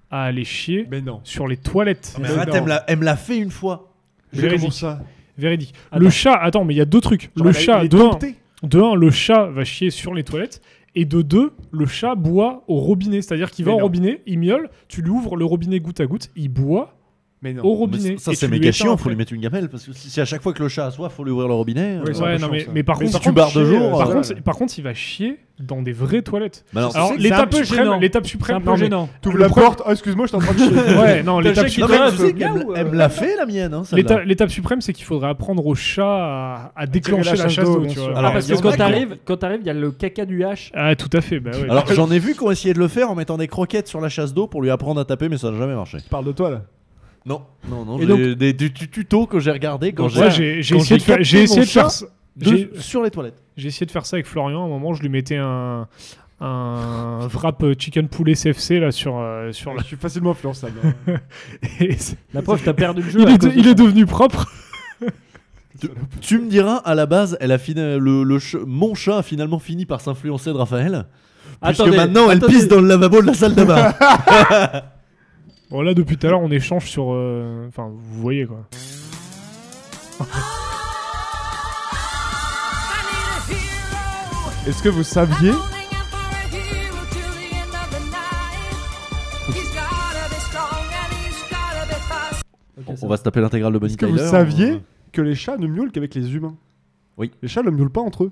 à aller chier
Mais non.
sur les toilettes.
mais arrête, elle me
l'a, fait une fois.
Mais comment
Véridique.
ça
Véridique.
Attends.
Le chat, attends, mais il y a deux trucs.
Genre,
le
elle a- elle
chat,
est
de un,
domptée.
de un, le chat va chier sur les toilettes. Et de deux, le chat boit au robinet. C'est-à-dire qu'il va
Mais
au
non.
robinet, il miaule, tu lui ouvres le robinet goutte à goutte, il boit
Mais non.
au robinet.
ça,
et
c'est
tu lui
méga
éteins
chiant, faut
après.
lui mettre une gamelle. Parce que si, si à chaque fois que le chat a soif, faut lui ouvrir le robinet.
Oui,
euh,
c'est
Ouais,
un peu
non,
chiant,
mais,
ça.
mais par,
Mais
contre,
si tu barres de
chier,
jour,
euh,
par,
voilà.
contre, par contre, il va chier dans des vraies toilettes.
bah alors,
Alors,
sais que c'est un
l'étape
peu
suprême,
gênant.
l'étape
C'est
suprême.
un peu gênant.
T'ouvres
Le
la
premier-
porte. Ah, excuse-moi, je t'en train de
(laughs)
chier.
Ouais, non,
T'as le
l'étape
chat qui
Non,
suprême.
mais
Ah,
tu sais
c'est
qu'elle- elle,
bien, ouais.
euh.
me l'a fait la mienne. hein, celle-là.
L'étape l'étape suprême, c'est qu'il faudrait apprendre au chat à, à déclencher
la
la
chasse
chasse
d'eau,
d'eau,
bien
tu
sûr.
vois.
Alors,
Ah, parce
il y
que
en
quand
a qui-
t'arrives, quand t'arrives, il y a le caca du H.
Ah, tout à fait, bah ouais.
Alors j'en ai vu qu'on essayait de le faire en mettant des croquettes sur la chasse d'eau pour lui apprendre à taper, mais ça n'a jamais marché.
Je parle de toi là.
Non, non, non.
Et
J'ai
donc-
des, des tu- tutos que j'ai regardé quand
Moi,
j'ai
j'ai j'ai
quand
essayé de
j'ai
faire-
capté
j'ai essayé
mon
de faire
chat,
ça-
de-
j'ai-
sur les toilettes.
J'ai essayé de faire ça avec Florian. À un moment, je lui mettais un, un wrap euh, chicken poulet CFC là sur, euh, sur la. (laughs)
Je suis facilement influençable. hein.
Et c'est-
La preuve, t'as perdu le jeu.
il,
à
est
cause
de-
de
il
ça.
est devenu propre.
Tu me diras, à la base, elle a fini, le, le ch- mon chat a finalement fini par s'influencer de Raphaël. Puisque
Attendez,
maintenant elle
attendez.
pisse dans le lavabo de la salle de bain.
Bon là, depuis tout à l'heure, on échange sur. euh, Enfin, vous voyez quoi.
Est-ce que vous saviez
On va se taper l'intégrale de Bonnie
Est-ce que vous
Tyler,
saviez
euh,
que les chats ne miaulent qu'avec les humains
Oui.
Les chats ne miaulent pas entre eux.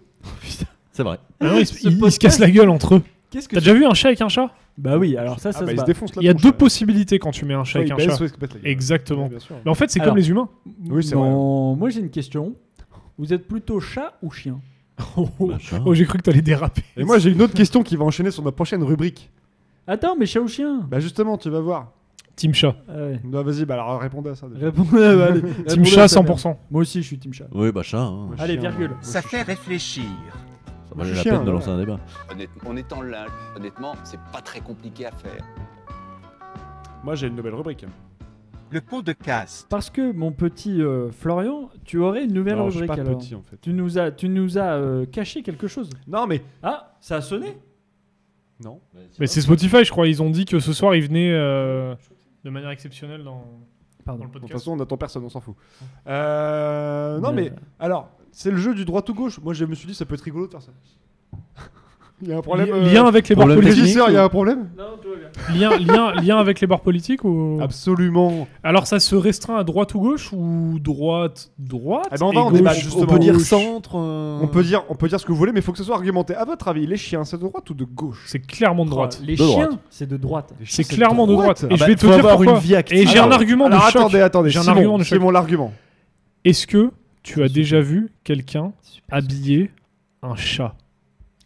C'est vrai.
Ah non, ils, se-
Ce
ils- ils se
podcast-
cassent la gueule entre eux.
Qu'est-ce que
T'as déjà vu un chat avec un chat
Bah oui, alors ça, ça
Ah bah,
se
ils se
bat.
défoncent là.
Il y a deux possibilités quand tu mets un chat
bah,
avec un chat. Exactement.
Exactement. Bien sûr.
Mais en fait, c'est
Alors.
comme les humains.
Oui, c'est vrai.
Non, Moi, j'ai une question. Vous êtes plutôt chat ou chien
Oh, oh,
Machin.
oh, j'ai cru que t'allais déraper.
Et moi, j'ai une autre question qui va enchaîner sur ma prochaine rubrique.
Attends, mais chat ou chien
Bah justement, tu vas voir.
(laughs) Team chat.
Ah ouais.
Bah, Vas-y, bah alors répondez à ça. déjà.
Réponds- ah bah, allez,
Team
répondez
chat
à ta mère.
100%.
Moi aussi, je suis team chat.
Oui, bah chat. hein.
Moi, je
Allez,
suis un-
virgule.
moi, je
Ça
suis
fait
un-
réfléchir.
Ça valait la
Chien,
peine de
ouais.
lancer un débat.
Honnêtement, en étant là, honnêtement, c'est pas très compliqué à faire.
Moi, j'ai une nouvelle rubrique.
Le pot de caste.
Parce que, mon petit euh, Florian, tu aurais une nouvelle
Non, je suis
rubrique
pas
alors.
petit en fait.
Tu nous as, tu nous as euh, caché quelque chose.
Non, mais
Ah, ça a sonné
non.
Mais c'est Spotify, je crois. Ils ont dit que ce soir, ils venaient euh, de manière exceptionnelle dans, dans
Pardon.
le
De toute
podcast.
façon, on attend personne, on s'en fout. Euh, non, mais
Mais-
alors, c'est le jeu du droit ou gauche. Moi, je me suis dit, ça peut être rigolo de faire ça. (laughs) Il y a un problème.
Li-
euh,
lien avec les bords
le
problème
politiques.
régisseur, il y a un problème
Non, tout va bien.
lien, lien, lien avec les bords
(laughs)
politiques ou
Absolument.
Alors ça se restreint à droite ou gauche ou droite droite
Eh ben, on
et
va en
gauche
débattre,
ou
justement.
On peut dire
Gauche.
centre. euh,
On peut dire, on peut dire ce que vous voulez, mais il faut que ce soit argumenté. À votre avis, les chiens, (laughs) c'est de droite ou de gauche
C'est clairement de droite.
les
De
chiens,
droite.
c'est de droite.
C'est clairement de droite. Ah
droite. Ah bah,
bah, Et je vais te dire
avoir
pourquoi.
une vie active.
Et j'ai un
Alors,
argument de
Alors
choc.
attendez, attendez.
J'ai un
Simon,
argument de choc.
Simon, l'argument.
Est-ce que tu as déjà vu quelqu'un
Super.
habiller un chat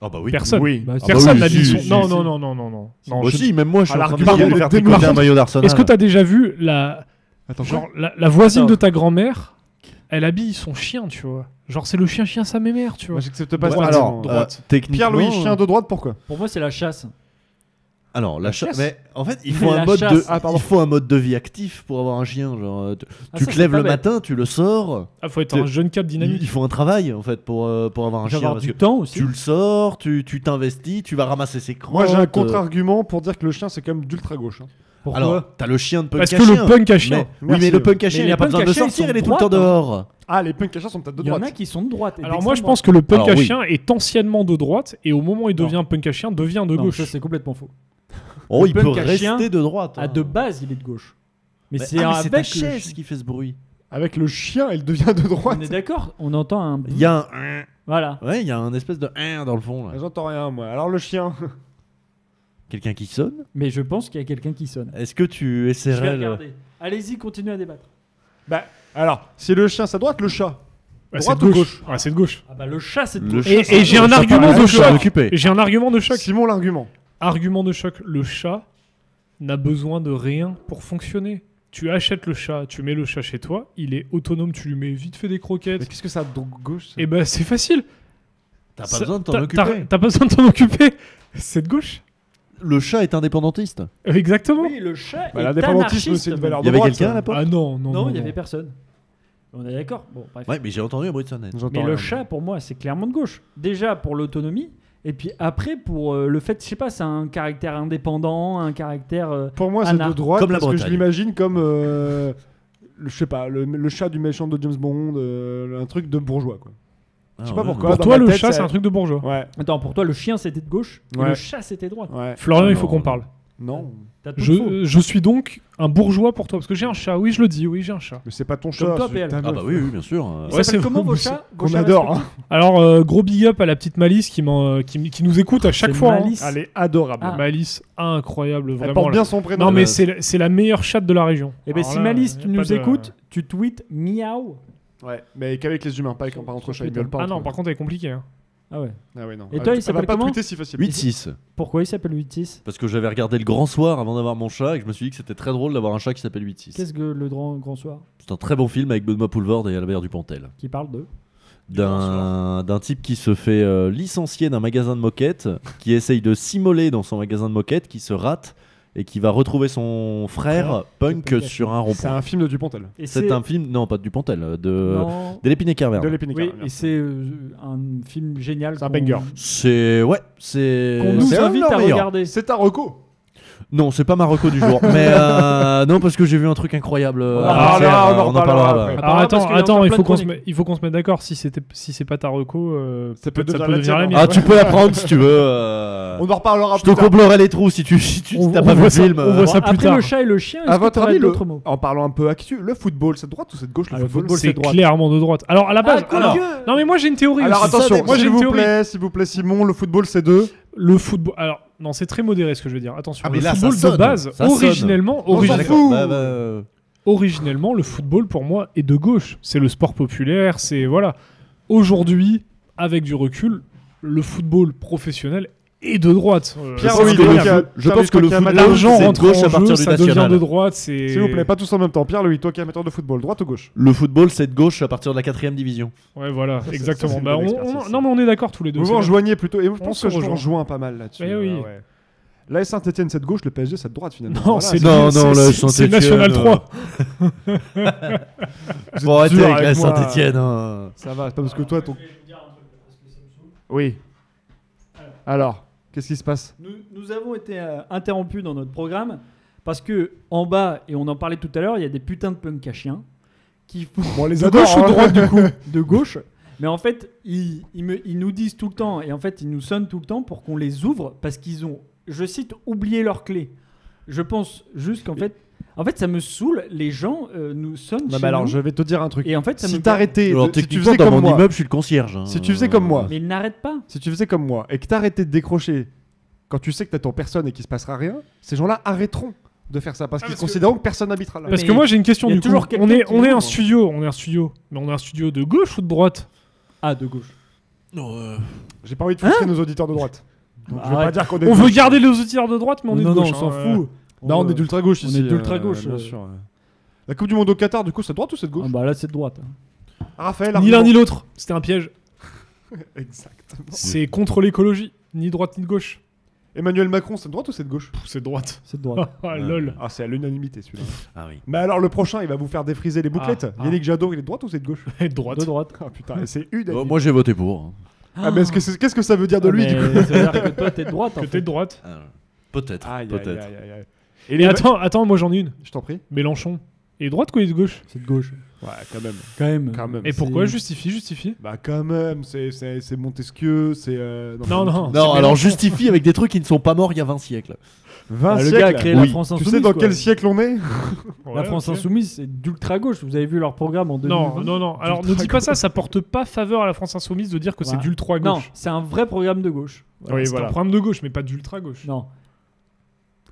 Ah bah oui.
Personne.
Oui.
Bah,
Ah
Personne
bah
n'a
oui,
dit
si,
son.
si,
Non
si.
non non non non non. non.
Moi
je-
aussi, même moi, je suis
Ah,
en train de
l'argument
me faire
de
tricoter un
démarrage.
maillot d'Arsenal.
Est-ce que t'as déjà vu la
Attends,
genre la, la voisine
Attends.
de ta grand-mère Elle habille son chien, tu vois. Genre c'est le chien chien sa mémère, tu
Moi,
vois.
j'accepte pas ça.
Ouais, alors, euh, techniquement-
Pierre-Louis, chien de droite, pourquoi
Pour moi, c'est la chasse. Ah,
Alors, la chasse.
chasse.
Mais en fait,
(laughs)
il
Mais
faut,
la
un mode
chasse.
de...
Ah, pardon.
il faut un mode de vie actif pour avoir un chien. Genre, euh, tu
Ah,
tu
ça,
te
c'est
lèves
pas
le
bête.
matin, tu le sors.
Ah, faut être un jeune cap
Il,
dynamique.
il faut un travail en fait pour, euh, pour avoir un
J'ai
chien.
avoir
Parce
du
que
temps aussi.
tu le sors, tu tu t'investis, tu vas ramasser ses crottes.
Moi, j'ai un
euh,
contre-argument pour dire que le chien, c'est quand même hein. d'ultra gauche.
Pourquoi
Alors, t'as le chien de punk
Parce
à
que
chien.
le punk à chien.
Mais- oui,
Merci.
mais le punk à
Mais
chien, il
les
a pas besoin
punks à
de
chien, ils
sortir,
sont
il est
de
tout le temps
droite, hein.
dehors.
Ah, les punks à chien sont peut-être de
il y en
droite.
a qui sont de droite. et
Alors moi je
d'extrême
pense que le punk
Alors,
à
oui.
chien est anciennement de droite et au moment où il
Non.
devient punk à chien devient de
droite. Non,
gauche.
ça, c'est complètement faux.
Oh,
Le
il peut
punk à chien
rester de droite.
À
hein.
de base, il est de gauche. Mais
Mais-
c'est
ah, mais
avec
ta
le
chaise
chien.
qui fait ce bruit.
Avec le chien, elle devient de droite.
On est d'accord On entend un.
Il y a un
Voilà.
ouais, il y a un espèce de un dans le fond là.
J'entends rien, moi. Alors, le
(laughs)
chien.
Quelqu'un qui sonne
Mais je pense qu'il y a quelqu'un qui sonne.
Est-ce que tu
Je vais
essaierais de-
regarder. Allez-y, continuez à débattre.
Bah, alors, si le chien, c'est à droite, le chat.
Ouais,
Droite
Ah, c'est
ou
de
gauche
gauche. Ouais, c'est de gauche.
Ah bah le chat, c'est de
Le
gauche.
chat,
Et-
ça-
et j'ai un
ça
argument
paraît
de
assez
choc.
occupé.
J'ai un argument de choc.
Simon, l'argument.
Argument de choc, le chat n'a besoin de rien pour fonctionner. Tu achètes le chat, tu mets le chat chez toi, il est autonome, tu lui mets vite fait des
Mais
croquettes.
qu'est-ce que ça, de gauche ça
Et ben c'est facile.
T'as pas
Ça-
besoin de t'en
t'as-
occuper.
t'as- T'as pas besoin de t'en occuper. C'est de gauche.
Le chat est indépendantiste.
Euh, Exactement.
Oui, le chat
Bah,
est
l'indépendantisme,
anarchiste,
c'est une
mais-
valeur
Il y
de
avait
droite.
quelqu'un à la porte
Ah non, non.
Non, il n'y avait personne. On est d'accord. Bon, bref.
Ouais, mais j'ai entendu un bruit de sonnette.
Mais le chat, pour moi, c'est clairement de gauche. Déjà pour l'autonomie, et puis après pour euh, le fait, je sais pas, c'est un caractère indépendant, un caractère. euh,
Pour moi, c'est
Anna.
de droite
Comme la
parce que je
Bretagne.
l'imagine comme. euh, le- Je sais pas, le, le chat du méchant de James Bond, euh, un truc de bourgeois quoi.
Je
sais pas pourquoi.
Pour
Dans
toi,
ma
le
tête,
chat,
ça-
c'est un truc de bourgeois.
Ouais,
Attends, pour toi, le chien c'était de gauche, et
Ouais.
le chat c'était de droite.
ouais. Ah,
Florian, il
Non,
faut qu'on
non.
parle.
Non,
T'as tout faux.
Je, je suis donc un bourgeois pour toi, parce que j'ai un chat, oui, je le dis, oui, j'ai un chat.
mais c'est pas ton chat.
toi,
c'est
PL.
ta
Ah
meuf.
bah oui, oui, bien sûr. euh,
Ouais,
Ils s'appellent
(laughs)
c'est-
comment vos
c'est-
chats Vos
Qu'on
chats
adore. hein.
respectifs
Alors, euh, gros big up à la petite Malice qui, m'en- euh, qui, qui nous
Ah,
écoute à chaque
C'est
fois. hein.
Malice.
Elle est adorable.
Ah.
Malice, incroyable,
Elle
vraiment.
porte bien
là.
son prénom.
Non, mais
Euh,
c'est la- c'est la meilleure chatte de la région.
Eh ben,
Alors
si
là,
Malice,
y a
tu
pas
nous
de-
écoutes, tu tweets miaou.
Ouais, mais qu'avec les humains, pas avec- par entre chats. Ils
Putain.
veulent pas.
Ah
entre
non,
eux.
par contre, elle est compliquée. hein.
Ah ouais.
Ah ouais, non.
Et
Ah,
toi, il
tu- elle
s'appelle
va pas
comment
tweeter si facilement.
8-6.
Pourquoi il s'appelle 8-6
Parce que j'avais regardé le grand soir avant d'avoir mon chat et que je me suis dit que c'était très drôle d'avoir un chat qui s'appelle 8-6.
Qu'est-ce que le grand, grand soir
C'est un très bon film avec Benoît Poulvord et Albert Dupontel.
qui parle de
D'un d'un type qui se fait euh, licencier d'un magasin de moquettes, qui essaye de s'immoler dans son magasin de moquettes, qui se rate et qui va retrouver son frère
punk à
punk
chien.
sur un
C'est
rond-point.
un film de Dupontel.
Et
C'est un film, non pas de Dupontel, euh, de
Non.
d'Elépine et Carver.
De l'épine
Oui, et c'est euh, un film génial.
C'est un
qu'on-
banger.
C'est ouais, c'est
Euh,
Qu'on nous
c'est un de
invite
leurs
à
meilleurs.
regarder.
C'est un reco.
Non, c'est pas Marocco du jour. mais
(laughs)
euh, non, parce que j'ai vu un truc incroyable. euh,
On en
à
parlera,
faire,
Ah on en
euh,
reparlera après.
bah.
Alors
Apparemment, parce
attends,
qu'il y a encore
attends, il
plein
faut
de
qu'on se,
chroniques.
met- il faut qu'on se mette d'accord. Si c'était, si c'est pas ta reco, euh,
Ça peut
peut-être ça
devenir
peut
la
devenir
tienne,
la
hein.
mienne.
Ah, tu peux la prendre si tu veux. euh,
On en reparlera
Je te
plus tard.
comblerai les trous si tu si tu
On-
t'as
on
pas vu
voit
le
ça-
film.
on voit
euh,
ça
Après
plus tard.
le chat et le chien, est-ce
À
que
votre
t'aurais
avis, le-
d'autres mots
en parlant un peu actu, le football, c'est de droite ou c'est de gauche le,
Ah, le
football,
football, c'est
droite.
clairement de droite. Alors à la base,
Ah, quoique-
alors, non mais moi j'ai une théorie.
Alors
aussi.
attention,
moi j'ai
s'il
une
vous
théorie.
plaît, s'il vous plaît Simon, le football c'est deux.
Le football. Alors non, c'est très modéré ce que je veux dire. Attention.
Ah, mais
le
là, ça
football
sonne.
de base,
Ça sonne.
originellement,
On s'en
origi-
fout.
Bah, bah, euh,
originellement, le football pour moi est de gauche. C'est le sport populaire. C'est voilà. Aujourd'hui, avec du recul, le football professionnel est de droite. Euh,
Pierre
c'est
que
Ovidio
le
incroyable.
qui a-
foot- je
Pierre
pense que le
Ovidio qui a
football-
maté-
L'argent
c'est de
rentre
gauche à
en
partir
jeu,
du
ça
national.
devient de droite. C'est
S'il vous plaît, pas tous en même temps. Pierre Louis, toi qui es amateur de football, droite ou gauche
Le football, c'est de gauche à partir de la quatrième division.
Ouais, voilà,
c'est- ça, c'est
exactement.
une
Bah,
bonne
on-
expertise,
on-
ça.
non, mais on est d'accord tous les deux.
Vous
c'est
vous
bien.
rejoignez plutôt. Et je pense
se
que je vous
rejoint.
rejoins pas mal là-dessus. hein,
Eh oui.
La Saint-Etienne c'est de gauche, le PSG c'est de droite finalement.
Non,
Voilà,
c'est
Non,
c'est-
non,
c'est-
le
c'est
Saint-Étienne,
National
euh,
3.
Vous êtes
Bon, arrêtez
dur
avec la
avec moi.
Saint-Etienne. hein.
Ça va, c'est pas parce que toi ton. Oui. Alors, qu'est-ce qui se passe
Nous, nous avons été euh, interrompus dans notre programme parce que en bas, et on en parlait tout à l'heure, il y a des putains de punks à chiens qui font
Bon, les hein.
de gauche ou de droite
(laughs)
du coup De gauche. Mais en fait, ils, ils me- ils nous disent tout le temps et en fait, ils nous sonnent tout le temps pour qu'on les ouvre parce qu'ils ont, je cite, oublié leur clé. Je pense juste qu'en fait, en fait, ça me saoule. Les gens euh, nous sonnent.
Non
chez
mais Bah, alors,
nous,
je vais te dire un truc.
Et en fait, ça
Si
me-
t'arrêtais,
Alors,
de- si tu
techniquement,
faisais
dans
comme
mon
moi,
immeuble, je suis le concierge. hein.
Si tu faisais comme moi.
Mais ils n'arrêtent pas.
si tu faisais comme moi et que t'arrêtais de décrocher quand tu sais que t'attends personne et qu'il se passera rien, ces gens-là arrêteront de faire ça parce
Ah,
qu'ils
parce que-
considéreront que personne n'habitera là.
Parce que
Mais
moi, j'ai une question
il y a
du coup.
toujours quelqu'un
On est,
qui
on est
l'ouvre.
un studio, on est un studio. Mais on est un studio de gauche ou de droite
Ah, de gauche.
J'ai pas envie de frustrer nos auditeurs de droite.
Bah,
Donc, je vais pas
Arrête.
dire qu'on est.
On
de
veut
gauche.
garder les auditeurs de droite, mais on est
non,
de gauche.
non, on s'en
hein, euh.
fout.
Non, on est d'ultra gauche
on
ici.
est d'ultra
euh,
gauche,
bien
euh.
sûr. euh. La Coupe du Monde au Qatar, du coup, c'est de droite ou c'est de
Ah,
gauche
bah là, c'est de droite.
Raphaël,
Ni l'un
argument.
ni l'autre. C'était un piège.
Exactement.
Mm. C'est contre l'écologie. Ni droite ni de gauche. (laughs)
Emmanuel Macron, c'est de droite ou c'est de gauche
Pff, C'est de droite.
C'est de droite.
Ah, lol.
Ah, c'est à l'unanimité celui-là.
Ah oui.
Mais alors, le prochain, il va vous faire défriser les bouclettes.
Ah, ah.
Yannick Jadot, il est de droite ou c'est de gauche
Et de droite.
De droite.
Ah putain, et c'est une.
Oh, moi, j'ai voté pour.
Ah, mais est-ce que c'est- qu'est-ce que ça veut dire de
Ah,
lui, du
mais
coup
Ça veut dire que toi, t'es de droite. en
Que
fait.
t'es de droite.
hein. Peut-être.
Aïe, aïe,
Peut-être.
aïe, aïe, aïe.
Et, attends, attends, moi j'en ai une.
Je t'en prie.
Mélenchon. Il est de droite ou il est de gauche
C'est de gauche.
Ouais, quand même.
Quand même.
Quand même.
Et pourquoi
C'est-
Justifie, justifie.
Bah, quand même, c'est- c'est c'est Montesquieu, c'est. euh,
Non,
c'est-
non.
Non,
c'est
alors
Mélenchon.
justifie avec des trucs qui ne sont pas morts il y a 20 siècles.
20
Ah, le
siècles.
gars a créé la
Oui.
France
Tu
insoumise.
sais dans
quoi.
quel siècle on est
Ouais,
La France
ok.
insoumise, c'est d'ultra gauche. Vous avez vu leur programme en 2020
Non, non, non. Alors ne
D'ultra
dis pas ça, ça porte pas faveur à la France insoumise de dire que
Voilà.
c'est d'ultra
Non,
gauche.
c'est un vrai programme de gauche.
oui, c'est un programme de gauche, mais pas d'ultra gauche.
Non.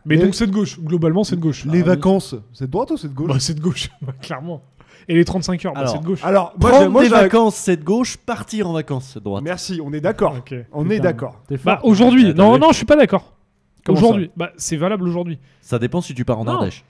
Mais
Mais-
donc c'est de gauche. Globalement, c'est de gauche.
Les
Ah,
vacances, c'est de droite ou c'est de
Bah,
gauche
c'est de gauche, (laughs) bah, clairement. Et les 35 heures, bah,
Alors.
c'est de gauche.
Alors, moi, j'ai-
Prendre
moi
des
j'ai-
vacances, c'est de gauche. Partir en vacances, c'est de droite.
Merci, on est d'accord.
Ok.
On est
Putain.
d'accord.
T'es
Bah
fort.
aujourd'hui,
Attends,
non,
mais-
non, je suis pas d'accord.
Comment ça
Aujourd'hui, bah c'est valable aujourd'hui.
Ça dépend si tu pars en
Non.
Ardèche.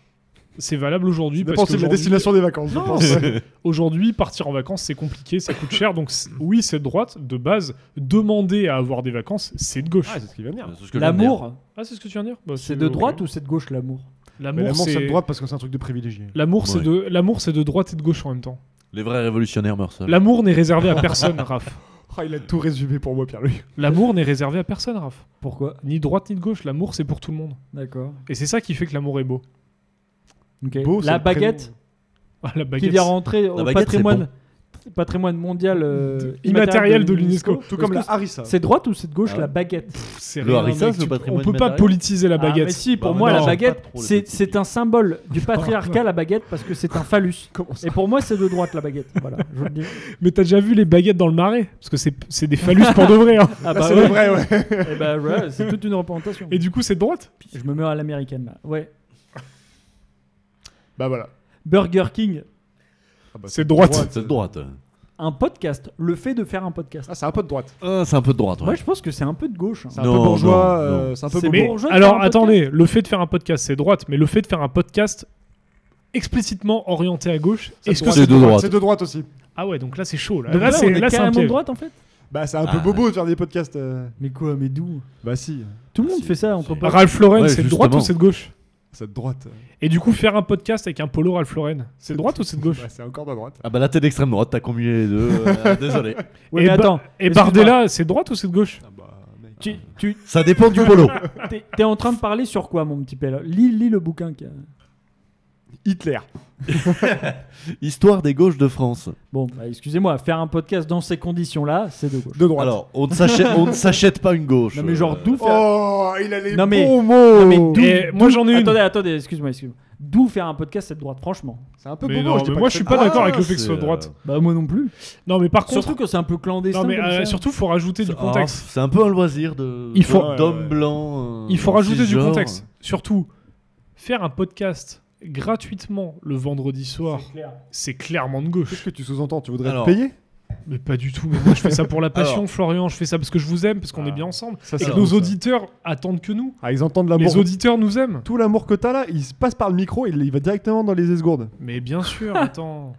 C'est valable aujourd'hui
Je
parce
pense que c'est la
qu'aujourd'hui-
destination des vacances, je
Non,
pense.
c'est- Aujourd'hui, partir en vacances, c'est compliqué, ça coûte cher. Donc c'est- oui, c'est de droite de base. Demander à avoir des vacances, c'est de gauche.
Ah, c'est ce qui va venir.
C'est ce que je viens de dire.
L'amour,
Ah, c'est ce que tu viens de dire. Bah,
c'est de
ok.
droite ou c'est de gauche l'amour
(laughs) Mais
L'amour,
l'amour, c'est de
c'est
droite parce que c'est un truc de privilégié.
L'amour, c'est
Ouais.
de l'amour, c'est de droite et de gauche en même temps.
Les vrais révolutionnaires meurent seuls.
L'amour n'est réservé à personne, Raph.
Ah, il a tout résumé pour moi, Pierre-Louis.
L'amour n'est réservé à personne, Raph.
Pourquoi
Ni droite ni de gauche. L'amour, c'est pour tout le monde.
D'accord.
Et c'est ça qui fait que l'amour est beau. (laughs)
Ok.
Beau, c'est
La
le
baguette
Ah, la
qui
baguette.
vient rentrer au
baguette, c'est
patrimoine, patrimoine mondial euh,
De- immatériel de l'UNESCO.
Tout comme la Harissa.
C'est de droite ou c'est de gauche
Ah.
la baguette
Pff, c'est
Le
rien,
harissa,
mec,
c'est le
tu-
patrimoine
On peut pas
matériel.
politiser la
Ah,
baguette.
mais si,
Bah,
pour
mais
moi,
non,
la
pas
baguette,
trop, les
c'est
petits.
c'est un symbole du patriarcat, la baguette, parce que c'est un phallus.
Comment ça
Et pour moi, c'est de droite, la baguette. Voilà, je vous le dis.
Mais t'as déjà vu les baguettes dans le marais Parce que c'est c'est des phallus pour de vrai. hein.
Là,
Ah, bah
c'est
ouais.
le vrai, ouais.
Eh bah, ouais, c'est toute une représentation.
Et du coup, c'est de droite
Je me mets à l'américaine, là. Ouais.
Bah voilà.
Burger King,
Ah, bah,
C'est de droite.
C'est de droite.
un podcast, le fait de faire un podcast.
Ah, c'est un peu de droite.
Ah, c'est un peu de droite.
Moi,
Ouais.
je pense que c'est un peu de gauche. hein.
C'est un
Non,
peu bourgeois,
non,
euh, c'est un peu
C'est
bobo.
Mais
bourgeois de
alors,
faire un podcast.
attendez, le fait de faire un podcast, c'est de droite. Mais le fait de faire un podcast explicitement orienté à gauche,
Ça,
est-ce
droite.
que
C'est de droite.
C'est de droite aussi.
Ah ouais, donc là, c'est chaud. Là,
Donc
Là,
là,
c'est
on est
là, c'est un
carrément de
piège.
droite, en fait
Bah, c'est un peu
Ah,
bobo de faire des podcasts. euh.
Mais quoi, mais d'où
Bah, si,
Tout le
Ah,
monde
si,
fait ça
si.
entre potes.
Ralph Lauren,
Ouais,
c'est de droite
justement.
ou c'est de gauche
c'est de droite.
Et du coup, faire un podcast avec un polo Ralph Lauren, c'est de droite ou c'est de gauche
Bah, c'est encore de droite.
Ah bah là, t'es d'extrême droite, t'as combiné les deux. euh, (laughs) désolé.
Ouais,
Et
mais
Ba-
attends.
Et
excuse-moi.
Bardella, c'est de droite ou c'est de gauche
Ah, bah, mec.
Tu, tu
Ça dépend du polo.
t'es, t'es en train de parler sur quoi, mon petit père lis, lis le bouquin. qu'il y a.
Hitler.
Histoire des gauches de France.
Bon, bah, excusez-moi, faire un podcast dans ces conditions-là, c'est de gauche.
De droite.
Alors, on ne s'achète, on ne s'achète pas une gauche.
Non, mais genre,
Euh,
d'où faire.
Oh, il a les
Non, mais-
bons mots.
Non, mais d'où-
Et moi,
d'où-
j'en ai une.
Attendez, attendez, excuse-moi, excuse-moi. D'où faire un podcast cette droite, franchement
C'est un peu
Mais
bobo.
non,
dis
mais
pas
moi,
que
je suis
c'est-
pas
Ah,
d'accord avec le fait que ce
c'est,
soit de
euh,
droite.
Bah, moi non plus.
Non, mais par contre,
Surtout que c'est un peu clandestin.
non, mais,
comme
euh,
ça.
surtout faut rajouter du
c'est-
contexte.
ah, c'est un peu un loisir de
Il faut-
de- d'homme
Ouais, ouais.
blanc. euh,
Il faut rajouter du
cisgenre.
contexte. Surtout, faire un podcast gratuitement le vendredi soir, c'est clairement de
Qu'est-ce
gauche.
que tu sous-entends Tu voudrais
Alors.
te payer
Mais pas du tout. Mais moi, je fais ça pour la passion,
Alors.
Florian. Je fais ça parce que je vous aime, parce qu'on
Ah.
est bien ensemble.
Ça,
et
c'est
que
bon,
nos
ça.
auditeurs attendent que nous.
Ah, ils entendent l'amour.
Les auditeurs nous aiment.
Tout l'amour que t'as là, il se passe par le micro et il va directement dans les esgourdes.
Mais bien (laughs) sûr, attends.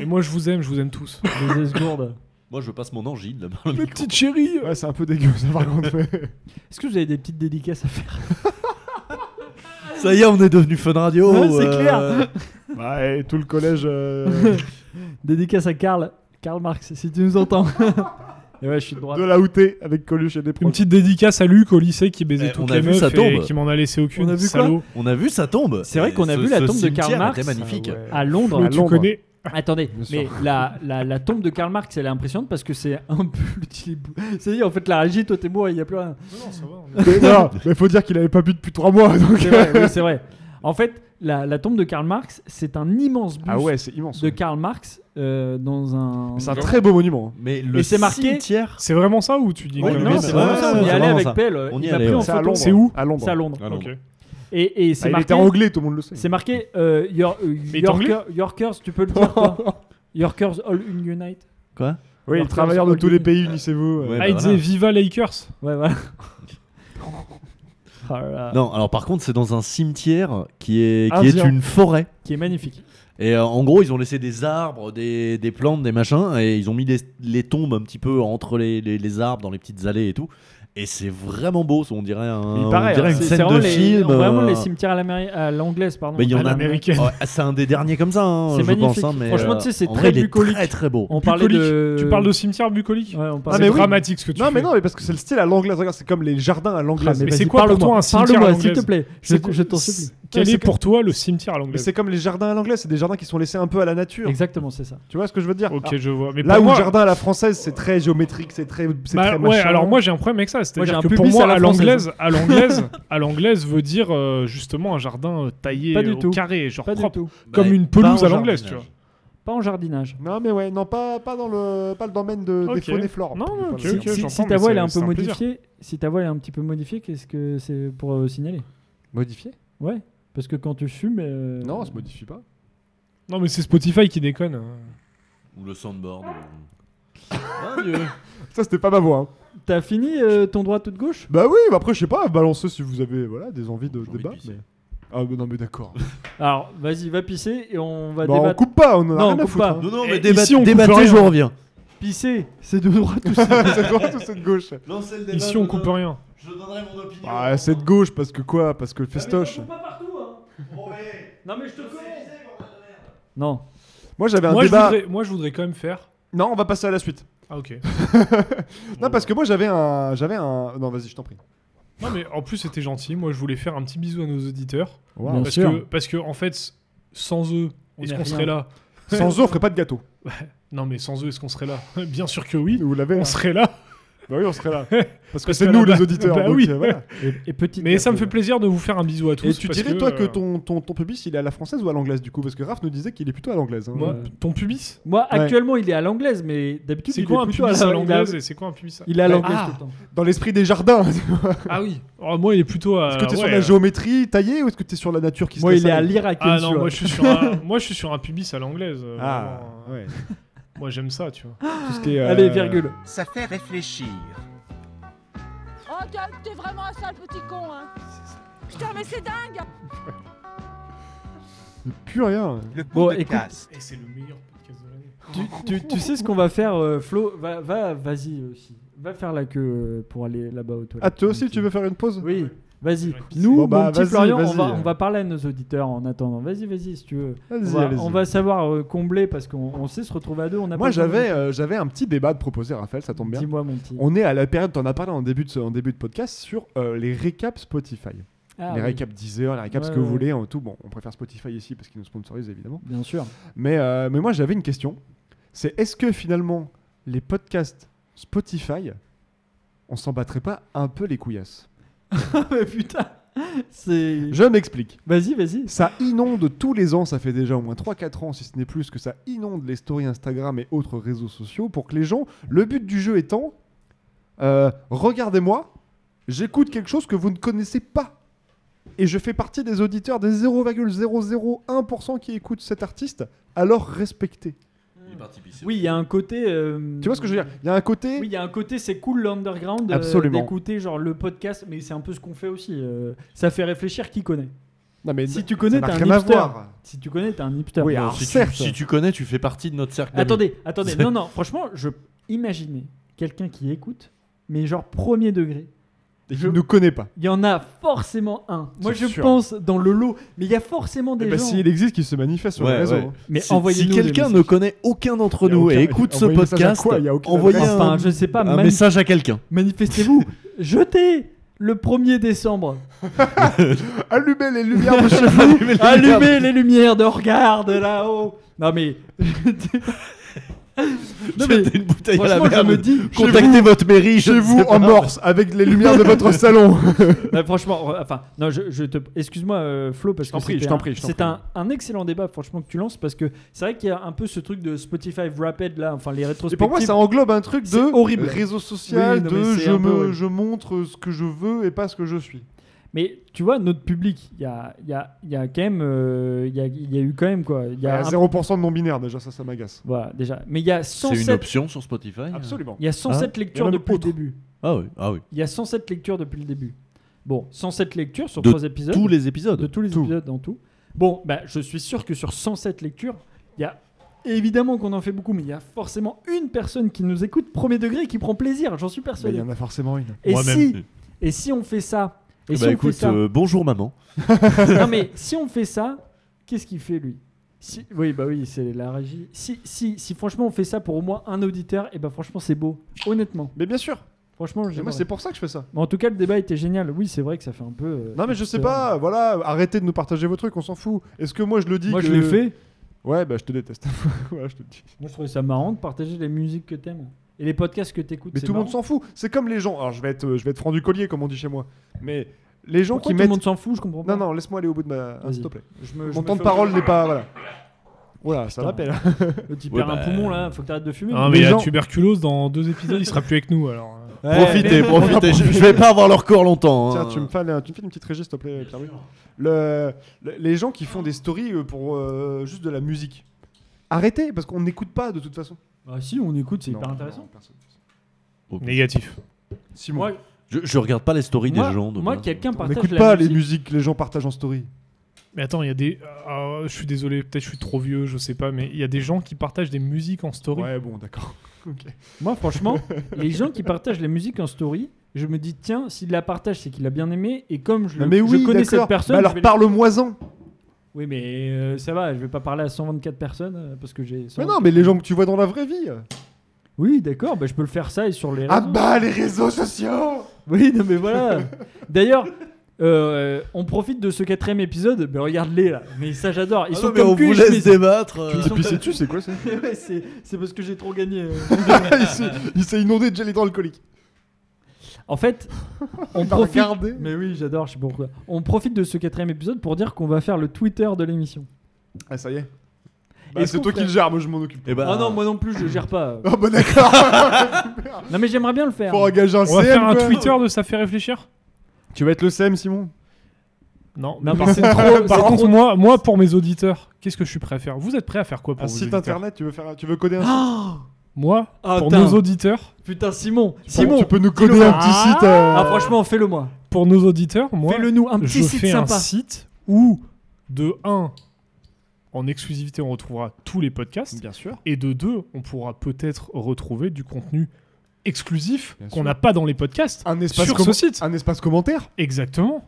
Et moi, je vous aime, je vous aime tous.
Des esgourdes.
Moi, je passe mon angine là, par le micro.
chérie
Ouais, c'est un peu dégueu, ça par
(laughs)
contre. mais-
Est-ce que vous avez des petites dédicaces à faire (laughs)
Ça y est, on est devenu Fun Radio.
Ouais, c'est
euh,
clair.
bah, et tout le collège. euh,
Dédicace à Karl. Karl Marx, si tu nous entends. (laughs) Et ouais, je suis de droite.
de la outé avec Coluche et des
Une
profs.
petite dédicace à Luc au lycée qui baisait
Eh, on
toutes
a
les
vu,
meufs
ça
et
tombe.
qui m'en a laissé aucune.
On a vu quoi
Salaud.
On a vu sa tombe.
C'est vrai qu'on a
Ce-
vu la
ce
tombe de
cimetière
Karl Marx.
était magnifique.
Ah ouais.
À Londres.
Lou,
À
tu
Londres.
connais
Attendez,
Bien sûr.
mais la, la, la tombe de Karl Marx, elle est impressionnante parce que c'est un peu (laughs) le petit bout. C'est en fait, la régie, toi t'es mort, il n'y a plus rien.
Mais
(laughs)
non, mais faut dire qu'il avait pas bu depuis 3 mois. Donc...
C'est vrai, oui, (laughs) c'est vrai. En fait, la, la tombe de Karl Marx, c'est un immense buste
Ah ouais, c'est immense.
de Karl Marx euh, dans un.
C'est un très beau monument. hein.
Mais le
Et c'est marqué-
cimetière.
C'est vraiment ça ou tu dis
Ouais,
que-
Non,
mais
c'est
c'est-
vraiment
ouais,
ça,
ouais,
on y
c'est
allait
vraiment
avec
ça.
Pelle. euh,
On y
il m'a
allait,
pris en
ouais.
C'est à
photo.
Londres.
C'est où
À Londres.
C'est à Londres.
Ah non,
Ok.
Et, et
Ah,
c'est
il était
marqué.
anglais, tout le monde le sait.
C'est marqué euh, Yor- euh,
Mais
Yorker- Yorkers, tu peux le dire toi Yorkers All Unite.
Quoi
Oui, les
Yorkers
travailleurs de
All
tous les
Unite.
pays, unissez-vous.
Ouais, bah
euh.
Ah, il disait
voilà.
Viva Lakers.
Ouais, voilà. Ah là là.
Non, alors par contre, c'est dans un cimetière qui est, qui est
Indien.
une forêt.
Qui est magnifique.
Et euh, en gros, ils ont laissé des arbres, des, des plantes, des machins, et ils ont mis des- les tombes un petit peu entre les, les- les arbres, dans les petites allées et tout. Et c'est vraiment beau, on dirait, un-
Il paraît,
on dirait
hein.
une
C'est c'est
scène
vraiment,
de
les,
film.
vraiment
euh,
les cimetières à l'améri- à l'anglaise, pardon.
mais il y
À
en a.
l'américaine.
Américaine.
Ouais, c'est un des derniers comme ça, hein,
C'est
je pense.
magnifique.
hein, mais,
Franchement,
euh,
tu sais, c'est
en vrai,
très
il est
bucolique.
Très très beau.
On parlait
Bucolique.
de.
Tu parles de cimetière bucolique
Ouais, on
C'est
Ah,
parlait
mais oui.
dramatique ce que tu
Non,
fais. Ah,
mais non, mais parce que c'est le style à l'anglaise. Regarde, c'est comme les jardins à l'anglaise.
mais bah,
vas-y,
c'est quoi pour
parle-moi,
toi un cimetière à
Parle-moi, s'il te
l'anglaise
plaît. Je,
C'est quoi-
je t'en supplie.
Quel
Ouais,
est
c'est
pour toi le cimetière à
Mais
l'anglaise
c'est comme les jardins à l'anglaise, c'est des jardins qui sont laissés un peu à la nature.
Exactement, c'est ça.
Tu vois ce que je veux dire
Ok,
Ah,
je vois. Mais
Là
pour
où
moi-
le jardin à la française, c'est très géométrique, c'est très, c'est
Bah,
très
ouais,
machin.
alors moi j'ai un problème avec ça.
j'ai
C'est-à-dire
un
que pour
pubis à
moi,
la
à
française.
l'anglaise, à l'anglaise, à l'anglaise veut dire euh, justement un jardin euh, taillé
Pas du
euh,
tout.
au carré, genre
Pas du
propre,
tout.
comme
Bah,
une
pas
pelouse
en
à l'anglaise, tu vois.
jardinage.
Pas en jardinage.
Non, mais ouais, non, pas, pas dans le, pas le domaine de, des
Ok.
faunes et flore.
Non,
Voilà.
ok,
Si-
ok,
si,
j'entends,
si ta
mais
voix
c'est-
elle est un
c'est
peu
un plaisir.
modifiée, si ta voix elle est un petit peu modifiée, qu'est-ce que c'est pour euh, signaler
Modifié
Ouais, parce que quand tu fumes. euh,
Non, ça se modifie pas.
Non, mais c'est Spotify qui déconne.
Ou le soundboard. ou-
Ah,
Mon Dieu.
Ça, c'était pas ma voix. hein.
T'as fini euh, ton droit tout de gauche
Bah oui, bah après, je sais pas, balancez si vous avez voilà, des envies de
J'ai envie de
débat.
pisser.
mais- Ah, mais non, mais d'accord.
Alors, vas-y, va pisser et on va
Bah, on
débattre.
coupe pas, on en a
Non,
rien
on
à
coupe
foutre.
pas.
hein.
Non, non,
Et
mais
ici,
débat-
on coupe
débattez,
rien.
je vous reviens.
hein.
Pisser, c'est de droite tout ça.
hein. (laughs) c'est droite ou c'est de gauche
Lancez le
Ici, on coupe rien.
Je donnerai mon opinion.
Ah, c'est de gauche, parce que quoi Parce que festoche.
hein. Non, mais je te connais. Non,
Moi, j'avais Ben, un
Moi je,
débat.
voudrais, moi, je voudrais quand même faire.
Non, on va passer à la suite.
Ah, ok.
Non, parce que moi, j'avais un. J'avais un. Non, vas-y, je t'en prie.
Non, mais en plus, c'était gentil. Moi, je voulais faire un petit bisou à nos auditeurs.
Bien
parce,
sûr.
Que, parce que, en fait, sans eux,
On
est-ce
est
qu'on
rien.
serait là (laughs)
Sans eux, on ferait pas de gâteau.
Non, mais sans eux, est-ce qu'on serait là (laughs) Bien sûr que oui.
Vous l'avez. hein.
On serait là.
Bah oui, on serait là. (laughs) Parce que
Parce
c'est
qu'à
nous,
la
les
base-
auditeurs.
Bah
donc,
oui.
euh, voilà.
et, et petite.
(laughs) Mais ça me fait
carte.
plaisir de vous faire un bisou à tous.
Et tu
parce
dirais, toi, que
euh,
ton, ton, ton pubis, il est à la française ou à l'anglaise, du coup Parce que Raph nous disait qu'il est plutôt à l'anglaise. hein.
Moi,
Ouais.
euh, ton pubis
Moi,
Ouais.
actuellement, il est à l'anglaise, mais d'habitude,
C'est
il
quoi
est
un pubis
plutôt
à
la-
l'anglaise
il est
et c'est quoi un pubis à-
à- Il est à
Ouais.
l'anglaise
Ah.
tout le temps.
Dans l'esprit des jardins.
Ah oui. Alors, moi, il est plutôt à.
Est-ce que t'es sur
ouais, euh,
la géométrie taillée ou est-ce que t'es sur la nature qui se
Moi,
laisse
il est à
aller
l'Irak.
Ah non, moi je, suis sur un, (laughs) moi je suis sur un pubis à l'anglaise. euh,
Ah,
vraiment.
ouais.
Moi j'aime ça, tu vois.
Tout ce
Ah.
qui est, euh,
Allez, virgule.
Ça fait réfléchir.
Oh, t'es- t'es vraiment un sale petit con, hein Putain, mais c'est dingue
Plus rien.
Le pot
Bon,
de
écoute.
caste.
Et c'est le meilleur podcast de l'année.
Tu, tu- tu sais ce qu'on va faire, euh, Flo Va, va vas-y aussi. Va faire la queue euh, pour aller là-bas aux toilettes.
Ah, toi aussi, tu veux faire une pause
Oui. Vas-y,
Ouais.
nous,
Bon,
mon
bah,
petit
vas-y,
Florian, on
vas-y.
va, on va parler à nos auditeurs en attendant. Vas-y, vas-y, si tu veux. On
Vas-y,
va,
allez-y.
on va savoir euh, combler parce qu'on on sait se retrouver à deux. On
Moi,
a pas besoin de-
j'avais euh, j'avais un petit débat de proposer, Raphaël, ça tombe bien.
Dis-moi, mon petit.
On est à la période, t'en as parlé en début de, ce- en début de podcast, sur euh, les récaps Spotify.
Ah,
les
oui,
récaps Deezer, les récaps
Ouais,
ce que vous
ouais.
voulez, en tout. Bon, on préfère Spotify ici parce qu'ils nous sponsorisent évidemment. (laughs)
Bien sûr.
Mais, euh, mais moi, j'avais une question. C'est est-ce que finalement, les podcasts Spotify, on s'en battrait pas un peu les couillasses
Ah, mais putain, c'est.
Je m'explique.
Vas-y, vas-y.
Ça inonde tous les ans, ça fait déjà au moins 3-4 ans, si ce n'est plus, que ça inonde les stories Instagram et autres réseaux sociaux pour que les gens. Le but du jeu étant euh, regardez-moi, j'écoute quelque chose que vous ne connaissez pas. Et je fais partie des auditeurs des 0,001% qui écoutent cet artiste, alors respecté.
Oui, il y a un côté. euh,
Tu vois ce que je veux dire Il y a un côté.
Oui, il y a un côté, c'est cool l'underground euh,
Absolument.
d'écouter genre le podcast, mais c'est un peu ce qu'on fait aussi. euh, ça fait réfléchir qui connaît.
Non, mais
Si tu connais,
n'a
t'es un
rien à
hipster.
voir.
Si tu connais, t'es un hipster.
Oui,
Bon,
alors
si, tu,
certes.
si tu connais, tu fais partie de notre cercle. d'amis.
Attendez, attendez.
C'est-
Non, non, franchement, je imaginez quelqu'un qui écoute, mais genre premier degré.
Et
Je-
je ne connais pas.
Il y en a forcément un. Moi,
C'est
je
sûr.
pense dans le lot, mais il y a forcément des
Eh ben,
gens.
S'il existe, qu'il se manifeste sur
Ouais,
les réseaux.
ouais.
hein.
Mais
Si-
envoyez-nous.
si
des
quelqu'un ne
messages.
connaît aucun d'entre
Il y a
nous
aucun-
et écoute ce
envoyez le message à
podcast,
quoi Il y a aucune
envoyez
adresse.
un,
Enfin, je sais pas.
un
mani-
message à quelqu'un.
Manifestez-vous. Jetez le 1er décembre.
Allumez les lumières (laughs) de chez vous.
Allumez les lumières de regarde là-haut. Non mais. non mais.
Jetez une bouteille à la
Franchement, je
merde.
me dis,
Contactez votre mairie, je
chez
ne
vous
sais
en
pas.
morse avec les lumières de (laughs) votre salon.
Ouais, franchement, euh, enfin, non, je, je te, excuse-moi, euh, Flo, parce que
t'en prie,
c'était
je t'en
un-
prie, je t'en
c'est
prie.
un, un excellent débat, franchement, que tu lances, parce que c'est vrai qu'il y a un peu ce truc de Spotify Rapid là, enfin les
Et
rétrospectives.
pour moi, ça englobe un truc
C'est
de
horrible.
réseau social,
Oui, non, mais
de
c'est
je,
un peu,
me,
ouais.
je montre ce que je veux et pas ce que je suis.
Mais tu vois, notre public, il y a, il y, a, il y a quand même, euh, il y, a, il y a eu quand même quoi, il y
Il y
a
a
un-
0% de non-binaire déjà, ça, ça m'agace.
voilà déjà, mais il y a
C'est une
107,
option sur Spotify. hein.
Absolument.
il y a 107
Hein? Il y
lectures
a même
depuis le
autre.
début.
Ah oui, ah oui.
Il y a 107 lectures depuis le début. Bon, 107 lectures sur
De
trois épisodes.
Tous les épisodes.
(laughs) de tous les
Tout.
épisodes en tout. Bon, bah, je suis sûr que sur 107 lectures, il y a évidemment qu'on en fait beaucoup, mais il y a forcément une personne qui nous écoute premier degré et qui prend plaisir, j'en suis
Mais Bah, il
persuadé.
y en a forcément une.
Et
Moi-même.
si, et si on fait ça et
Eh
si
bah
on
écoute,
fait ça,
euh, bonjour maman.
(laughs) non
(laughs)
mais si on fait ça, qu'est-ce qu'il fait lui si, Oui bah oui c'est la régie. Si, si, si franchement on fait ça pour au moins un auditeur, et bah franchement c'est beau, honnêtement.
Mais bien sûr.
Franchement
Et moi,
j'aimerais.
c'est pour ça que je fais ça.
Mais en tout cas le débat était génial. Oui c'est vrai que ça fait un peu. euh,
Non, mais je sais
c'est
pas. Voilà, arrêtez de nous partager vos trucs, on s'en fout. Est-ce que moi, je le dis
Moi je
que-
l'ai fait.
Ouais, bah, je te déteste. (laughs) Voilà, je te le dis.
Moi, je trouvais ça marrant de partager les musiques que t'aimes et les podcasts que t'écoutes.
Mais
c'est
tout le monde
marrant.
s'en fout. C'est comme les gens. Alors, je vais être, euh, je vais être franc du collier, comme on dit chez moi. Mais les gens
Pourquoi
qui
tout
mettent.
le monde s'en fout, je comprends pas.
Non, non, laisse-moi aller au bout de ma.
Vas-y.
S'il te plaît.
Je me, je
Mon
me
temps de
fais-
parole n'est pas. Voilà. Voilà, ça
Putain.
m'appelle.
Euh, Tu
Ouais,
perds
bah,
un poumon là, faut que t'arrêtes de fumer.
Ah, mais
Les
la
gens-
tuberculose, dans deux épisodes, il sera plus avec nous alors. euh.
Eh,
profitez, profitez.
(laughs)
Je, je vais pas avoir leur corps longtemps. hein.
Tiens, tu me fais, un- tu me fais une petite régie, s'il te plaît, Pierre-Louis. Le, le- les gens qui font des stories euh, pour euh, juste de la musique, arrêtez, parce qu'on n'écoute pas de toute façon.
Ah, si, on écoute, c'est
Non,
hyper
non,
intéressant.
personne.
Négatif.
Simon,
Moi,
Je, je regarde pas les stories
moi,
des gens. hein. de
moi
base.
quelqu'un
on
partage
n'écoute
la
pas
musique.
les musiques que les gens partagent en story.
Mais attends, il y a des. ah, je suis désolé, peut-être je suis trop vieux, je sais pas, mais il y a des gens qui partagent des musiques en story.
Ouais, bon, d'accord. (laughs)
Moi, franchement, les gens qui partagent la musique en story, je me dis, tiens, s'il la partage, c'est qu'il a bien aimé. Et comme je,
Non,
le-
mais oui,
je connais cette
d'accord.
personne.
Bah
je
alors
vais la-
parle-moi-en.
Oui, mais euh, ça va, je vais pas parler à 124 personnes euh, parce que j'ai.
Mais non, mais les gens que tu vois dans la vraie vie. euh.
Oui, d'accord, bah, je peux le faire ça et sur les.
Ah
réseaux.
bah, les réseaux sociaux
Oui, non mais voilà. D'ailleurs, euh, on profite de ce quatrième épisode. Mais regarde-les là. Mais ça, j'adore. Ils
Ah
sont
non, mais
comme
on
cul,
vous
je
laisse
les ai-
débattre. euh.
Ils sont comme-
tu c'est quoi ça
(laughs) Ouais, c'est c'est parce que j'ai trop gagné. euh.
(laughs) Il s'est- il s'est inondé de gel hydroalcoolique.
en fait, on
Il m'a
profite.
regardé.
Mais oui, j'adore. Je sais pas pourquoi. On profite de ce quatrième épisode pour dire qu'on va faire le Twitter de l'émission.
Ah, ça y est. Bah,
Est-ce
c'est
qu'on
toi
ferait-
qui le gères, moi je m'en occupe.
Eh ben,
Ah non, moi non plus, je gère pas.
Ah bah
(laughs)
d'accord
Non mais j'aimerais bien le faire.
Faut engager un
On
CM,
va faire un
quoi.
Twitter de ça fait réfléchir
Tu vas être le CM, Simon
Non,
Non,
mais
mais
par,
c'est
contre-
trop-
par
c'est
contre,
trop-
moi, moi, pour mes auditeurs, qu'est-ce que je suis prêt à faire Vous êtes prêt à faire quoi pour
Un
vos
site
auditeurs
internet, tu veux, faire, tu veux coder un site
Ah,
Moi,
Ah,
pour
tain.
nos auditeurs,
putain, Simon,
Bon,
Simon.
Tu peux nous
dis-le
coder un
moi.
petit site euh,
Ah franchement, fais-le moi.
pour nos auditeurs, moi,
Fais-le nous un
je
petit site
fais
sympa.
un site où de 1 en exclusivité, on retrouvera tous les podcasts
Bien sûr.
et de 2, on pourra peut-être retrouver du contenu exclusif
Bien
qu'on
sûr.
n'a pas dans les podcasts
Un espace,
sur
commen-
ce site.
un espace commentaire
Exactement.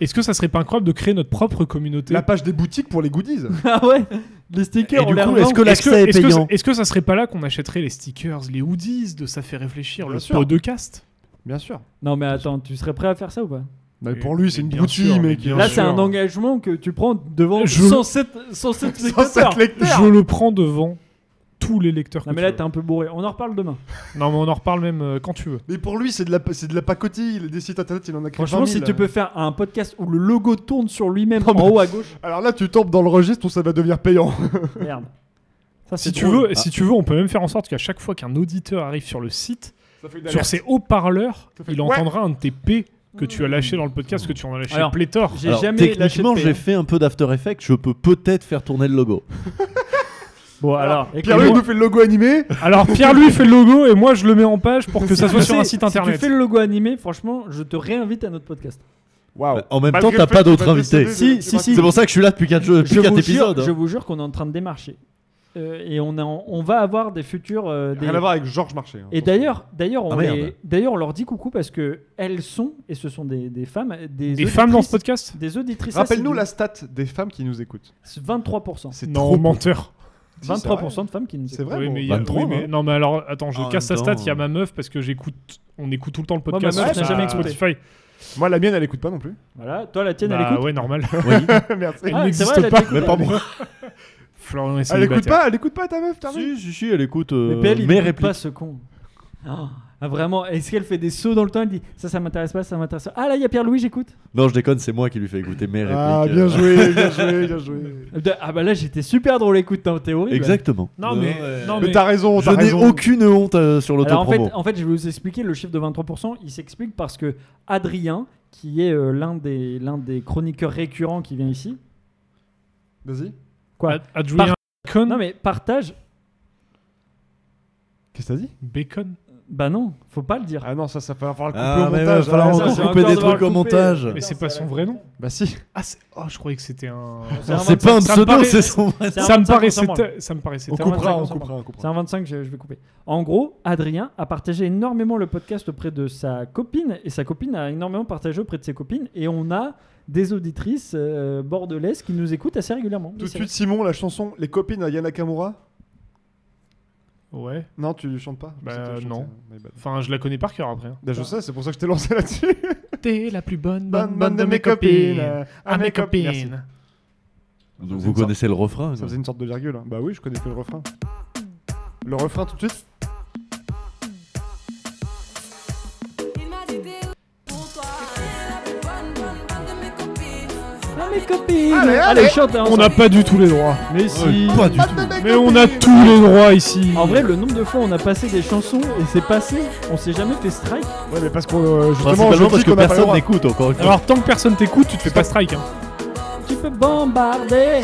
Est-ce que ça serait pas incroyable de créer notre propre communauté
La page des boutiques pour les goodies.
(laughs)
Bah,
Ah ouais Les stickers,
Et
on
du
Bah,
les
coup,
revend.
est-ce que l'accès est
est-ce que-
payant
Est-ce que ça serait pas là qu'on achèterait les stickers, les hoodies de Ça fait réfléchir,
Bien
le
sûr.
podcast
Bien sûr.
Non mais attends, tu serais prêt à faire ça ou pas
Mais
Mais-
Bah, pour lui, c'est
mais
une
bien
broutille,
sûr, mais
mec.
bien
Là,
sûr.
c'est un engagement que tu prends devant
Je-
107, 107 spectateurs.
Je le prends devant tous les lecteurs.
Non mais
que tu
là,
veux.
t'es un peu bourré. On en reparle demain.
Non, mais on en reparle même euh, quand tu veux.
Mais pour lui, c'est de la, c'est de la pacotille. Il- Des sites internet, il en a créé
Franchement,
20 000.
si tu peux faire un podcast où le logo tourne sur lui-même en
mais-
haut à
(laughs)
gauche,
Alors là, tu tombes dans le registre où ça va devenir (laughs) payant.
merde. Ça, Ah, c'est
Si tu,
drôle.
veux, si tu veux, on peut même faire en sorte qu'à chaque fois qu'un auditeur arrive sur le site,
Ça fait une
sur
alerte.
ses haut-parleurs,
Ça fait-
il
Ouais.
entendra un de tes P que tu as lâché dans le podcast, que tu en as lâché
Alors,
pléthore.
J'ai
Alors,
jamais lâché de
techniquement,
paix,
j'ai
hein.
fait un peu d'After Effects. Je peux peut-être faire tourner le logo.
Bon alors,
Pierre, il nous fait le logo animé.
Alors, Pierre-Louis fait le logo et moi je le mets en page pour que ça soit sur un site
Si
internet.
tu fais le logo animé, franchement, je te réinvite à notre podcast.
Waouh.
En même temps,
Malgré le
t'as
fait
pas
qu'il
d'autres
va décéder
invités.
de-
Si,
de
si, si.
racisme.
C'est pour ça que je suis là depuis 4
je, vous jure,
hein.
épisodes.
je vous jure qu'on est en train de démarcher. Euh, et on, a- on va avoir des futurs... euh, des-
Rien à voir avec Georges Marché. hein.
Et d'ailleurs, d'ailleurs, on
Ah, merde.
les- d'ailleurs, on leur dit coucou parce que elles sont, et ce sont des, des femmes, des,
Des femmes dans ce
auditrices-
podcast
Des auditrices. ça,
Rappelle-nous
c'est
la stat des femmes qui nous écoutent.
du- 23%.
C'est
Non,
trop
menteur.
Si, c'est
23% de femmes qui nous
C'est
écoutent.
vrai.
Oui,
bon. Bah,
mais il y a-
23,
oui, mais-
hein.
Non, mais alors, attends, je
En
casse
même
la stat.
temps,
Il y a
euh.
ma meuf parce que j'écoute. On écoute tout le temps le
Moi, ma
podcast
meuf,
sur
n'a jamais
sa-
écouté.
Spotify.
Moi, la mienne, elle écoute pas non plus.
Voilà, toi la tienne,
Bah
elle écoute.
ouais, normal.
(laughs) Merci.
Elle
Ah, c'est vrai,
n'existe
elle
pas.
t'écoute. Mais pas moi.
Florian est
Elle écoute
célibataire.
pas, elle écoute pas ta meuf, t'as vu
Si, si, si, elle écoute euh,
Mais PL, il
mes
écoute
répliques.
pas ce con. Ah, ah, vraiment, est-ce qu'elle fait des sauts dans le temps Elle dit ça, ça m'intéresse pas, ça m'intéresse pas. Ah là, il y a Pierre-Louis, j'écoute.
Non, je déconne, c'est moi qui lui fais écouter mes répliques.
Ah,
euh.
bien joué, bien joué, bien (laughs) joué.
Ah bah là, j'étais super drôle, écoute, t'es théorie.
Exactement.
Non, mais. non,
Mais
mais-
t'as raison,
Je
t'as
n'ai
raison.
aucune honte euh, sur
Alors en fait,
l'autopromo.
en fait, je vais vous expliquer le chiffre de 23%. Il s'explique parce que Adrien, qui est euh, l'un des, l'un des chroniqueurs récurrents qui vient ici,
Vas-y.
quoi
Ad- Adrien Bacon.
Non mais partage.
Qu'est-ce que t'as dit
Bacon.
Bah non, faut pas le dire.
Ah non, ça, ça va falloir le couper
Ah,
au
mais
montage.
ouais, va falloir
ah,
en
ça,
encore
c'est
c'est-
encore
couper des
devoir
trucs au
couper.
montage.
Mais c'est pas son vrai nom.
Bah si.
Ah, c'est- oh, je croyais que c'était un.
C'est un
C'est pas un
Ça me
pseudo,
paraît-
c'est son vrai.
C'est un
Ça me
25,
paraissait.
on s'en
te- Ça me paraissait.
On
tellement-
coupera,
on
on
s'en
coupera, on coupera.
C'est un 25, je, je vais couper. En gros, Adrien a partagé énormément le podcast auprès de sa copine et sa copine a énormément partagé auprès de ses copines et on a des auditrices euh, bordelaises qui nous écoutent assez régulièrement.
Tout de
Oui, c'est
suite, Simon, la chanson Les copines à Yana Kamura.
Ouais.
Non, tu chantes pas
Bah,
Je sais que tu
non.
chantais, my bad.
Enfin, je la connais par cœur après. hein.
Bah, je sais, c'est pour ça que je t'ai lancé là-dessus.
T'es la plus bonne
Bonne, bonne de mes copines. euh,
À Ah, mes
Merci.
copines.
Vous
Ça-
vous connaissez le refrain
Ça
quoi.
faisait une sorte de virgule. hein. Bah oui, je connais que le refrain. Le refrain tout de suite
ça. Ah, mes copines
Allez, allez. Oh,
chante hein,
On n'a pas du tout les droits. Mais si.
Euh, Pas du tout.
Mais on a tous les droits ici.
En vrai, le nombre de fois on a passé des chansons et c'est passé, on s'est jamais fait strike.
Ouais, mais parce qu'on. euh, justement, je
Principalement
dis
parce que
qu'on a pas le
personne
droit.
n'écoute encore une
Ah.
fois.
Alors, tant que personne t'écoute, tu te fais pas strike. Hein.
Tu peux bombarder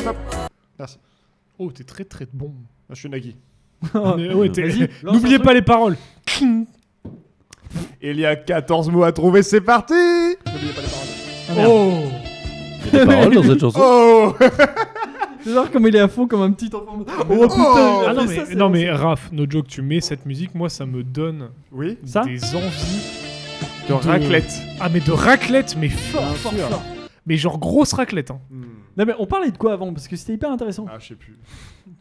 Oh, t'es très très bon. (laughs)
Ah, Je suis Nagui.
Mais ouais, t'es- (laughs)
Vas-y, lance un
N'oubliez
truc.
pas les paroles.
Il y a 14 mots à trouver, c'est parti
Oh.
Il y a des paroles dans cette chanson.
Oh (laughs)
C'est genre comme il est à fond comme un petit enfant. Oh putain, il a
Ah non,
fait
mais,
ça, c'est
non,
bon,
mais Raph, no joke, tu mets cette musique, moi ça me donne
Oui
Ça
des envies.
De raclette.
Ah, mais de raclette, mais
c'est-
fort,
Bien
fort,
sûr.
fort. Mais genre grosse raclette. (laughs) Hein.
Non mais on parlait de quoi avant parce que c'était hyper intéressant.
Hmm. Ah, je sais plus.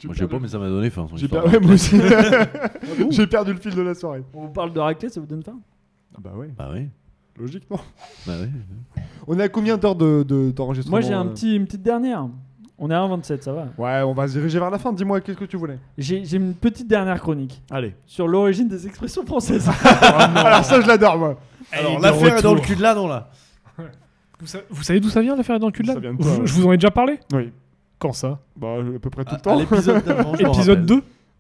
Moi, je sais pas, mais ça m'a donné faim. son
J'ai
histoire.
perdu, (laughs) moi aussi. J'ai perdu le fil de la soirée.
On vous parle de raclette, ça vous donne faim
Bah ouais,
Bah oui.
logiquement.
Bah oui.
On est à combien d'heures de- de- d'enregistrement
Moi j'ai un
euh
petit, une petite dernière. On est à 1,27, ça va.
Ouais, on va se diriger vers la fin. Dis-moi, qu'est-ce que tu voulais
J'ai j'ai une petite dernière chronique
Allez.
sur l'origine des expressions françaises.
Alors, ça, je l'adore, moi.
Elle est
Alors,
de
l'affaire est dans le
retour.
cul de là, non là.
Vous, sa- vous savez d'où ça vient l'affaire dans le cul de
Ça
là
vient de toi,
je,
ouais.
je vous en ai déjà parlé
Oui.
Quand ça
Bah, à peu près
À-
tout le
à
temps.
L'épisode d'avant, je m'en
Épisode
rappelle.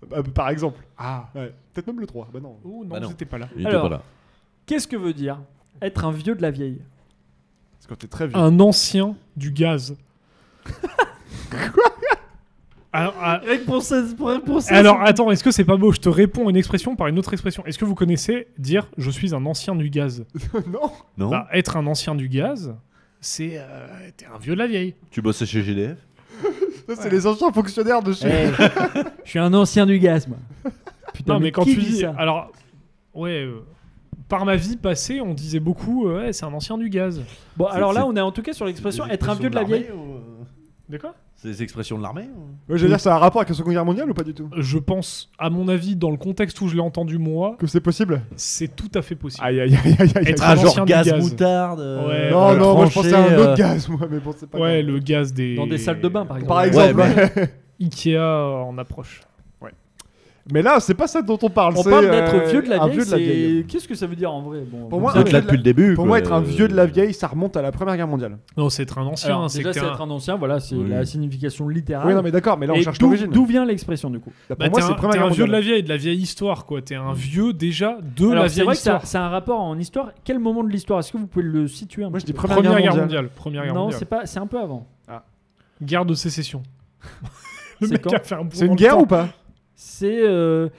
2
Bah, Par exemple.
Ah.
Ouais. Peut-être même le 3. Bah non.
Oh non,
Bah non.
vous étiez pas là.
Il était pas
Alors.
là.
Qu'est-ce que veut dire être un vieux de la vieille
Parce que t'es très vieux.
Un ancien du gaz. alors, ah,
Réponse réponse.
alors, (laughs) attends, est-ce que c'est pas beau Je te réponds une expression par une autre expression. Est-ce que vous connaissez dire je suis un ancien du gaz
non
Non
Bah, être un ancien du gaz, c'est. euh, T'es un vieux de la vieille.
Tu bossais chez GDF
Ça, c'est les anciens fonctionnaires de chez.
je suis un ancien du gaz moi. Putain,
non, mais, quand
qui
tu
dit
dis.
ça
Alors, ouais. euh, par ma vie passée, on disait beaucoup, euh, Ouais, c'est un ancien du gaz.
Bon,
C'est-
alors là,
c'est-
on est en tout cas sur l'expression
Des
être un vieux de la
expressions
vieille.
l'armée, ou, euh,
De quoi
C'est des expressions de l'armée ou-
Ouais, je veux dire, ça a un rapport avec la Seconde Guerre mondiale ou pas du tout
Je pense, à mon avis, dans le contexte où je l'ai entendu moi,
Que c'est possible
c'est tout à fait possible.
Aïe aïe aïe aïe aïe.
Être
Ah, genre
ancien du
gaz,
gaz.
moutarde. euh,
Ouais,
Non,
voilà.
non, moi je
tranché,
pensais à un
euh,
autre gaz, moi, mais bon, c'est pas
Ouais,
grave.
le gaz des.
Dans des salles de bain, par exemple.
Par
Ouais,
exemple,
mais-
ouais. bah,
Ikea euh, en approche.
(laughs) Mais là, c'est pas ça dont on parle.
On
c'est,
parle
euh,
d'être vieux de la
un
vieille.
vieux de la vieille.
c'est- Qu'est-ce que ça veut dire en vrai bon,
Pour moi,
vous
un
Vous
savez-
êtes là
vieux de la-
depuis le début.
Pour
quoi,
moi, être un
euh,
vieux de la vieille, ça remonte à la Première Guerre mondiale.
Non, c'est être un ancien. hein,
Alors,
c'est
déjà,
que
c'est
t'es un-
être un ancien, voilà, c'est
Oui.
la signification littérale.
Oui, non, mais d'accord, mais là, on
Et
cherche
d'où-
l'origine.
D'où vient l'expression du coup
Pour
Bah,
moi,
t'es
c'est
un,
Première
t'es
Guerre
un vieux de
mondiale.
la vieille, de la vieille histoire, quoi. T'es un vieux déjà de
Alors,
la
c'est
vieille
vrai que ça,
histoire.
ça a un rapport en histoire. Quel moment de l'histoire Est-ce que vous pouvez le situer un
Moi, je dis
petit peu
Première Guerre mondiale.
Première guerre
Non,
mondiale.
c'est pas, c'est un peu avant.
Guerre de sécession. Le
C'est
mec
quand
a fait un bond
C'est
dans
une
le
guerre
temps.
ou pas
C'est, euh,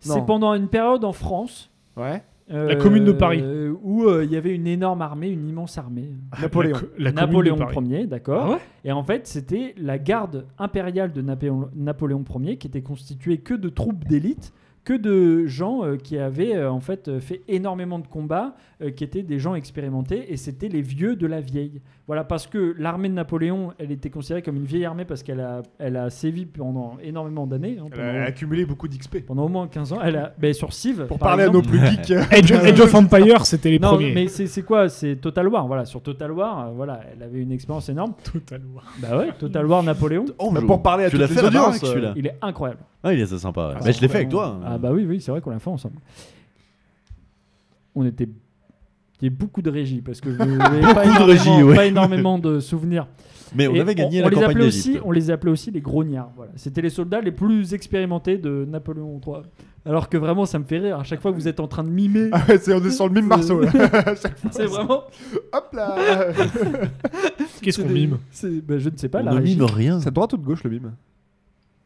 c'est
Non.
pendant une période en France.
Ouais.
euh,
Commune de Paris.
euh, Où euh, il y avait une énorme armée, une immense armée.
(laughs) Napoléon.
La co- La, commune
Napoléon
de Paris.
Ier, d'accord.
Ah ouais
Et en fait, c'était la garde impériale de Napéon- Napoléon Ier qui était constituée que de troupes d'élite, que de gens euh, qui avaient euh, en fait euh, fait énormément de combats, euh, qui étaient des gens expérimentés, et c'était les vieux de la vieille. Voilà, parce que l'armée de Napoléon, elle était considérée comme une vieille armée parce qu'elle a, elle a sévi pendant énormément d'années, hein,
Elle
pendant,
a accumulé beaucoup d'XP.
pendant au moins 15 ans. Elle a, ben, sur Civ,
Pour
par
parler à
exemple.
nos plus geeks. euh,
Age, Age of Empire, c'était les
Non,
premiers.
mais c'est c'est quoi C'est Total War, voilà. Sur Total War, euh, voilà, elle avait une expérience énorme.
Total War.
Bah ouais, Total War Napoléon.
on
bah,
joue.
pour parler
tu
à toutes
l'as
les
fait à la
audiences,
baraque,
euh,
celui-là.
Il est incroyable.
Ah, il est assez sympa. ouais.
Ah,
Mais je l'ai
c'est
fait avec toi. hein.
incroyable. Ah bah oui, oui, c'est vrai qu'on l'a fait ensemble. On était... Il y a eu beaucoup de régies, parce
(laughs)
que je n'avais pas,
Beaucoup de régies,
énormément-
ouais.
pas énormément de souvenirs.
Mais on
Et
avait gagné
on,
la
les
campagne
appelait aussi,
d'Égypte.
On les appelait aussi les grognards. Voilà. C'était les soldats les plus expérimentés de Napoléon III. Alors que vraiment, ça me fait rire. À chaque fois que vous êtes en train de mimer,
Ah (laughs) ouais, c'est- on est sur le même marceau là.
c'est vraiment...
Hop (laughs) là
Qu'est-ce qu'on
c'est des-
mime
c'est- ben, Je ne sais pas,
On
la
ne
régie.
mime rien.
C'est de droite ou de gauche le bim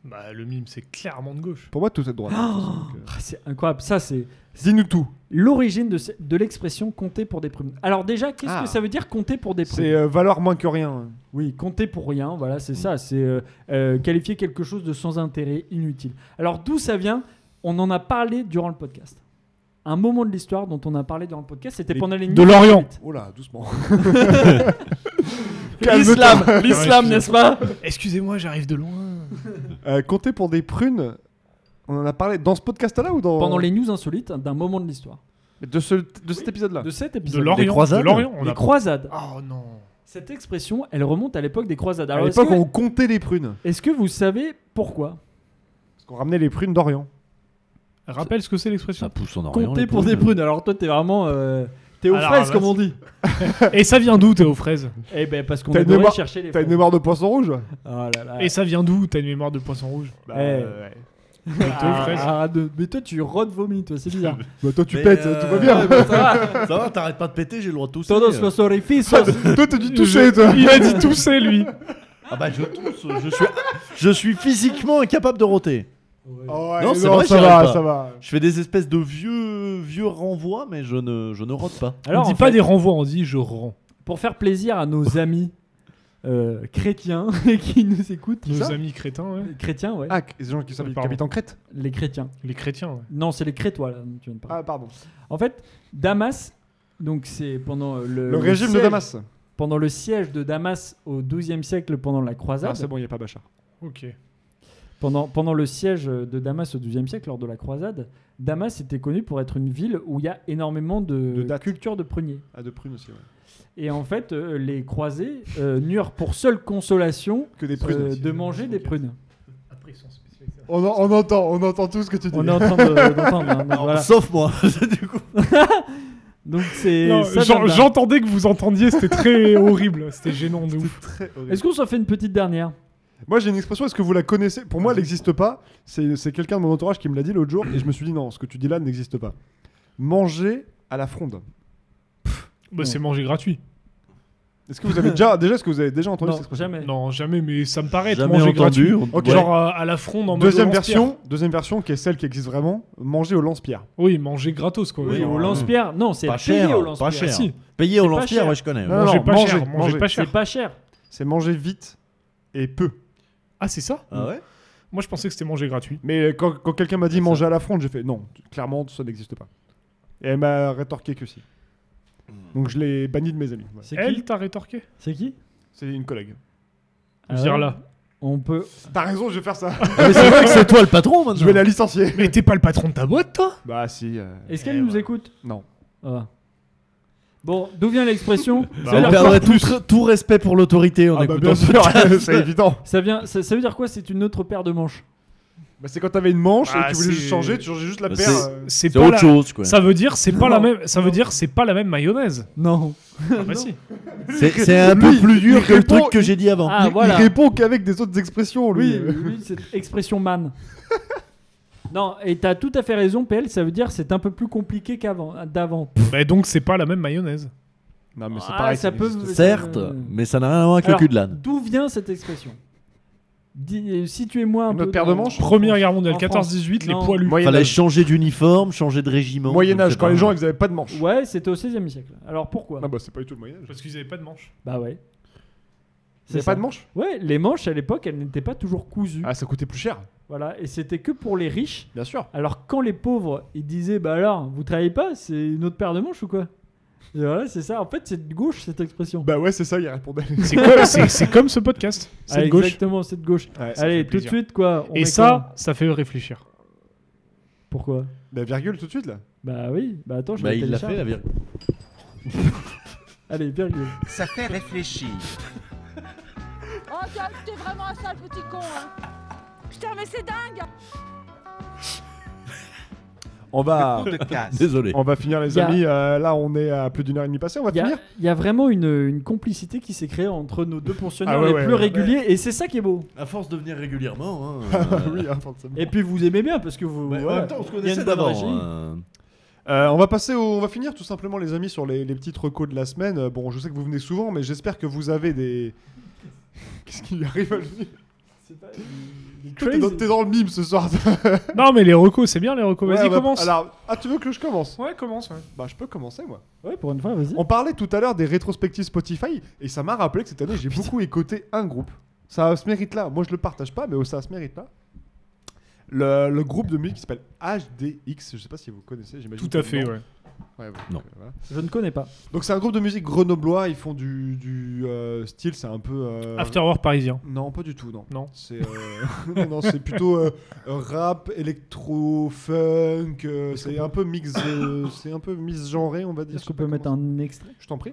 Bah, le mime, c'est clairement de gauche.
Pour moi, tout c'est de droite. de toute façon, donc, euh.
Ah, C'est incroyable. Ça, c'est
Dis-nous tout.
l'origine de, ce- de l'expression compter pour des primes. Alors déjà, qu'est-ce
Ah.
que ça veut dire compter pour des primes
C'est euh, valeur moins que rien.
Oui, compter pour rien, voilà, c'est ça. C'est euh, euh, qualifier quelque chose de sans intérêt, inutile. Alors d'où ça vient On en a parlé durant le podcast. Un moment de l'histoire dont on a parlé durant le podcast, c'était
Les-
pendant les
de l'Orient.
Oh là, doucement.
L'islam, l'islam,
Ouais,
n'est-ce pas
Excusez-moi, j'arrive de loin.
Euh, compter pour des prunes, on en a parlé dans ce podcast-là ou dans
Pendant les news insolites d'un moment de l'histoire.
de, ce- Ah. de cet épisode-là
De cet
De
épisode.
Les
l'Orient.
croisades
De l'Orient. On
Les
a-
croisades.
Oh non.
Cette expression, elle remonte à l'époque des croisades.
À
Alors est-ce
l'époque,
que,
on comptait les prunes.
est-ce que vous savez pourquoi
Parce qu'on ramenait les prunes d'Orient.
Rappelle ce que c'est l'expression.
Ça pousse en Orient.
Compter
les
pour des
prunes.
prunes. Alors toi, t'es vraiment... euh, T'es aux
Alors,
fraises,
bah,
comme on dit.
Et ça vient d'où, Théo Fraise
Eh ben, parce qu'on
T'as
est
une mémoire-
chercher les
T'as une
fraises.
mémoire de poisson rouge
Oh là là.
Et ça vient d'où T'as une mémoire de poisson rouge
Bah,
Eh.
ouais.
aux fraises.
Ah, de- Mais toi, tu rôdes vomi,
(laughs)
toi, c'est bizarre.
Bah, toi, tu
Mais,
pètes,
euh,
tout va bien.
(laughs) Ça va, t'arrêtes pas de péter, j'ai le droit de tousser.
euh.
euh.
Todos los
(laughs)
orificios.
toi, t'as dû toucher, toi.
Il a dit tousser, lui.
Ah bah je tousse, je suis, je suis physiquement incapable de roter.
Oh, ouais,
Non, c'est vrai,
ça
j'y arrive
va,
pas.
ça va.
Je fais des espèces de vieux, vieux renvois, mais je ne, je ne rote pas.
Alors,
on
en
dit pas
fait,
des renvois, on dit je rends.
pour faire plaisir à nos amis euh, chrétiens (laughs) qui nous écoutent,
Nos
Ça
amis crétins, ouais.
chrétiens, ouais,
Ah, les gens qui sont du
Pardon.
capitaine Crète
les chrétiens.
Les chrétiens, ouais.
Non, c'est les crétois là. dont Tu viens de parler.
Ah, pardon.
En fait, Damas, donc c'est pendant euh, le,
Le
le
régime de
siège-
Damas.
pendant le siège de Damas au XIIe siècle, pendant la croisade.
Ah, c'est bon, il n'y a pas Bachar.
Ok.
Pendant, pendant le siège de Damas au XIIe siècle, lors de la croisade, Damas était connu pour être une ville où il y a énormément
De
de,
dattes.
cultures de pruniers.
Ah, de prunes aussi, ouais.
Et en fait, euh, les croisés euh, n'eurent pour seule consolation
Que des prunes.
euh,
aussi.
de manger des prunes.
Après, ils sont spécialisés.
On, en- on entend, on entend tout ce que tu dis.
On
(laughs)
est en train de- d'entendre. hein, donc
Alors,
voilà.
Sauf (laughs) moi, du coup.
Donc c'est.
Non,
ça
j'en-
vient de là.
J'entendais que vous entendiez, c'était très horrible, c'était gênant de ouf.
Très horrible.
Est-ce qu'on s'en fait une petite dernière
Moi, j'ai une expression, est-ce que vous la connaissez Pour moi, elle n'existe pas. C'est c'est quelqu'un de mon entourage qui me l'a dit l'autre jour et je me suis dit non, ce que tu dis là n'existe pas. Manger à la fronde.
Bah, c'est manger gratuit.
Est-ce que vous avez
(laughs)
déjà, déjà, est-ce que vous avez déjà entendu
Non,
cette expression
jamais.
Non, jamais, mais ça me paraît être
Jamais
manger gratuit.
entendu. on-
Ok.
ouais.
Genre euh, à la fronde en mode
Deuxième
lance-pierre.
version, deuxième version qui est celle qui existe vraiment, manger au lance-pierre.
Oui, manger gratos quoi.
Oui,
Genre,
au lance-pierre. Non, c'est
Pas
payé
cher,
au
pas
lance-pierre. Ah,
cher.
Si.
Payé au
pas
lance-pierre,
cher.
ouais, je connais.
Non, non,
Manger
non,
pas
manger,
cher, manger,
manger.
pas
C'est
cher.
pas cher.
C'est manger vite et peu.
Ah, c'est ça
Ah ouais
Moi je pensais que c'était manger gratuit.
Mais quand, quand quelqu'un m'a dit
Ça-
manger à la fronde, j'ai fait non, clairement ça n'existe pas. Et elle m'a rétorqué que si. Donc je l'ai banni de mes amis. Voilà.
C'est
Elle
qui
t'a rétorqué
C'est qui
C'est une collègue.
Ah ouais
Vire là.
On peut.
T'as raison, je vais faire ça.
(laughs)
Ah, Mais (laughs) c'est vrai que c'est toi le patron maintenant.
je vais la licencier.
Mais t'es pas le patron de ta boîte, toi
Bah si. euh,
Est-ce qu'elle nous écoute
Non.
Ah. Bon, d'où vient l'expression
Bah, On
ça, veut dire quoi
perdrait tout, tout respect pour l'autorité en
Ah bah
écoutant
bien
ce
sûr,
podcast.
(laughs) c'est évident.
Ça vient- ça- ça veut dire quoi C'est une autre paire de manches.
Bah, c'est quand t'avais une manche et
Ah,
que tu voulais
c'est-
juste changer, tu changeais juste la
Bah,
paire.
c'est-
euh,
C'est
C'est
pas
autre
la...
chose quoi.
Ça veut dire c'est pas la
Non.
même. Ça veut dire c'est pas la même mayonnaise.
Non.
Ah bah si.
C'est c'est un peu
Lui,
plus
il
dur que le
répond-
truc que j'ai dit avant.
Ah
il-
voilà.
Il répond qu'avec des autres expressions, lui.
Oui, oui, cette expression man. (laughs) non, et t'as tout à fait raison, PL, ça veut dire c'est un peu plus compliqué qu'avant, d'avant.
Bah donc c'est pas la même mayonnaise.
Non, mais c'est
Ah,
pareil.
ça
c'est-
peut-
c'est-
Certes,
Euh,
mais ça n'a rien à voir avec
Alors,
le cul de l'âne.
D'où vient cette expression Dis- euh, Situez-moi un
Notre
peu.
paire
dans-
de manches
en
Première
France.
guerre mondiale,
En
14-18, les
Non.
poilus.
Moyen
Fallait
Âge.
changer d'uniforme, changer de régiment.
Moyen Âge,
etc.
quand les gens ils avaient pas de manche.
France. Ouais, c'était au 16e siècle. Alors pourquoi
Ah bah c'est pas du tout le Moyen Âge.
Parce qu'ils avaient pas de manche.
Bah ouais.
Il y a
ça.
pas de manche
Ouais, les manches à l'époque, elles n'étaient pas toujours cousues.
Ah ça coûtait plus cher,
Voilà, et c'était que pour les riches.
bien sûr.
Alors quand les pauvres, ils disaient bah alors, vous travaillez pas, c'est une autre paire de manches ou quoi Et voilà, c'est ça. En fait, c'est de gauche cette expression.
Bah ouais c'est ça, il répondait.
C'est comme, c'est- c'est comme ce podcast. C'est
Ah,
de gauche.
Exactement, c'est de gauche.
Ouais,
fait
Allez, tout de
plaisir.
suite quoi. on
Et
met
ça, ça fait réfléchir.
quoi Pourquoi
(laughs) La virgule tout de suite là.
Bah oui, bah attends, je
Bah,
vais
il l'a fait,
télécharger.
la virgule.
Allez, virgule.
Ça fait réfléchir.
Oh, t'es- t'es vraiment un sale petit con, hein. Putain, mais c'est dingue
On va,
Le pot de casse.
(laughs) Désolé.
on va finir les
Y a-
amis. euh, là on est à plus d'une heure et demie passée, on va
Ah,
Il y a,
finir.
il y a vraiment une, une complicité qui s'est créée entre nos deux pensionnaires
Ah ouais,
les
ouais,
plus
ouais.
réguliers et c'est ça qui est beau.
À force de venir (laughs) régulièrement.
(laughs) oui, hein, forcément.
Et puis vous aimez bien parce que vous. voilà.
on se
Il y a
connaissait
une bonne
d'avant.
régie.
hein.
Euh, on va passer, au- on va finir tout simplement les amis sur les, les petites recos de la semaine. Euh, Bon, je sais que vous venez souvent, mais j'espère que vous avez des. (laughs) Qu'est-ce qui lui arrive à lui Toi, T'es dans,
Crazy.
t'es dans le mime ce soir.
Non, mais les recos, c'est bien les recos.
Ouais,
Vas-y,
on va-
commence.
Alors, ah, tu veux que je commence
Ouais, commence. ouais.
Bah, je peux commencer moi.
Ouais, pour une fois, vas-y.
On parlait tout à l'heure des rétrospectives Spotify et ça m'a rappelé que cette
Ah,
année j'ai beaucoup écouté un groupe. Ça a ce mérite là. Moi je le partage pas, mais ça a ce mérite là. Le, le groupe de musique qui s'appelle HDX. Je sais pas si vous connaissez, j'imagine.
Tout à
que
fait,
non.
ouais.
Ouais, donc,
Non.
euh, voilà.
Je ne connais pas.
Donc c'est un groupe de musique grenoblois. Ils font du, du euh, style, c'est un peu. euh,
After War parisien.
Non, pas du tout, non.
Non.
C'est euh, (laughs) non, non, c'est plutôt euh, rap, électro, funk. euh, c'est un peu mix, euh, c'est un peu misgenré, on va dire.
Est-ce qu'on peut mettre un extrait
Je t'en prie.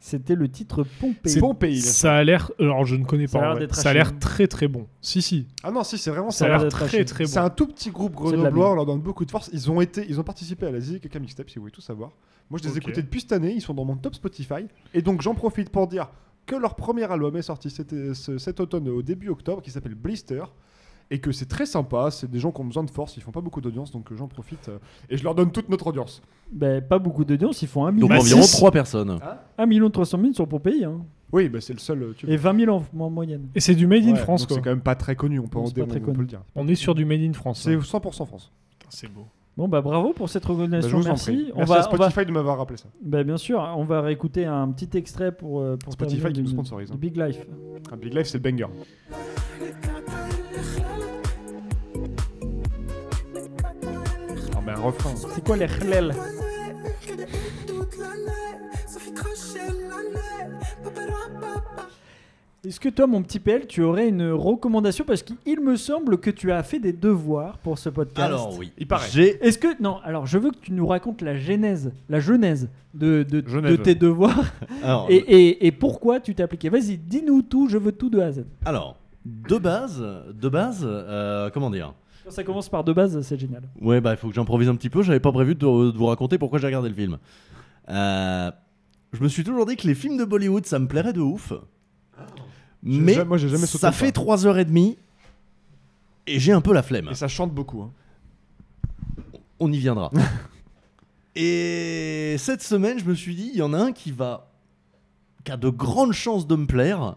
C'était le titre Pompéi.
C'est-
Bon pays. là.
Ça a l'air. euh, Alors, je ne connais
Ça a
pas.
l'air
en vrai.
d'être
Ça a l'air
H&M.
très très bon. Si, si.
Ah non, si, c'est vraiment
Ça
ça.
a l'air
d'être
très
H&M.
très
C'est
bon.
un tout petit groupe
de la
grenoblois,
merde.
on leur donne beaucoup de force. Ils ont été, ils ont participé à la ZKK Mixtape, si vous voulez tout savoir. Moi, je les
Ok.
écoutais depuis cette année, ils sont dans mon top Spotify. Et donc, j'en profite pour dire que leur premier album est sorti cet, ce- cet automne, au début octobre, qui s'appelle Blister. Et que c'est très sympa, c'est des gens qui ont besoin de force, ils font pas beaucoup d'audience, donc euh, j'en profite. euh, et je leur donne toute notre audience.
Bah, pas beaucoup d'audience, ils font 1 million,
Donc
Bah,
environ
six.
3 personnes.
1 million 300 000 sur Pompéi. Hein.
Oui, bah, c'est le seul. euh, Tu
Et 20 000 en, en moyenne.
Et c'est du Made in
Ouais,
France,
donc
quoi.
C'est quand même pas très connu, on peut,
Non,
en
c'est pas
dé-
très
on
connu.
peut le dire.
On est sur du Made in France.
C'est
hein.
100% France.
Putain, C'est beau.
Bon, bah bravo pour cette
Bah, je
reconnaissance.
vous en
merci.
prie.
On
Merci
va,
à
on va-
Spotify de m'avoir rappelé ça.
bah, bien sûr, on va réécouter un petit extrait pour, euh, pour
Spotify
terminer
qui nous
du-
sponsorise, hein.
du Big Life.
Un Big Life, c'est le banger. Non, mais un refrain.
C'est quoi les chlels Est-ce que toi, mon petit PL, tu aurais une recommandation Parce qu'il me semble que tu as fait des devoirs pour ce podcast.
Alors oui.
Il paraît.
J'ai
Est-ce que. Non, alors je veux que tu nous racontes la genèse, la genèse de, de,
Genève.
de tes devoirs
alors,
et, et- et pourquoi tu t'es appliqué. Vas-y, dis-nous tout, je veux tout de A à Z.
alors, de base, de base, euh, comment dire
Quand ça commence par de base, c'est génial.
Ouais, bah il faut que j'improvise un petit peu. J'avais pas prévu de, de vous raconter pourquoi j'ai regardé le film. Euh, je me suis toujours dit que les films de Bollywood, ça me plairait de ouf.
J'ai
Mais
jamais- moi, j'ai jamais sauté
ça
le
fait
pas.
3h30 et j'ai un peu la flemme.
Et ça chante beaucoup. hein.
On y
(laughs)
viendra. et cette semaine, je me suis dit, il y en a un qui va. qui a de grandes chances de me plaire.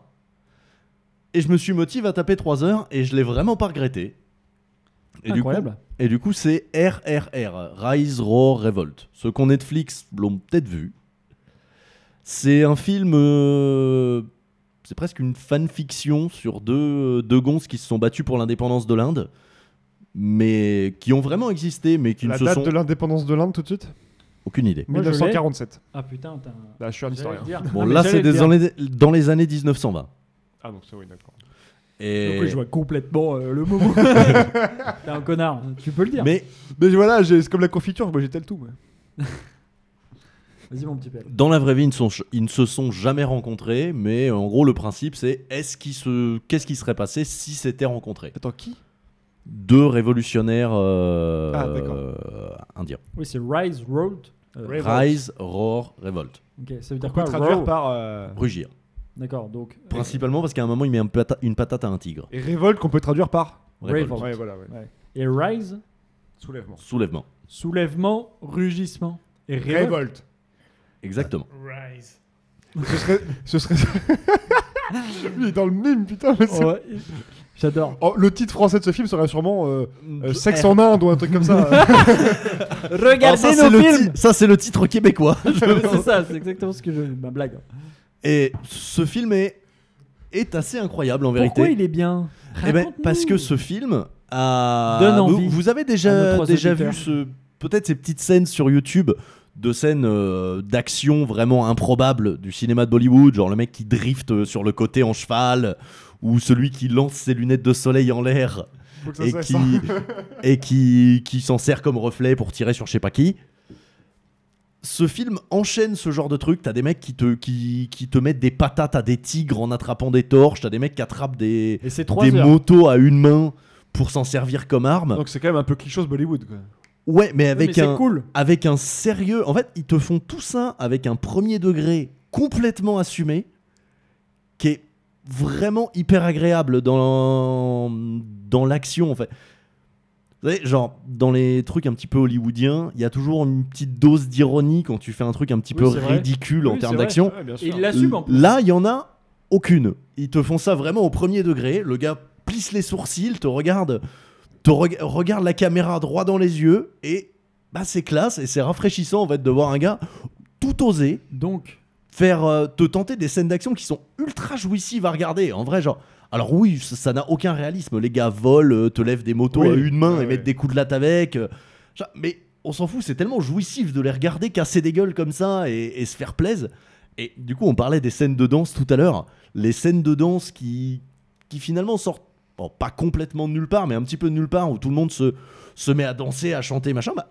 Et je me suis motivé à taper 3 heures et je l'ai vraiment pas regretté. Et du coup,
Incroyable.
et du coup, c'est RRR, Rise, Roar, Revolt. Ceux qu'on Netflix l'ont peut-être vu. C'est un film. euh, c'est presque une fanfiction sur deux, deux gonzes qui se sont battus pour l'indépendance de l'Inde, mais qui ont vraiment existé, mais qui
La
ne se
date
sont.
de l'indépendance de l'Inde, tout de suite
Aucune idée.
Moi, je l'ai.
1947.
Ah putain, t'as un-
Là, Bah, je suis un
j'allais
historien.
le dire.
Bon,
Ah, mais
là,
j'allais
c'est
le
des
dire.
années- dans les années 1920.
Ah, donc c'est oui, d'accord.
Et...
Donc, oui, je vois complètement euh,
(laughs)
le moment. T'es un connard, tu peux le dire.
Mais
Mais voilà, j'ai- c'est comme la confiture, moi j'étais le tout. moi.
Vas-y, mon petit père.
dans la vraie vie, ils ne, sont- ils ne se sont jamais rencontrés, mais en gros, le principe, c'est est-ce qu'ils se... qu'est-ce qui serait passé si s'étaient rencontrés
Attends, qui
Deux révolutionnaires euh,
Ah, d'accord.
euh, indiens.
Oui, c'est Rise Road. euh,
Rise, roar, révolte.
Ok, ça
On
veut dire
peut
quoi
traduire
Roar
par. euh,
Rugir.
D'accord, donc.
Principalement parce qu'à un moment, il met un plata- une patate à un tigre.
Et révolte qu'on peut traduire par.
Révolte.
Révolte.
Ouais, voilà, ouais.
Et Rise,
Soulèvement.
Soulèvement.
soulèvement, rugissement.
(laughs)
Et révolte.
Révolte.
Exactement.
Rise.
Ce serait. Ce serait... Lui, (laughs) il est dans le mime, putain. mais c'est-
Ouais,
(laughs)
J'adore.
Oh, le titre français de ce film serait sûrement euh,
Mm.
euh, Sexe en Inde ou un truc comme (laughs) ça.
Alors
Regardez
ça, c'est
nos
le
films
ti- ça, c'est le titre québécois.
(laughs) C'est ça, c'est exactement ce que je. Ma blague.
Et ce film est, est assez incroyable en vérité.
Pourquoi il est bien
Eh ben,
Raconte-nous.
parce que ce film a.
Donne
vous,
envie
vous avez
à nos
déjà,
trois
déjà
auditeurs.
vu ce, peut-être ces petites scènes sur YouTube de scènes euh, d'action vraiment improbables du cinéma de Bollywood, genre le mec qui drifte euh, sur le côté en cheval ou celui qui lance ses lunettes de soleil en l'air
Faut que ça
et
soit
qui
ça.
et qui, qui s'en sert comme reflet pour tirer sur je sais pas qui. Ce film enchaîne ce genre de truc. T'as des mecs qui te, qui, qui te mettent des patates à des tigres en attrapant des torches. T'as des mecs qui attrapent des,
Et c'est 3
des
(laughs) heures.
motos à une main pour s'en servir comme arme.
hein. Donc c'est quand même un peu cliché Bollywood. Quoi.
ouais, mais
Oui, mais
avec
c'est
un
cool.
avec un sérieux. En fait, ils te font tout ça avec un premier degré complètement assumé qui est vraiment hyper agréable dans dans l'action en fait. Vous savez, genre dans les trucs un petit peu hollywoodiens, il y a toujours une petite dose d'ironie quand tu fais un truc un petit
Oui,
peu
c'est vrai.
ridicule en
Oui,
termes
c'est vrai.
d'action.
Ouais, bien
Et
sûr.
il l'assume en plus.
Là, il y en a aucune. Ils te font ça vraiment au premier degré. Le gars plisse les sourcils, te regarde, te reg- regarde la caméra droit dans les yeux et bah c'est classe et c'est rafraîchissant en fait de voir un gars tout oser
Donc,
faire euh, te tenter des scènes d'action qui sont ultra jouissives à regarder. En vrai, genre. Alors oui, ça ça n'a aucun réalisme. Les gars volent, euh, te lèvent des motos
Oui.
à une main
Ouais,
et
ouais.
mettent des coups de latte avec. euh, genre, mais on s'en fout, c'est tellement jouissif de les regarder casser des gueules comme ça et, et se faire plaisir. Et du coup, on parlait des scènes de danse tout à l'heure. Les scènes de danse qui, qui finalement sortent, bon, pas complètement de nulle part, mais un petit peu de nulle part, où tout le monde se, se met à danser, à chanter, machin. Bah,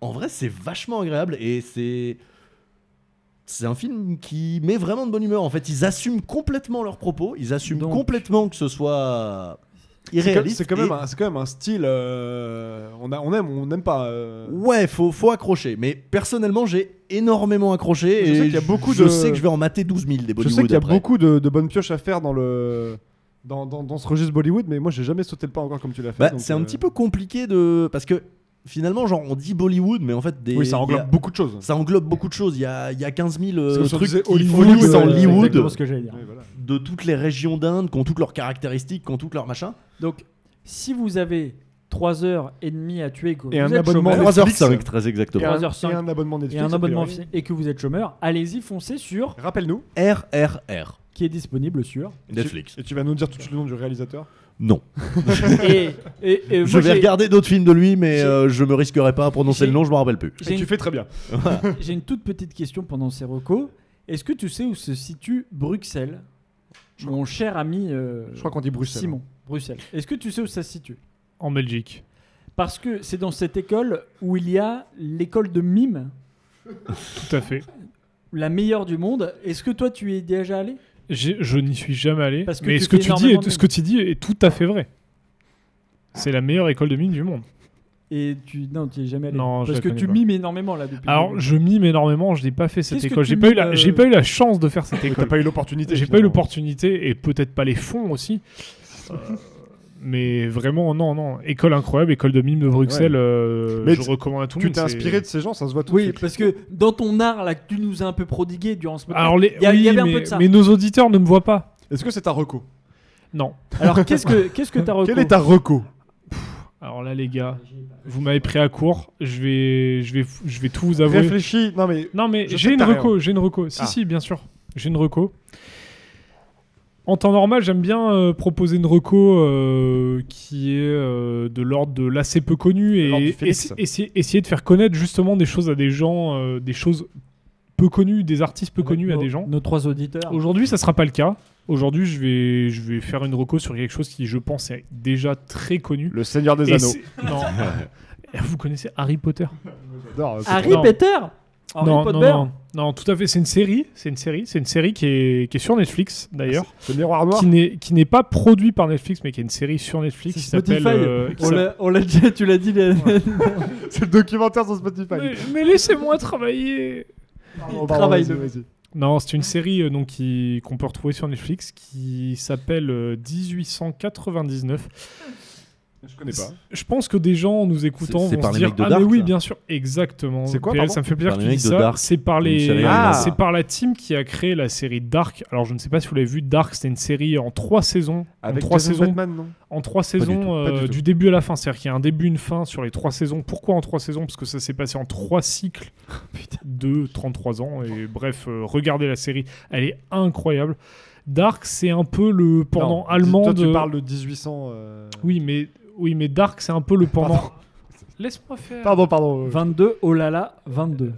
en vrai, c'est vachement agréable et c'est. C'est un film qui met vraiment de bonne humeur. En fait, ils assument complètement leurs propos, ils assument
Donc-
complètement que ce soit
C'est comme-
irréaliste.
C'est quand, même
et-
un- c'est quand même un style. euh, on, a, on aime, on n'aime pas. euh,
Ouais, faut, faut accrocher. Mais personnellement, j'ai énormément accroché.
Je
et
sais qu'il y a beaucoup
je
de-
sais que je vais en mater 12 000 des
Je
Bollywood
sais qu'il y a
après.
beaucoup de, de bonnes pioches à faire dans le. Dans, dans, dans ce registre Bollywood, mais moi j'ai jamais sauté le pas encore comme tu l'as fait.
Bah,
donc,
c'est un
euh,
petit peu compliqué de. Parce que finalement, genre, on dit Bollywood, mais en fait, des.
Oui, ça
il y
englobe
a-
beaucoup de choses.
ça englobe beaucoup de choses. Il y a, il y a 15 000 euh,
Parce que si on
trucs
disait
qui
Hollywood,
fournissent
euh,
en Hollywood
exactement ce que j'allais dire.
Ouais, voilà.
de toutes les régions d'Inde, qui ont toutes leurs caractéristiques, qui ont toutes leurs machins.
Donc, si vous avez 3 heures et demie à tuer que
Et
vous
un
êtes
abonnement
chômeur,
Netflix.
3h05, très
Et,
exactement.
un,
3h05.
et un abonnement
et
Netflix.
un
a
abonnement
priori.
et que vous êtes chômeur, allez-y, foncez sur
Rappelle-nous.
RRR.
qui est
(laughs)
disponible sur.
Et tu-
Netflix.
Et tu vas nous dire tout de suite le nom du réalisateur.
Non.
et, et- et moi,
je vais
j'ai-
regarder d'autres films de lui, mais
j'ai-
euh, je me risquerai pas à prononcer
j'ai-
le nom, je m'en rappelle plus.
J'ai
Et
une,
tu fais très bien.
j'ai une toute petite question pendant ces recos. Est-ce que tu sais où se situe Bruxelles Mon cher ami euh,
Je crois qu'on dit Bruxelles.
Simon. Bruxelles. Est-ce que tu sais où ça se situe
En Belgique.
Parce que c'est dans cette école où il y a l'école de mime,
Tout à fait.
la meilleure du monde. Est-ce que toi, tu y es déjà allé
J'ai- Je n'y suis jamais allé.
Parce que
mais
tu
ce que
fais
tu dis,
énormément de
est, ce que tu dis est tout à fait vrai. C'est la meilleure école de mine du monde.
Et tu non, tu y es jamais allé.
Non, je
parce
la
que
connais
tu
pas.
mimes énormément là depuis.
Alors, je mime énormément. Je n'ai pas fait cette
Qu'est-ce que
école.
tu
J'ai pas eu la,
mimes,
j'ai
euh,
pas eu la chance de faire cette
Mais T'as
école.
pas eu l'opportunité.
J'ai pas eu
finalement.
l'opportunité et peut-être pas les fonds aussi. Euh, mais vraiment, non, non. École incroyable, école de mime de Bruxelles. euh,
Mais
je
tu-
recommande à tout le
Tu
monde.
t'es
c'est-
inspiré de ces gens, ça se voit tout de
Oui,
suite.
parce que dans ton art là, que tu nous as un peu prodigué durant ce moment.
Alors, les...
Il y a- il y
oui,
avait un peu
mais,
de ça.
mais nos auditeurs ne me voient pas.
Est-ce que c'est ta reco
Non. (laughs)
Alors, qu'est-ce que qu'est-ce que t'as
Quelle est ta reco
Alors là, les gars,
Ah,
vous m'avez pris à court. Je vais, je vais, je vais tout vous avouer.
Réfléchis. Non, mais
Non, mais
Je
j'ai
sais
une
que t'as
reco, j'ai une reco. Si,
Ah.
si, bien sûr. J'ai une reco. En temps normal, j'aime bien euh, proposer une reco euh, qui est euh, de l'ordre de l'assez peu connu
De l'ordre du
et
Félix.
essa- essayer, essayer de faire connaître justement des choses à des gens, euh, des choses peu connues, des artistes peu
Avec
connus à
nos-
des gens.
Nos trois auditeurs.
Aujourd'hui, ça sera pas le cas. Aujourd'hui, je vais, je vais faire une reco sur quelque chose qui, je pense, est déjà très connu.
le Seigneur des
Et
Anneaux.
c'est-
(laughs)
Non. Vous connaissez Harry Potter
Non, c'est-
Harry
Non.
Potter Harry
non,
Potter
non, non, non, tout à fait. C'est une série. C'est une série. C'est une série qui est, qui est sur Netflix d'ailleurs,
C'est le miroir
Ah,
noir.
qui n'est qui n'est pas produit par Netflix, mais qui est une série sur Netflix
C'est
qui s'appelle.
Spotify.
euh, qui
On
s'appelle-
l'a- on l'a déjà, tu l'as dit. les- (laughs)
(laughs) C'est le documentaire sur Spotify.
mais, mais laissez-moi travailler.
Pardon, pardon,
travaille
vas-y,
de-
vas-y.
Non, c'est une série euh, donc qui- qu'on peut retrouver sur Netflix qui s'appelle euh, 1899.
Je connais pas.
Je pense que des gens en nous écoutant
C'est- c'est
vont
par
se
les
dire
mecs de
ah
Dark,
mais oui
ça
bien sûr exactement.
C'est quoi,
PL,
pardon
ça me fait plaisir
Par
que
les
tu
mecs
dis
de
ça.
Dark.
C'est par
Une
les
série
Ah.
c'est par la team qui a créé la série Dark. Alors je ne sais pas si vous l'avez vu Dark, c'était une série en trois saisons. En
Avec
trois
Jason
saisons
Bateman, non
en trois saisons
tout, pas
euh,
du
du,
tout.
début à la fin. C'est-à-dire qu'il y a un début, une fin sur les trois saisons. Pourquoi en trois saisons Parce que ça s'est passé en
(laughs)
trois cycles
Oh,
de 33 ans. Et bref, euh, regardez la série, elle est incroyable. Dark, c'est un peu le pendant
Non,
allemand
Toi,
de.
tu parles de 1800. euh,
Oui, mais oui, mais Dark, c'est un peu le pendant.
Pardon.
Laisse-moi faire.
Pardon, pardon. euh,
22, oh là là, 22.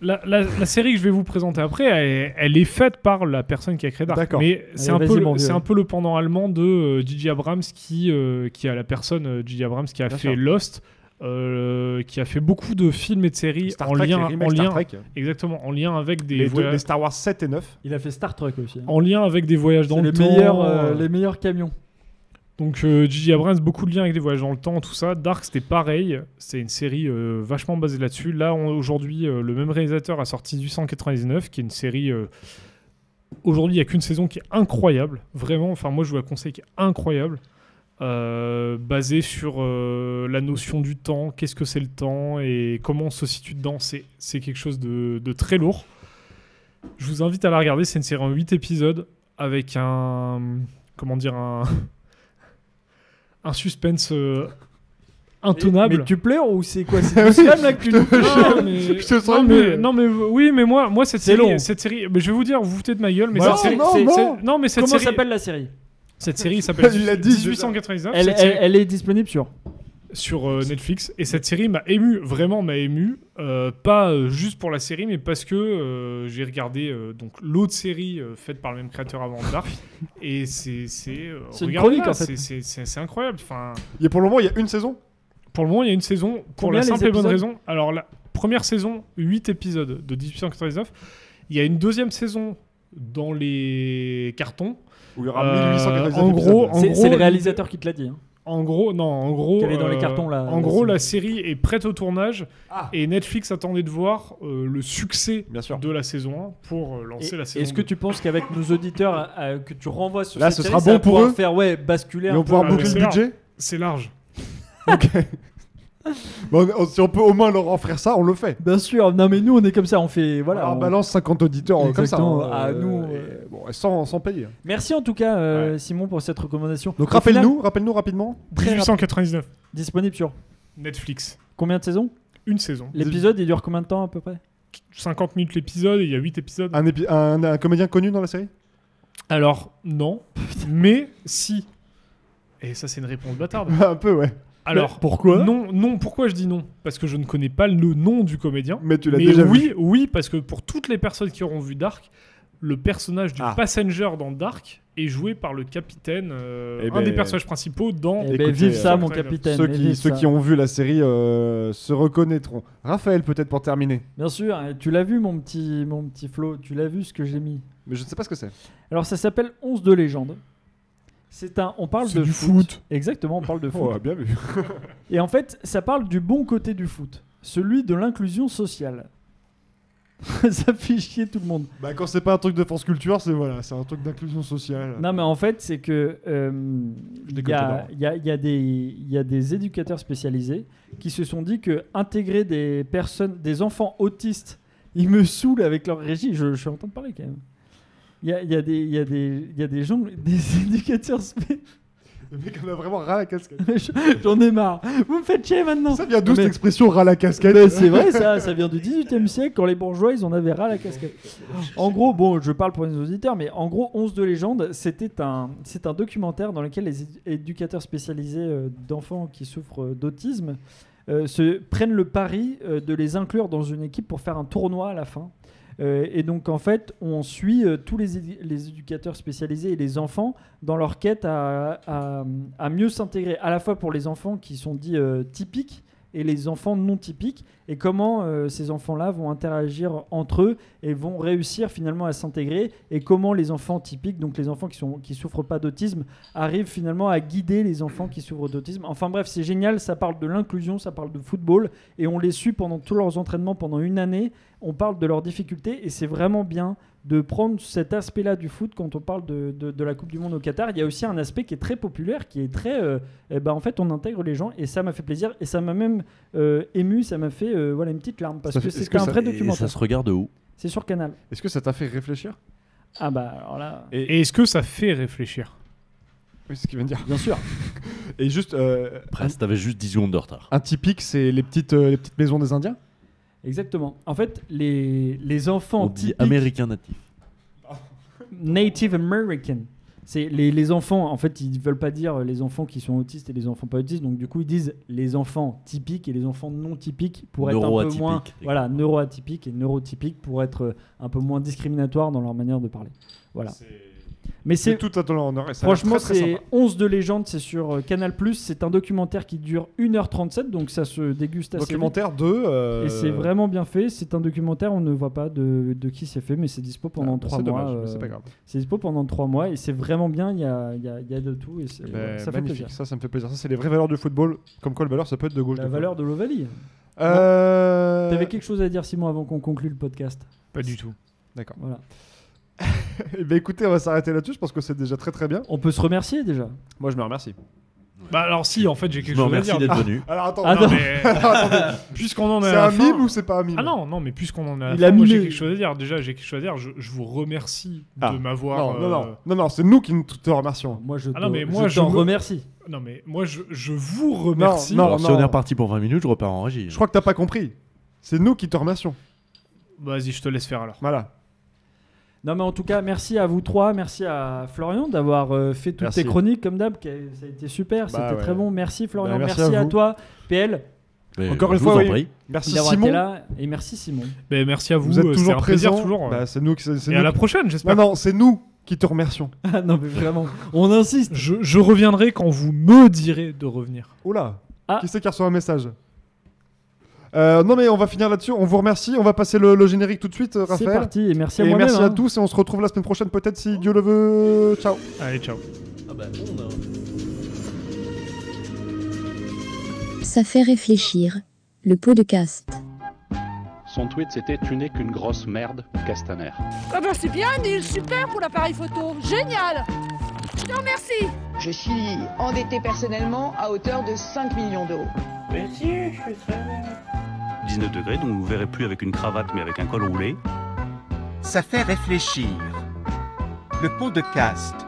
La, la- la série que je vais vous présenter après, elle, elle est faite par la personne qui a créé Dark.
D'accord.
Mais c'est un,
vas-y,
peu
mon
le-
vieux.
c'est un peu le pendant allemand de euh, J.J. Abrams, qui, euh, qui a la personne euh, J.J. Abrams qui a
Bien
fait
sûr.
Lost, euh, qui a fait beaucoup de films et de séries
Star
en
Trek,
lien,
les
en
remakes
lien euh,
Star Trek.
exactement, en lien avec des
Les, deux-
voyages,
les Star Wars 7 et 9.
Il a fait Star Trek aussi. hein.
en lien avec des voyages dans
C'est
le
les
temps.
meilleurs, euh,
euh,
les meilleurs camions.
Donc euh, J.J. Abrams, beaucoup de liens avec des voyages dans le temps, tout ça. Dark, c'était pareil. C'est une série euh, vachement basée là-dessus. Là, on- aujourd'hui, euh, le même réalisateur a sorti 899, qui est une série... euh, aujourd'hui, il n'y a qu'une saison qui est incroyable. Vraiment, enfin moi, je vous la conseille, qui est incroyable. Euh, basée sur euh, la notion du temps, qu'est-ce que c'est le temps et comment on se situe dedans. C'est c'est quelque chose de, de très lourd. Je vous invite à la regarder. C'est une série en 8 épisodes avec un... Comment dire un (laughs) un suspense euh, intonable.
Mais tu pleures ou c'est
(laughs)
quoi C'est du slam là que tu nous fais
Non,
(laughs)
mais...
je te sens
non, mais...
mieux.
non, mais oui, mais moi, moi cette
C'est
série,
long.
cette série, mais je vais vous dire, vous vous foutez de ma gueule, mais
Non,
cette série,
non,
c'est-
non.
c'est- non, mais cette
Ah, Comment
série,
s'appelle la série
(laughs)
cette série s'appelle
Il l'a dit,
1899
elle,
cette série-
elle- elle est disponible sur.
sur euh, Netflix et cette série m'a ému, vraiment m'a ému, Euh, pas euh, juste pour la série, mais parce que euh, j'ai regardé euh, donc l'autre série euh, faite par le même créateur avant
(laughs)
Dark et c'est c'est euh,
C'est une
regardez-la,
chronique, en fait.
c'est- c'est c'est- c'est incroyable, enfin.
Et pour le moment, il y a une saison.
Pour le moment, il y a une saison pour
Combien
la
les
simple et bonne
épisodes
raison. Alors, la première saison, 8 épisodes de 1899. Il y a une deuxième saison dans les cartons.
Où il y aura
Euh,
1899
en
épisodes.
gros, en-
C'est c'est le
il-
réalisateur qui te l'a dit. hein.
En gros, non, en gros. euh,
Qu'elle est dans les cartons, là,
En
la
gros,
série.
la série est prête au tournage
Ah.
et Netflix attendait de voir euh, le succès
Bien sûr.
de la saison 1 pour euh, lancer
Et-
la saison
Est-ce que
2.
tu penses qu'avec nos auditeurs euh, que tu renvoies sur
Là,
cette
ce
série,
sera
ça
bon
va
pour
pouvoir
eux
faire ouais basculaire
Et on
un peu euh,
pourra
Ah,
boucler
mais
le
c'est
budget.
C'est large.
Bon, on- si on peut au moins leur en faire ça, on le fait.
Bien sûr. Non mais nous on est comme ça, on fait voilà.
Alors,
on-
balance 50 auditeurs euh, comme ça.
Exactement,
hein,
à
euh,
nous,
et-
euh.
bon, sans, sans payer.
Merci en tout cas euh, Simon pour cette recommandation.
Donc
Au final,
rappelle-nous, rappelle-nous rapidement.
très rapide.
1899.
disponible sur
Netflix.
combien de saisons
Une saison.
L'épisode il dure combien de temps à peu près
50 minutes l'épisode et il y a 8 épisodes.
Un, épi- un, un comédien connu dans la série (laughs)
Alors, non. mais si. Et ça, c'est une réponse bâtarde.
Un peu, ouais.
Alors,
pourquoi
Non, non, pourquoi je dis non Parce que je ne connais pas le nom du comédien.
Mais tu l'as
Mais
déjà vu.
oui, oui, parce que pour toutes les personnes qui auront vu Dark, le personnage du
Ah.
passenger dans Dark est joué par le capitaine, euh,
Eh
un
ben-
des personnages principaux dans.
Eh ben,
Écoutez,
vive
euh,
ça mon
Très bien.
capitaine.
ceux
mais
qui,
vive
ceux
ça.
qui ont vu la série euh, se reconnaîtront. Raphaël, peut-être pour terminer.
Bien sûr, hein, tu l'as vu mon petit mon petit Flo, tu l'as vu ce que j'ai mis.
Mais je ne sais pas ce que c'est.
Alors ça s'appelle 11 de légende. C'est un on parle
C'est
de
du foot.
Exactement, on
(laughs)
parle de foot.
Oh, bien vu.
Et en fait, ça parle du bon côté du foot, celui de l'inclusion sociale. (laughs) ça fait chier tout le monde.
Bah, quand c'est pas un truc de France Culture, c'est voilà, c'est un truc d'inclusion sociale.
Non, mais en fait, c'est que euh, il y, a- il y, a- il y a des- il y a des éducateurs spécialisés qui se sont dit que intégrer des personnes, des enfants autistes, ils me saoulent avec leur régie. Je, je suis en train de parler (laughs) quand même. Il y a, il y a des, il y a des, il y a des gens, des éducateurs spécialisés.
Le mec en a vraiment ras la casquette.
(laughs) J'en ai marre. Vous me faites chier maintenant.
Ça vient d'où
Mais-
cette expression ras la casquette
Ben, c'est vrai, ça, ça vient du 18e siècle quand les bourgeois ils en avaient ras la casquette. En gros, bon, je parle pour les auditeurs, mais en gros, 11 de légende, c'était un, c'est un documentaire dans lequel les édu- éducateurs spécialisés euh, d'enfants qui souffrent euh, d'autisme euh, se prennent le pari euh, de les inclure dans une équipe pour faire un tournoi à la fin. Euh, et donc, en fait, on suit euh, tous les, édu- les éducateurs spécialisés et les enfants dans leur quête à, à- à mieux s'intégrer, à la fois pour les enfants qui sont dits euh, typiques et les enfants non typiques, et comment euh, ces enfants-là vont interagir entre eux et vont réussir finalement à s'intégrer, et comment les enfants typiques, donc les enfants qui sont qui souffrent pas d'autisme, arrivent finalement à guider les enfants qui souffrent d'autisme. Enfin bref, c'est génial, ça parle de l'inclusion, ça parle de football, et on les suit pendant tous leurs entraînements pendant une année, on parle de leurs difficultés, et c'est vraiment bien de prendre cet aspect-là du foot quand on parle de, de- de la Coupe du Monde au Qatar. Il y a aussi un aspect qui est très populaire, qui est très... euh, eh ben, en fait, on intègre les gens et ça m'a fait plaisir et ça m'a même euh, ému, ça m'a fait euh, voilà, une petite larme parce
Ça
que
fait- est-ce
c'était
que
un
ça-
vrai
Et
documentaire.
ça se regarde où
C'est sur Canal.
Est-ce que ça t'a fait réfléchir
Ah bah alors là...
eh.
Et est-ce que ça fait réfléchir
Oui, c'est ce qu'il vient de dire. Bien sûr. Et juste, euh,
Presque, t'avais juste 10 secondes de retard.
un typique, c'est les petites, euh, les petites maisons des Indiens.
Exactement. En fait, les, les
On
enfants
dit
typiques-
américain natif.
Native American. C'est les, les enfants, en fait, ils veulent pas dire les enfants qui sont autistes et les enfants pas autistes, donc du coup ils disent les enfants typiques et les enfants non typiques pour être un peu
Neuroatypiques,
moins,
exactement.
voilà, neuroatypiques et neurotypiques pour être euh, un peu moins discriminatoire dans leur manière de parler. Voilà. Mais c'est
C'est tout à ton honneur. et ça a l'air
Franchement,
très, très
c'est
sympa.
11 de légende, c'est sur euh, Canal+. C'est un documentaire qui dure 1h37, donc ça se déguste assez vite.
Documentaire de. euh,
Et c'est vraiment bien fait. C'est un documentaire, on ne voit pas de, de qui c'est fait, mais c'est dispo
Ah,
pendant 3
C'est
mois.
dommage, mais
euh,
c'est pas grave.
c'est dispo pendant 3 mois et c'est vraiment bien. Il y a, il y a- il y a de tout et c'est-
Eh ben,
ouais, ça fait
magnifique.
plaisir.
Ça, ça me fait plaisir. Ça, c'est les vraies valeurs du football. Comme quoi, le valeur, ça peut être de gauche.
La
de gauche.
valeur de l'Ovalie.
Euh...
T'avais quelque chose à dire, Simon, avant qu'on conclue le podcast
Pas du tout.
D'accord.
voilà.
Eh ben, écoutez, on va s'arrêter là-dessus. Je pense que c'est déjà très très bien.
On peut se remercier déjà.
Moi, je me remercie.
Bah alors si, en fait, j'ai
Je
quelque
vous
chose à
remercie
dire.
d'être
(laughs)
venu.
Alors attends.
Ah,
Non,
non.
mais- euh, Puisqu'on en est
C'est
à la
un
fin-
mime ou c'est pas un mime
Ah non, non, mais puisqu'on en est à la
Il
fin,
a
moi, j'ai
mimé.
quelque chose à dire. Déjà, j'ai quelque chose à dire. Je, je vous remercie
Ah.
de m'avoir.
Non, non,
euh,
non, non, non, c'est nous qui nous te remercions.
Moi, je
Ah non,
te-
mais moi,
je
je
t'en
me-
remercie.
non, mais moi, je, je vous remercie.
Non,
Alors, si
non.
on est reparti pour 20 minutes, je repars en régie.
Je crois que t'as pas compris. C'est nous qui te remercions.
Vas-y, je te laisse faire alors.
Voilà.
Non mais en tout cas, merci à vous trois, merci à Florian d'avoir euh, fait toutes
Merci.
tes chroniques comme d'hab, que- ça a été super,
Bah
c'était
ouais.
très bon, merci Florian,
Bah, merci
merci,
à
à,
vous.
toi, PL,
Mais
Encore une
je
fois,
vous en
oui.
prie.
Merci
d'avoir été
Simon.
là, et merci Simon. (laughs)
Ben, merci à vous.
Vous
euh,
êtes
c'est
toujours
un plaisir
présent.
toujours. euh.
Bah, c'est nous qui. c'est- c'est
et à
nous
la
qui-
prochaine,
Non,
j'espère.
non, c'est nous qui te remercions.
Ah non mais vraiment, on insiste.
Je, je reviendrai quand vous me direz de revenir.
Oula
Ah.
Oh Qui c'est qui reçoit un message Euh, Non mais on va finir là-dessus, on vous remercie, on va passer le, le générique tout de suite euh,
C'est
Raphaël.
parti, et merci à
Et
moi-même.
merci à
hein.
tous et on se retrouve la semaine prochaine peut-être si Dieu le veut. Ciao
Allez, ciao.
Ça fait réfléchir. Le pot de caste.
Son tweet c'était Tu n'es qu'une grosse merde, Castaner.
Ah bah c'est bien, Neil, super pour l'appareil photo. Génial Je te remercie
Je suis endetté personnellement à hauteur de 5 millions d'euros.
19 degrés, donc vous ne verrez plus avec une cravate mais
Ah,
avec un col roulé.
Ça fait réfléchir. Le pot de caste.